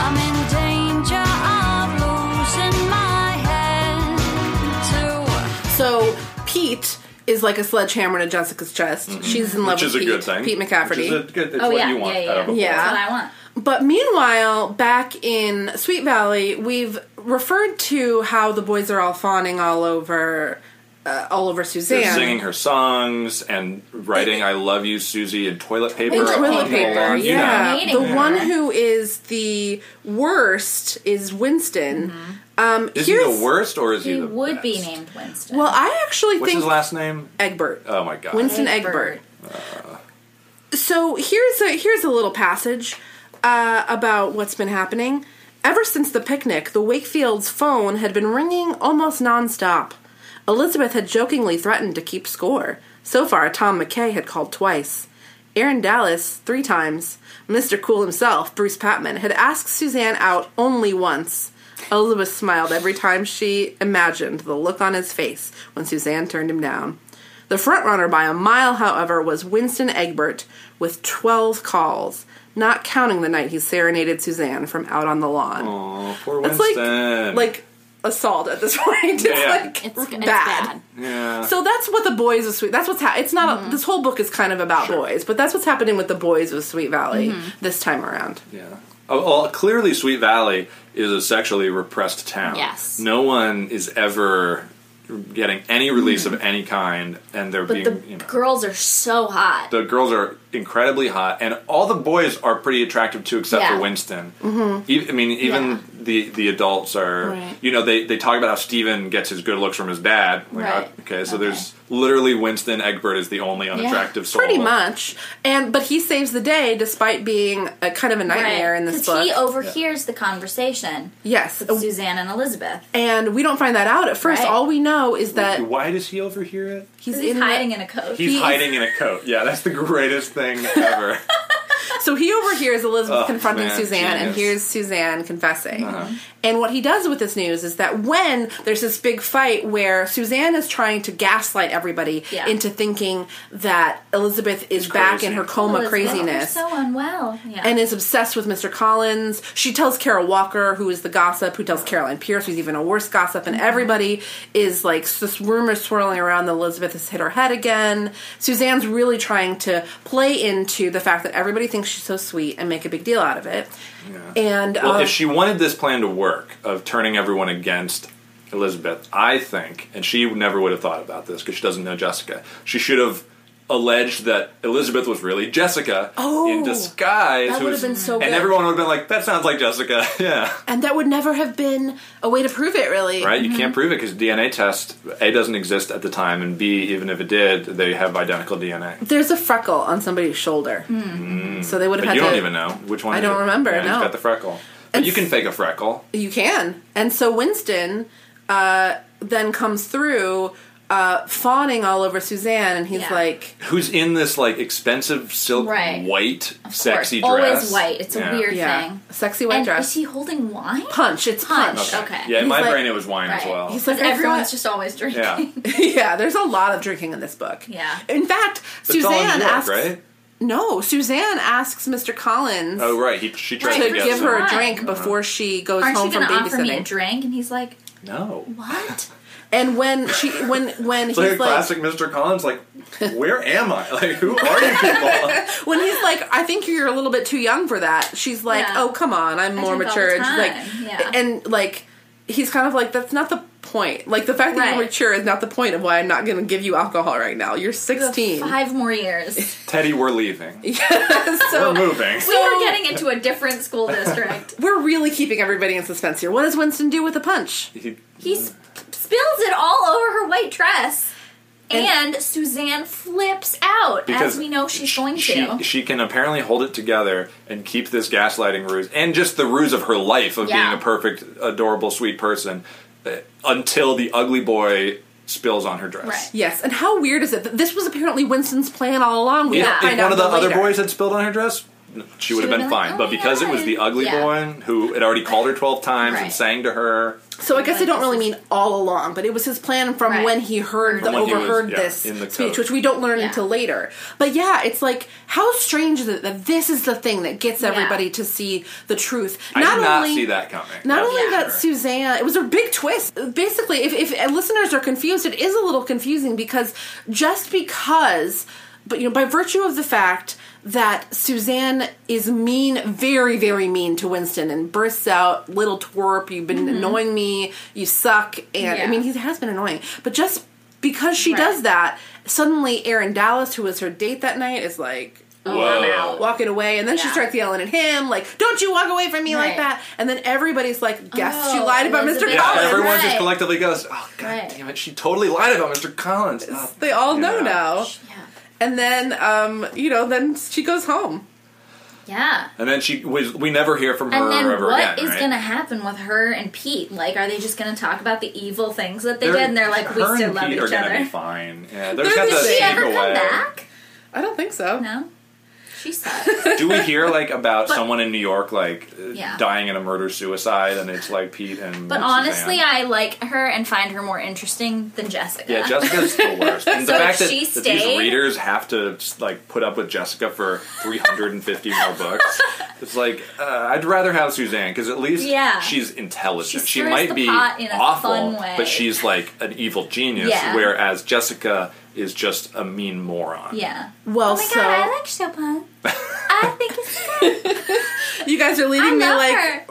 [SPEAKER 7] I'm in danger of losing my head to
[SPEAKER 1] So Pete is like a sledgehammer to Jessica's chest. She's in love
[SPEAKER 2] Mm-hmm.
[SPEAKER 1] with
[SPEAKER 2] Which is a
[SPEAKER 1] Pete,
[SPEAKER 2] good thing.
[SPEAKER 1] Pete McCafferty.
[SPEAKER 2] Which is a good, it's
[SPEAKER 3] Oh,
[SPEAKER 2] what
[SPEAKER 3] yeah.
[SPEAKER 2] you want
[SPEAKER 3] yeah, yeah,
[SPEAKER 2] out
[SPEAKER 3] yeah.
[SPEAKER 2] of a boy.
[SPEAKER 1] Yeah.
[SPEAKER 3] That's what I want.
[SPEAKER 1] But meanwhile, back in Sweet Valley, we've referred to how the boys are all fawning all over, uh, all over Suzanne.
[SPEAKER 2] They're singing her songs and writing "I love you, Susie" in toilet paper.
[SPEAKER 1] In
[SPEAKER 2] all
[SPEAKER 1] toilet
[SPEAKER 2] the
[SPEAKER 1] paper,
[SPEAKER 2] lawn, you know.
[SPEAKER 1] yeah.
[SPEAKER 3] Hating
[SPEAKER 1] The
[SPEAKER 3] her.
[SPEAKER 1] one who is the worst is Winston. Um,
[SPEAKER 2] Mm-hmm. Is he
[SPEAKER 1] here's-
[SPEAKER 2] the worst or is he,
[SPEAKER 3] He
[SPEAKER 2] the
[SPEAKER 3] would be
[SPEAKER 2] best?
[SPEAKER 3] named Winston.
[SPEAKER 1] Well, I actually
[SPEAKER 2] What's
[SPEAKER 1] think
[SPEAKER 2] his last name?
[SPEAKER 1] Egbert.
[SPEAKER 2] Oh my god.
[SPEAKER 1] Winston Egbert.
[SPEAKER 3] Egbert.
[SPEAKER 1] So here's a here's a little passage uh, about what's been happening. Ever since the picnic, the Wakefields' phone had been ringing almost nonstop. Elizabeth had jokingly threatened to keep score. So far, Tom McKay had called twice. Aaron Dallas three times. Mr. Cool himself, Bruce Patman, had asked Suzanne out only once. Elizabeth smiled every time she imagined the look on his face when Suzanne turned him down. The frontrunner by a mile, however, was Winston Egbert with 12 calls, not counting the night he serenaded Suzanne from out on the lawn.
[SPEAKER 2] Oh, poor
[SPEAKER 1] It's
[SPEAKER 2] Winston.
[SPEAKER 1] like like assault at this [LAUGHS] point. It's
[SPEAKER 2] Yeah.
[SPEAKER 1] like
[SPEAKER 3] It's,
[SPEAKER 1] bad.
[SPEAKER 3] it's bad. Mm-hmm.
[SPEAKER 2] yeah.
[SPEAKER 1] So that's what the boys of Sweet. That's what's happening. It's not. A, this whole book is kind of about
[SPEAKER 2] Sure.
[SPEAKER 1] boys, but that's what's happening with the boys of Sweet Valley
[SPEAKER 3] Mm-hmm.
[SPEAKER 1] this time around.
[SPEAKER 2] Yeah. Oh, well, clearly, Sweet Valley is a sexually repressed town.
[SPEAKER 3] Yes.
[SPEAKER 2] No one is ever getting any release of any kind, and they're
[SPEAKER 3] Mm. But
[SPEAKER 2] being.
[SPEAKER 3] the
[SPEAKER 2] you know,
[SPEAKER 3] girls are so hot.
[SPEAKER 2] the girls are incredibly hot, and all the boys are pretty attractive too, except
[SPEAKER 3] Yeah.
[SPEAKER 2] for Winston. Mm-hmm. I mean, even
[SPEAKER 3] Yeah.
[SPEAKER 2] the the adults are.
[SPEAKER 8] Right.
[SPEAKER 2] You know, they they talk about how Steven gets his good looks from his dad. Like, uh,
[SPEAKER 3] Right.
[SPEAKER 2] Okay, so
[SPEAKER 3] Okay.
[SPEAKER 2] there's literally Winston Egbert is the only unattractive soul.
[SPEAKER 1] Pretty much, and but he saves the day despite being a kind of a nightmare in this
[SPEAKER 3] 'Cause
[SPEAKER 1] book.
[SPEAKER 3] he overhears the conversation.
[SPEAKER 1] yes,
[SPEAKER 3] With Suzanne and Elizabeth.
[SPEAKER 1] and we don't find that out at first.
[SPEAKER 3] Right.
[SPEAKER 1] All we know is that
[SPEAKER 2] Why does he overhear it?
[SPEAKER 1] he's,
[SPEAKER 3] He's
[SPEAKER 1] in
[SPEAKER 3] hiding in a coat.
[SPEAKER 2] He's
[SPEAKER 1] He is-
[SPEAKER 2] hiding in a coat. Yeah, that's the greatest thing ever.
[SPEAKER 1] So he overhears Elizabeth
[SPEAKER 2] Oh,
[SPEAKER 1] confronting
[SPEAKER 2] man,
[SPEAKER 1] Suzanne and
[SPEAKER 2] genius. Uh-huh.
[SPEAKER 1] hears Suzanne confessing. And what he does with this news is that when there's this big fight where Suzanne is trying to gaslight everybody
[SPEAKER 3] Yeah.
[SPEAKER 1] into thinking that Elizabeth is
[SPEAKER 2] It's
[SPEAKER 1] back
[SPEAKER 2] crazy.
[SPEAKER 1] in her coma
[SPEAKER 3] Elizabeth,
[SPEAKER 1] craziness.
[SPEAKER 3] You're Oh, so unwell. Yeah.
[SPEAKER 1] and is obsessed with Mr. Collins. She tells Carol Walker, who is the gossip, who tells Caroline Pierce, who's even a worse gossip,
[SPEAKER 2] Mm-hmm.
[SPEAKER 1] and everybody is like s- this rumor swirling around that Elizabeth has hit her head again. Suzanne's really trying to play into the fact that everybody thinks she's so sweet and make a big deal out of it. And
[SPEAKER 2] [LAUGHS] Well,
[SPEAKER 1] um,
[SPEAKER 2] if she wanted this plan to work of turning everyone against Elizabeth, I think, and she never would have thought about this because she doesn't know Jessica, she should have alleged that Elizabeth was really Jessica in disguise.
[SPEAKER 1] That
[SPEAKER 2] who
[SPEAKER 1] would
[SPEAKER 2] was-
[SPEAKER 1] have been so
[SPEAKER 2] And
[SPEAKER 1] good.
[SPEAKER 2] everyone would have Oh, been like, that sounds like Jessica. [LAUGHS] yeah.
[SPEAKER 1] and that would never have been a way to prove it, really.
[SPEAKER 2] Right? You can't prove it because DNA test, A, doesn't exist at the time, and B, even if it did, they have identical DNA.
[SPEAKER 1] There's a freckle on somebody's shoulder, so they would have
[SPEAKER 2] Mm. But
[SPEAKER 1] had
[SPEAKER 2] you
[SPEAKER 1] to.
[SPEAKER 2] don't even know which one.
[SPEAKER 1] I
[SPEAKER 2] is
[SPEAKER 1] don't
[SPEAKER 2] it.
[SPEAKER 1] remember,
[SPEAKER 2] Yeah,
[SPEAKER 1] no.
[SPEAKER 2] He's got the freckle. But you
[SPEAKER 1] It's-
[SPEAKER 2] can fake a freckle.
[SPEAKER 1] You can. And so Winston uh, then comes through uh, fawning all over Suzanne, and he's
[SPEAKER 3] Yeah.
[SPEAKER 1] like,
[SPEAKER 2] who's in this like expensive silk
[SPEAKER 3] Right.
[SPEAKER 2] white sexy
[SPEAKER 3] course. Always
[SPEAKER 2] dress.
[SPEAKER 3] white. It's a weird-
[SPEAKER 1] yeah,
[SPEAKER 3] Thing.
[SPEAKER 1] sexy white
[SPEAKER 3] and is
[SPEAKER 1] dress.
[SPEAKER 3] he holding wine?
[SPEAKER 1] punch, it's punch.
[SPEAKER 3] Punch. Okay.
[SPEAKER 2] Yeah, in
[SPEAKER 1] He's
[SPEAKER 2] my
[SPEAKER 1] like-
[SPEAKER 2] brain it was wine as
[SPEAKER 3] Right.
[SPEAKER 2] well.
[SPEAKER 1] He's
[SPEAKER 3] But
[SPEAKER 1] like, I
[SPEAKER 3] everyone's
[SPEAKER 1] thought-
[SPEAKER 3] just always [LAUGHS] drinking.
[SPEAKER 2] yeah.
[SPEAKER 1] [LAUGHS]
[SPEAKER 2] But
[SPEAKER 1] yeah, there's a lot of drinking in this book.
[SPEAKER 3] Yeah.
[SPEAKER 1] In fact,
[SPEAKER 2] it's all in
[SPEAKER 1] Suzanne
[SPEAKER 2] New York,
[SPEAKER 1] asks.
[SPEAKER 2] right?
[SPEAKER 1] No, Suzanne asks Mr. Collins
[SPEAKER 2] Oh right, he, she tried
[SPEAKER 3] Right,
[SPEAKER 1] to
[SPEAKER 2] to
[SPEAKER 3] for
[SPEAKER 2] get
[SPEAKER 1] give
[SPEAKER 2] some-
[SPEAKER 1] her a [LAUGHS]
[SPEAKER 3] wine.
[SPEAKER 1] drink before she goes
[SPEAKER 3] Aren't
[SPEAKER 1] home
[SPEAKER 3] you
[SPEAKER 1] from
[SPEAKER 3] going to offer me a
[SPEAKER 1] babysitting.
[SPEAKER 3] drink? And he's like,
[SPEAKER 2] No.
[SPEAKER 3] what?
[SPEAKER 1] and when she, when when he's
[SPEAKER 2] It's like a
[SPEAKER 1] like,
[SPEAKER 2] classic Mr.
[SPEAKER 1] [LAUGHS]
[SPEAKER 2] Collins, like, where am I? Like, who are you people?
[SPEAKER 1] when he's like, I think you're a little bit too young for that. She's like,
[SPEAKER 3] Yeah.
[SPEAKER 1] Oh, come on, I'm more
[SPEAKER 3] drink all
[SPEAKER 1] mature. And
[SPEAKER 3] the
[SPEAKER 1] she's
[SPEAKER 3] time.
[SPEAKER 1] like,
[SPEAKER 3] Yeah.
[SPEAKER 1] and like, he's kind of like, that's not the point. Like the fact that you're
[SPEAKER 3] Right.
[SPEAKER 1] mature is not the point of why I'm not going to give you alcohol right now. You're
[SPEAKER 3] You have
[SPEAKER 1] 16.
[SPEAKER 3] [LAUGHS] Five more
[SPEAKER 1] [LAUGHS]
[SPEAKER 3] years.
[SPEAKER 2] Teddy, we're
[SPEAKER 3] [LAUGHS]
[SPEAKER 2] leaving. We're
[SPEAKER 1] so
[SPEAKER 2] moving.
[SPEAKER 3] we are getting into a different school district.
[SPEAKER 1] [LAUGHS] we're really keeping everybody in suspense here. What does Winston do with the punch?
[SPEAKER 2] He-
[SPEAKER 3] He sp- spills it all over her white dress. And, Suzanne flips out, as we know she's
[SPEAKER 2] sh-
[SPEAKER 3] going to.
[SPEAKER 2] She, she can apparently hold it together and keep this gaslighting ruse and just the ruse of her life of
[SPEAKER 3] Yeah.
[SPEAKER 2] being a perfect, adorable, sweet person uh, until the ugly boy spills on her dress.
[SPEAKER 3] Right.
[SPEAKER 1] Yes, and how weird is it that this was apparently Winston's plan all along? We
[SPEAKER 2] If,
[SPEAKER 1] don't
[SPEAKER 2] if
[SPEAKER 1] find out
[SPEAKER 2] one of the
[SPEAKER 1] until
[SPEAKER 2] other
[SPEAKER 1] later.
[SPEAKER 2] boys had spilled on her dress, she would have
[SPEAKER 3] would've
[SPEAKER 2] been,
[SPEAKER 3] been like,
[SPEAKER 2] fine.
[SPEAKER 3] "Oh
[SPEAKER 2] but
[SPEAKER 3] my
[SPEAKER 2] because it was
[SPEAKER 3] God."
[SPEAKER 2] the ugly
[SPEAKER 3] Yeah.
[SPEAKER 2] boy who had already called her 12 times
[SPEAKER 3] Right.
[SPEAKER 2] and sang to her
[SPEAKER 1] So I guess I
[SPEAKER 3] Like,
[SPEAKER 1] don't really mean
[SPEAKER 3] this
[SPEAKER 1] all along, but it was his plan from
[SPEAKER 3] Right.
[SPEAKER 1] when he heard
[SPEAKER 3] From
[SPEAKER 1] the
[SPEAKER 2] when he was,
[SPEAKER 1] overheard
[SPEAKER 2] yeah,
[SPEAKER 1] this
[SPEAKER 2] in the
[SPEAKER 1] speech,
[SPEAKER 2] coat.
[SPEAKER 1] which we don't learn
[SPEAKER 3] Yeah.
[SPEAKER 1] until later. But yeah, it's like how strange is it that this is the thing that gets everybody to see the truth.
[SPEAKER 2] I did not see that coming.
[SPEAKER 1] Not
[SPEAKER 3] Oh,
[SPEAKER 2] That's
[SPEAKER 1] only
[SPEAKER 2] for
[SPEAKER 1] that,
[SPEAKER 2] sure.
[SPEAKER 1] Suzanne, it was a big twist. Basically, if, if listeners are confused, it is a little confusing because just because, but you know, by virtue of the fact that Suzanne is mean, very, very mean to Winston and bursts out, little twerp, you've been annoying me, you suck, and I
[SPEAKER 3] Mm-hmm. Yeah.
[SPEAKER 1] mean, he has been annoying, but just because she
[SPEAKER 3] Right.
[SPEAKER 1] does that, suddenly Erin Dallas, who was her date that night, is like,
[SPEAKER 3] I'm
[SPEAKER 2] Whoa.
[SPEAKER 3] out.
[SPEAKER 1] walking away and then she
[SPEAKER 3] Yeah.
[SPEAKER 1] starts yelling at him like don't you walk away from me like
[SPEAKER 3] Right.
[SPEAKER 1] that and then everybody's like guess she
[SPEAKER 3] Oh,
[SPEAKER 1] lied about
[SPEAKER 3] Elizabeth.
[SPEAKER 1] mr
[SPEAKER 2] Yeah,
[SPEAKER 1] collins
[SPEAKER 2] everyone just
[SPEAKER 3] Right.
[SPEAKER 2] collectively goes, oh, god
[SPEAKER 3] Right.
[SPEAKER 2] damn it, she totally lied about Mr. Collins. Oh,
[SPEAKER 1] they all know
[SPEAKER 2] yeah.
[SPEAKER 1] now
[SPEAKER 3] Yeah.
[SPEAKER 1] and then um you know then she goes home
[SPEAKER 3] Yeah.
[SPEAKER 2] And then she was. We never hear from her
[SPEAKER 3] And then
[SPEAKER 2] ever
[SPEAKER 3] what
[SPEAKER 2] again.
[SPEAKER 3] is
[SPEAKER 2] right?
[SPEAKER 3] going to happen with her and Pete? Like, are they just going to talk about the evil things that they
[SPEAKER 2] They're-
[SPEAKER 3] did? And they're like, we
[SPEAKER 2] her
[SPEAKER 3] still
[SPEAKER 2] and
[SPEAKER 3] love
[SPEAKER 2] Pete
[SPEAKER 3] each
[SPEAKER 2] are gonna be
[SPEAKER 3] other.
[SPEAKER 2] fine. Yeah, they're
[SPEAKER 1] Does
[SPEAKER 2] just got
[SPEAKER 1] she
[SPEAKER 2] the
[SPEAKER 3] Did she
[SPEAKER 2] sneak
[SPEAKER 3] ever
[SPEAKER 2] away.
[SPEAKER 3] come back?
[SPEAKER 1] i don't think so
[SPEAKER 3] No. She sucks.
[SPEAKER 2] Do we hear like about someone in New York like uh,
[SPEAKER 3] Yeah.
[SPEAKER 2] dying in a murder suicide, and it's like Pete and? [LAUGHS]
[SPEAKER 3] But
[SPEAKER 2] Suzanne?
[SPEAKER 3] honestly, I like her and find her more interesting than Jessica.
[SPEAKER 2] Yeah, Jessica's the worst. And
[SPEAKER 3] So
[SPEAKER 2] the fact
[SPEAKER 3] if
[SPEAKER 2] that,
[SPEAKER 3] she
[SPEAKER 2] that
[SPEAKER 3] stayed-
[SPEAKER 2] these readers have to like put up with Jessica for 350 more books, it's like uh, I'd rather have Suzanne because at least
[SPEAKER 3] Yeah.
[SPEAKER 2] she's intelligent. She
[SPEAKER 3] She stirs
[SPEAKER 2] might
[SPEAKER 3] the
[SPEAKER 2] be
[SPEAKER 3] pot in a
[SPEAKER 2] awful,
[SPEAKER 3] fun way.
[SPEAKER 2] but she's like an evil genius.
[SPEAKER 3] Yeah.
[SPEAKER 2] Whereas Jessica is just a mean moron.
[SPEAKER 3] Yeah.
[SPEAKER 1] Well,
[SPEAKER 3] Oh my
[SPEAKER 1] so
[SPEAKER 3] god, I
[SPEAKER 1] [LAUGHS]
[SPEAKER 3] like Chopin. I think it's good.
[SPEAKER 1] you guys are leading
[SPEAKER 3] I
[SPEAKER 1] me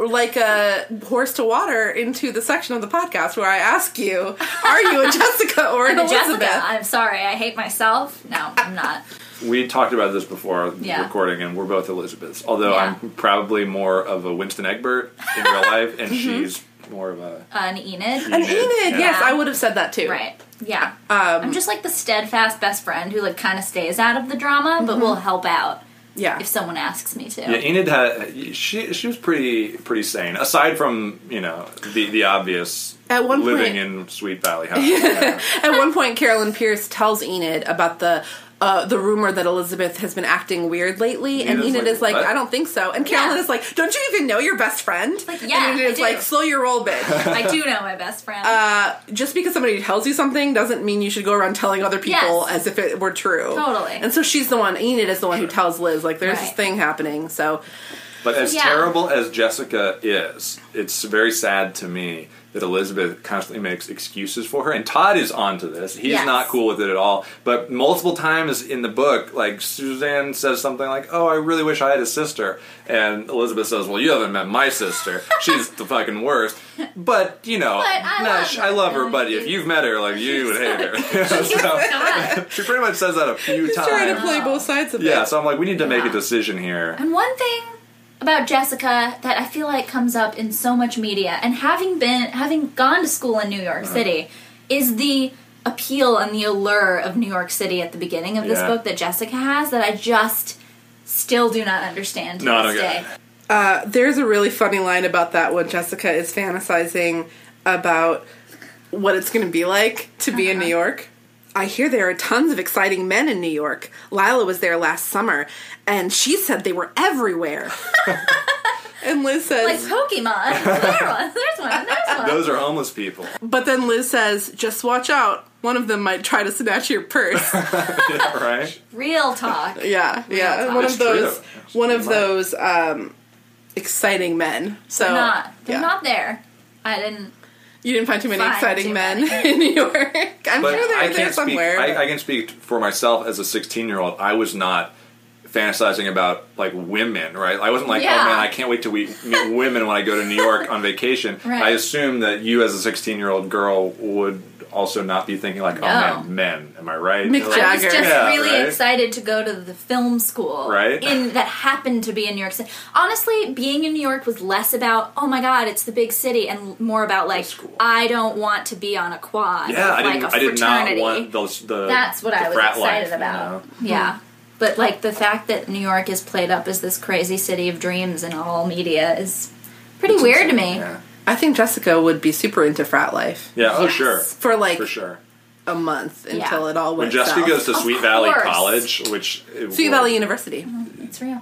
[SPEAKER 3] love
[SPEAKER 1] like like a horse to water into the section of the podcast where I ask you, are you
[SPEAKER 3] [LAUGHS]
[SPEAKER 1] a Jessica or an Elizabeth?
[SPEAKER 3] Jessica, I'm sorry. I hate myself. No, I'm not.
[SPEAKER 2] We talked about this before the
[SPEAKER 3] Yeah.
[SPEAKER 2] recording, and we're both Elizabeths. Although
[SPEAKER 3] Yeah.
[SPEAKER 2] I'm probably more of a Winston Egbert in real life,
[SPEAKER 3] [LAUGHS] Mm-hmm.
[SPEAKER 2] and she's more of a
[SPEAKER 3] An Enid.
[SPEAKER 1] An E- Um,
[SPEAKER 2] Enid,
[SPEAKER 1] Enid,
[SPEAKER 2] yeah.
[SPEAKER 1] yes, I would have said that too.
[SPEAKER 3] Right. Yeah. I'm just like the steadfast best friend who like kind of stays out of the drama, but will help out
[SPEAKER 1] Mm-hmm. Yeah.
[SPEAKER 3] if someone asks me to.
[SPEAKER 2] Yeah, Enid had she she was pretty pretty sane. Aside from you know the the obvious
[SPEAKER 1] At one
[SPEAKER 2] living
[SPEAKER 1] point-
[SPEAKER 2] in Sweet
[SPEAKER 1] [LAUGHS]
[SPEAKER 2] Valley house. Yeah.
[SPEAKER 1] At one point, Carolyn Pierce tells Enid about the uh, the rumor that Elizabeth has been acting weird lately, and
[SPEAKER 2] Enid's
[SPEAKER 1] Enid
[SPEAKER 2] like,
[SPEAKER 1] is like,
[SPEAKER 2] "What?"
[SPEAKER 1] I don't think so. And Carolyn
[SPEAKER 3] Yeah.
[SPEAKER 1] is like, Don't you even know your best friend?
[SPEAKER 3] Like, "Yeah,
[SPEAKER 1] and
[SPEAKER 3] I
[SPEAKER 1] Enid is
[SPEAKER 3] do."
[SPEAKER 1] like, Slow your roll, bitch.
[SPEAKER 2] [LAUGHS]
[SPEAKER 3] I do know my best friend.
[SPEAKER 1] uh, just because somebody tells you something doesn't mean you should go around telling other people
[SPEAKER 3] Yes.
[SPEAKER 1] as if it were true.
[SPEAKER 3] Totally.
[SPEAKER 1] And so she's the one. Enid is the one who tells Liz, like, there's this
[SPEAKER 3] Right.
[SPEAKER 1] thing happening. So
[SPEAKER 2] But as
[SPEAKER 3] Yeah.
[SPEAKER 2] terrible as Jessica is, it's very sad to me that Elizabeth constantly makes excuses for her. And Todd is onto this. He's
[SPEAKER 3] Yes.
[SPEAKER 2] not cool with it at all. But multiple times in the book, like Suzanne says something like, "Oh, I really wish I had a sister," and Elizabeth says, "Well, you haven't met my sister. She's the fucking worst." But you know,
[SPEAKER 3] But I
[SPEAKER 2] nah,
[SPEAKER 3] love
[SPEAKER 2] sh-
[SPEAKER 3] her.
[SPEAKER 2] I love her, but if you've met her, like you would hate her. [LAUGHS]
[SPEAKER 3] [LAUGHS]
[SPEAKER 1] [LAUGHS]
[SPEAKER 2] so, she pretty much says that a few
[SPEAKER 1] she's
[SPEAKER 2] times.
[SPEAKER 1] trying to play both sides
[SPEAKER 3] Uh-huh.
[SPEAKER 1] of
[SPEAKER 2] yeah,
[SPEAKER 1] it.
[SPEAKER 2] so I'm like, we need to make a decision here.
[SPEAKER 3] And one thing about Jessica that I feel like comes up in so much media, and having been having gone to school in New
[SPEAKER 2] Uh-huh.
[SPEAKER 3] York City, is the appeal and the allure of New York City at the beginning of this
[SPEAKER 2] Yeah.
[SPEAKER 3] book that Jessica has that I just still do not understand to
[SPEAKER 2] No, I
[SPEAKER 3] this
[SPEAKER 2] don't get
[SPEAKER 3] day.
[SPEAKER 2] it.
[SPEAKER 1] Uh, there's a really funny line about that when Jessica is fantasizing about what it's going to be like to be in New
[SPEAKER 3] Uh-huh.
[SPEAKER 1] York. I hear there are tons of exciting men in New York. Lila was there last summer, and she said they were
[SPEAKER 3] [LAUGHS]
[SPEAKER 1] everywhere. and Liz
[SPEAKER 3] Like
[SPEAKER 1] says,
[SPEAKER 2] [LAUGHS]
[SPEAKER 3] Pokemon. There one. There's one. There's one.
[SPEAKER 2] Those are homeless people.
[SPEAKER 1] but then Liz says, just watch out. One of them might try to snatch your
[SPEAKER 3] [LAUGHS]
[SPEAKER 1] purse.
[SPEAKER 2] Yeah, [LAUGHS] right?
[SPEAKER 3] Real talk.
[SPEAKER 1] yeah, yeah.
[SPEAKER 3] talk.
[SPEAKER 1] One of
[SPEAKER 2] It's true.
[SPEAKER 1] those. One of
[SPEAKER 2] Right.
[SPEAKER 1] those um, exciting men. So
[SPEAKER 3] They're not. They're
[SPEAKER 1] yeah.
[SPEAKER 3] not there. I didn't.
[SPEAKER 1] You didn't find too many
[SPEAKER 3] Find
[SPEAKER 1] exciting
[SPEAKER 3] too
[SPEAKER 1] men [LAUGHS]
[SPEAKER 3] many.
[SPEAKER 1] in New York. I'm
[SPEAKER 2] But
[SPEAKER 1] sure they're
[SPEAKER 2] I
[SPEAKER 1] there
[SPEAKER 2] can't speak.
[SPEAKER 1] somewhere.
[SPEAKER 2] I, I can speak for myself as a 16 year old. I was not fantasizing about like women, right? I wasn't like,
[SPEAKER 3] Yeah.
[SPEAKER 2] oh man, I can't wait to we- meet women when I go to New
[SPEAKER 3] [LAUGHS]
[SPEAKER 2] York on vacation.
[SPEAKER 3] Right.
[SPEAKER 2] I assume that you, as a 16 year old girl, would also not be thinking like, oh
[SPEAKER 3] No.
[SPEAKER 2] man, men. Am I right?
[SPEAKER 1] Mick
[SPEAKER 2] Like,
[SPEAKER 1] Jagger.
[SPEAKER 3] I was just
[SPEAKER 2] Yeah,
[SPEAKER 3] really
[SPEAKER 2] right?
[SPEAKER 3] excited to go to the film school,
[SPEAKER 2] Right.
[SPEAKER 3] In that happened to be in New York City. Honestly, being in New York was less about oh my god, it's the big city, and more about like
[SPEAKER 2] school.
[SPEAKER 3] I don't want to be on a quad.
[SPEAKER 2] Yeah,
[SPEAKER 3] with,
[SPEAKER 2] I didn't.
[SPEAKER 3] like, a
[SPEAKER 2] I did not
[SPEAKER 3] fraternity.
[SPEAKER 2] want those. The
[SPEAKER 3] That's what
[SPEAKER 2] the
[SPEAKER 3] I was
[SPEAKER 2] frat
[SPEAKER 3] excited
[SPEAKER 2] life,
[SPEAKER 3] about.
[SPEAKER 2] You know?
[SPEAKER 3] Yeah. But like the fact that New York is played up as this crazy city of dreams in all media is pretty weird to me.
[SPEAKER 2] Yeah.
[SPEAKER 1] I think Jessica would be super into frat life
[SPEAKER 2] Yeah. Oh
[SPEAKER 3] Yes.
[SPEAKER 2] sure.
[SPEAKER 1] for like
[SPEAKER 2] For sure.
[SPEAKER 1] a month
[SPEAKER 3] Yeah.
[SPEAKER 1] until it all
[SPEAKER 2] When
[SPEAKER 1] went
[SPEAKER 2] Jessica
[SPEAKER 1] south.
[SPEAKER 2] goes to
[SPEAKER 3] Of
[SPEAKER 2] Sweet Valley
[SPEAKER 3] course.
[SPEAKER 2] College, which
[SPEAKER 1] Sweet Valley University.
[SPEAKER 3] It's real.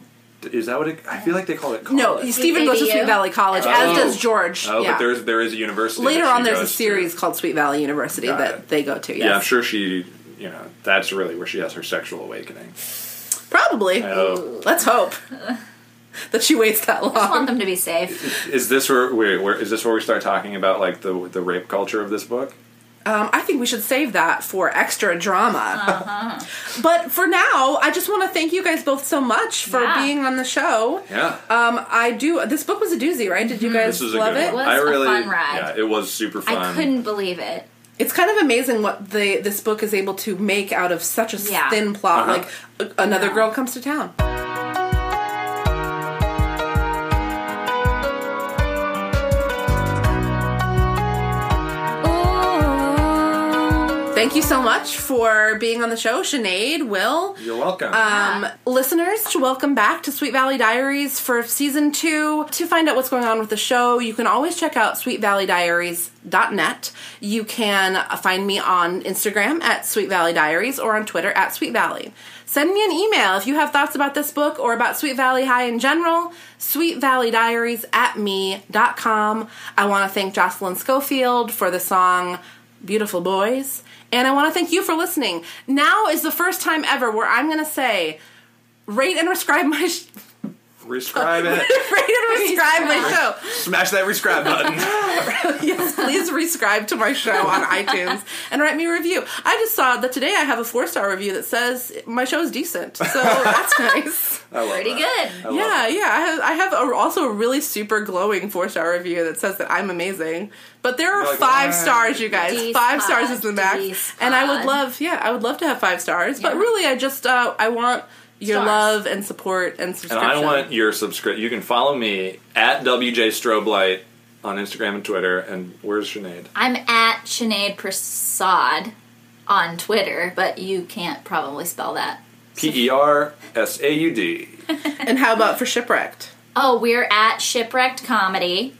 [SPEAKER 2] Is that what it, I feel like they call it? College.
[SPEAKER 1] No, Stephen goes to
[SPEAKER 3] ABU?
[SPEAKER 1] Sweet Valley College,
[SPEAKER 2] Oh.
[SPEAKER 1] as does George.
[SPEAKER 2] Oh,
[SPEAKER 1] yeah.
[SPEAKER 2] but there's there is a university.
[SPEAKER 1] Later
[SPEAKER 2] that she
[SPEAKER 1] on, there's a
[SPEAKER 2] goes to.
[SPEAKER 1] series called Sweet Valley University
[SPEAKER 2] Got
[SPEAKER 1] that
[SPEAKER 2] it.
[SPEAKER 1] they go to. Yes.
[SPEAKER 2] Yeah, I'm sure she. You know, that's really where she has her sexual awakening.
[SPEAKER 1] probably.
[SPEAKER 2] Oh.
[SPEAKER 1] Let's
[SPEAKER 3] [LAUGHS]
[SPEAKER 1] hope that she waits that
[SPEAKER 3] I just want
[SPEAKER 1] long.
[SPEAKER 3] them to be safe.
[SPEAKER 2] Is this where, where, where is this where we start talking about like the the rape culture of this book?
[SPEAKER 1] Um, I think we should save that for extra drama. But for now, I just want to thank you guys both so much for
[SPEAKER 3] Yeah.
[SPEAKER 1] being on the show.
[SPEAKER 2] Yeah.
[SPEAKER 1] Um, I do. This book was a doozy, right? Did you guys
[SPEAKER 2] this was a
[SPEAKER 1] love
[SPEAKER 2] good
[SPEAKER 1] it?
[SPEAKER 2] one.
[SPEAKER 3] was
[SPEAKER 2] I
[SPEAKER 3] a
[SPEAKER 2] really,
[SPEAKER 3] fun ride.
[SPEAKER 2] yeah, it was super fun.
[SPEAKER 3] I couldn't believe it.
[SPEAKER 1] It's kind of amazing what the this book is able to make out of such a
[SPEAKER 3] Yeah.
[SPEAKER 1] thin plot.
[SPEAKER 2] Uh-huh.
[SPEAKER 1] Like a, another girl comes to town.
[SPEAKER 7] Ooh.
[SPEAKER 1] Thank you so much for being on the show, Sinead, Will.
[SPEAKER 2] You're welcome.
[SPEAKER 1] Um, Listeners, welcome back to Sweet Valley Diaries for season two. To find out what's going on with the show, you can always check out sweetvalleydiaries.net. You can uh, find me on Instagram at Sweet Valley Diaries or on Twitter at Sweet Valley. Send me an email if you have thoughts about this book or about Sweet Valley High in general. Sweet Valley Diaries at me.com. I want to thank Jocelyn Schofield for the song Beautiful Boys. And I want to thank you for listening. Now is the first time ever where I'm going to say, rate and subscribe my sh- [LAUGHS]
[SPEAKER 2] Rescribe it.
[SPEAKER 1] rate and subscribe my show.
[SPEAKER 2] Smash that
[SPEAKER 1] [LAUGHS]
[SPEAKER 2] rescribe button.
[SPEAKER 1] yes, please rescribe to my show on iTunes and write me a review. I just saw that today I have a four star review that says my show is decent, so that's [LAUGHS] nice.
[SPEAKER 2] I love
[SPEAKER 3] Pretty
[SPEAKER 2] that.
[SPEAKER 3] good.
[SPEAKER 2] I love
[SPEAKER 1] yeah,
[SPEAKER 2] that.
[SPEAKER 1] yeah. I have, I have a, also a really super glowing four star review that says that I'm amazing, but there are
[SPEAKER 2] You're like,
[SPEAKER 1] five
[SPEAKER 2] "Wow."
[SPEAKER 1] stars, you guys.
[SPEAKER 3] Dee
[SPEAKER 1] five
[SPEAKER 3] spot,
[SPEAKER 1] stars is the max,
[SPEAKER 3] dee
[SPEAKER 1] and I would
[SPEAKER 3] spot.
[SPEAKER 1] love, yeah, I would love to have five stars, but
[SPEAKER 3] Yeah.
[SPEAKER 1] really, I just uh, I want your
[SPEAKER 3] Stars.
[SPEAKER 1] love and support and
[SPEAKER 2] And
[SPEAKER 1] subscription.
[SPEAKER 2] I want your subscribe. You can follow me at WJ Stroblight on Instagram and Twitter. And where's Sinead?
[SPEAKER 3] I'm at Sinead Prasad on Twitter, but you can't probably spell that.
[SPEAKER 2] P E R S A U D.
[SPEAKER 1] and how about for shipwrecked?
[SPEAKER 3] Oh, we're at Shipwrecked Comedy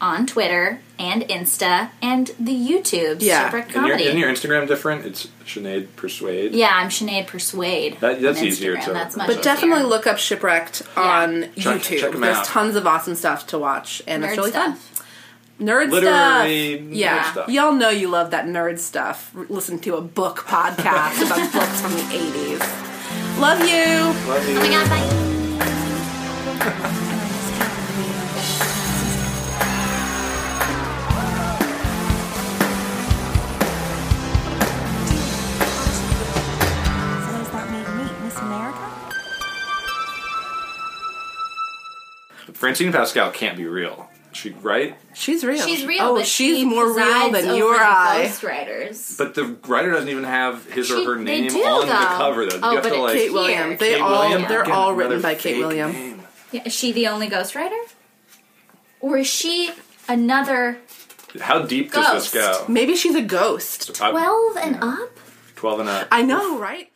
[SPEAKER 3] on Twitter and Insta and the YouTube
[SPEAKER 1] Yeah.
[SPEAKER 3] Shipwrecked
[SPEAKER 2] And your,
[SPEAKER 3] Comedy.
[SPEAKER 2] isn't your Instagram different? It's Sinead Persuade.
[SPEAKER 3] yeah, I'm Sinead Persuade.
[SPEAKER 2] That- that's
[SPEAKER 3] on
[SPEAKER 2] easier
[SPEAKER 3] Instagram.
[SPEAKER 2] to-
[SPEAKER 3] That's much
[SPEAKER 2] But
[SPEAKER 1] But
[SPEAKER 3] easier.
[SPEAKER 1] definitely look up Shipwrecked on
[SPEAKER 2] Check-
[SPEAKER 1] YouTube.
[SPEAKER 2] check 'em
[SPEAKER 1] There's
[SPEAKER 2] out.
[SPEAKER 1] tons of awesome stuff to watch, and
[SPEAKER 3] Nerd
[SPEAKER 1] it's really
[SPEAKER 3] stuff.
[SPEAKER 1] fun. Nerd
[SPEAKER 2] Literary
[SPEAKER 1] stuff.
[SPEAKER 2] nerd
[SPEAKER 1] Yeah.
[SPEAKER 2] stuff.
[SPEAKER 1] Y'all know you love that nerd stuff. R- Listen to a book podcast about [LAUGHS] books from the 80s. Love you.
[SPEAKER 2] Love you.
[SPEAKER 5] Oh my god, bye.
[SPEAKER 7] So does that make me Miss America?
[SPEAKER 2] Francine Pascal can't be real. She right?
[SPEAKER 1] She's real.
[SPEAKER 3] She's real.
[SPEAKER 1] Oh,
[SPEAKER 3] but
[SPEAKER 1] she's
[SPEAKER 3] she
[SPEAKER 1] more real
[SPEAKER 3] presides
[SPEAKER 1] than
[SPEAKER 3] over
[SPEAKER 1] you or
[SPEAKER 3] the
[SPEAKER 1] I.
[SPEAKER 3] Ghostwriters.
[SPEAKER 2] But the writer doesn't even have his or
[SPEAKER 3] She-
[SPEAKER 2] her
[SPEAKER 3] they
[SPEAKER 2] name
[SPEAKER 3] do,
[SPEAKER 2] on
[SPEAKER 3] though.
[SPEAKER 2] the cover. Though
[SPEAKER 3] Oh,
[SPEAKER 2] you have
[SPEAKER 3] but
[SPEAKER 2] to
[SPEAKER 3] it-
[SPEAKER 2] like
[SPEAKER 1] Kate
[SPEAKER 3] Here.
[SPEAKER 1] Williams. They
[SPEAKER 2] Kate
[SPEAKER 1] all
[SPEAKER 2] Williams?
[SPEAKER 1] they're
[SPEAKER 2] Again,
[SPEAKER 1] all written
[SPEAKER 2] another
[SPEAKER 1] by Kate
[SPEAKER 2] fake
[SPEAKER 1] Williams.
[SPEAKER 2] name.
[SPEAKER 3] Yeah, is she the only ghostwriter? Or is she another
[SPEAKER 2] How deep does this
[SPEAKER 3] Ghost.
[SPEAKER 2] go?
[SPEAKER 1] Maybe she's a ghost.
[SPEAKER 2] I-
[SPEAKER 3] 12 and up?
[SPEAKER 2] Twelve and up.
[SPEAKER 1] I know, right?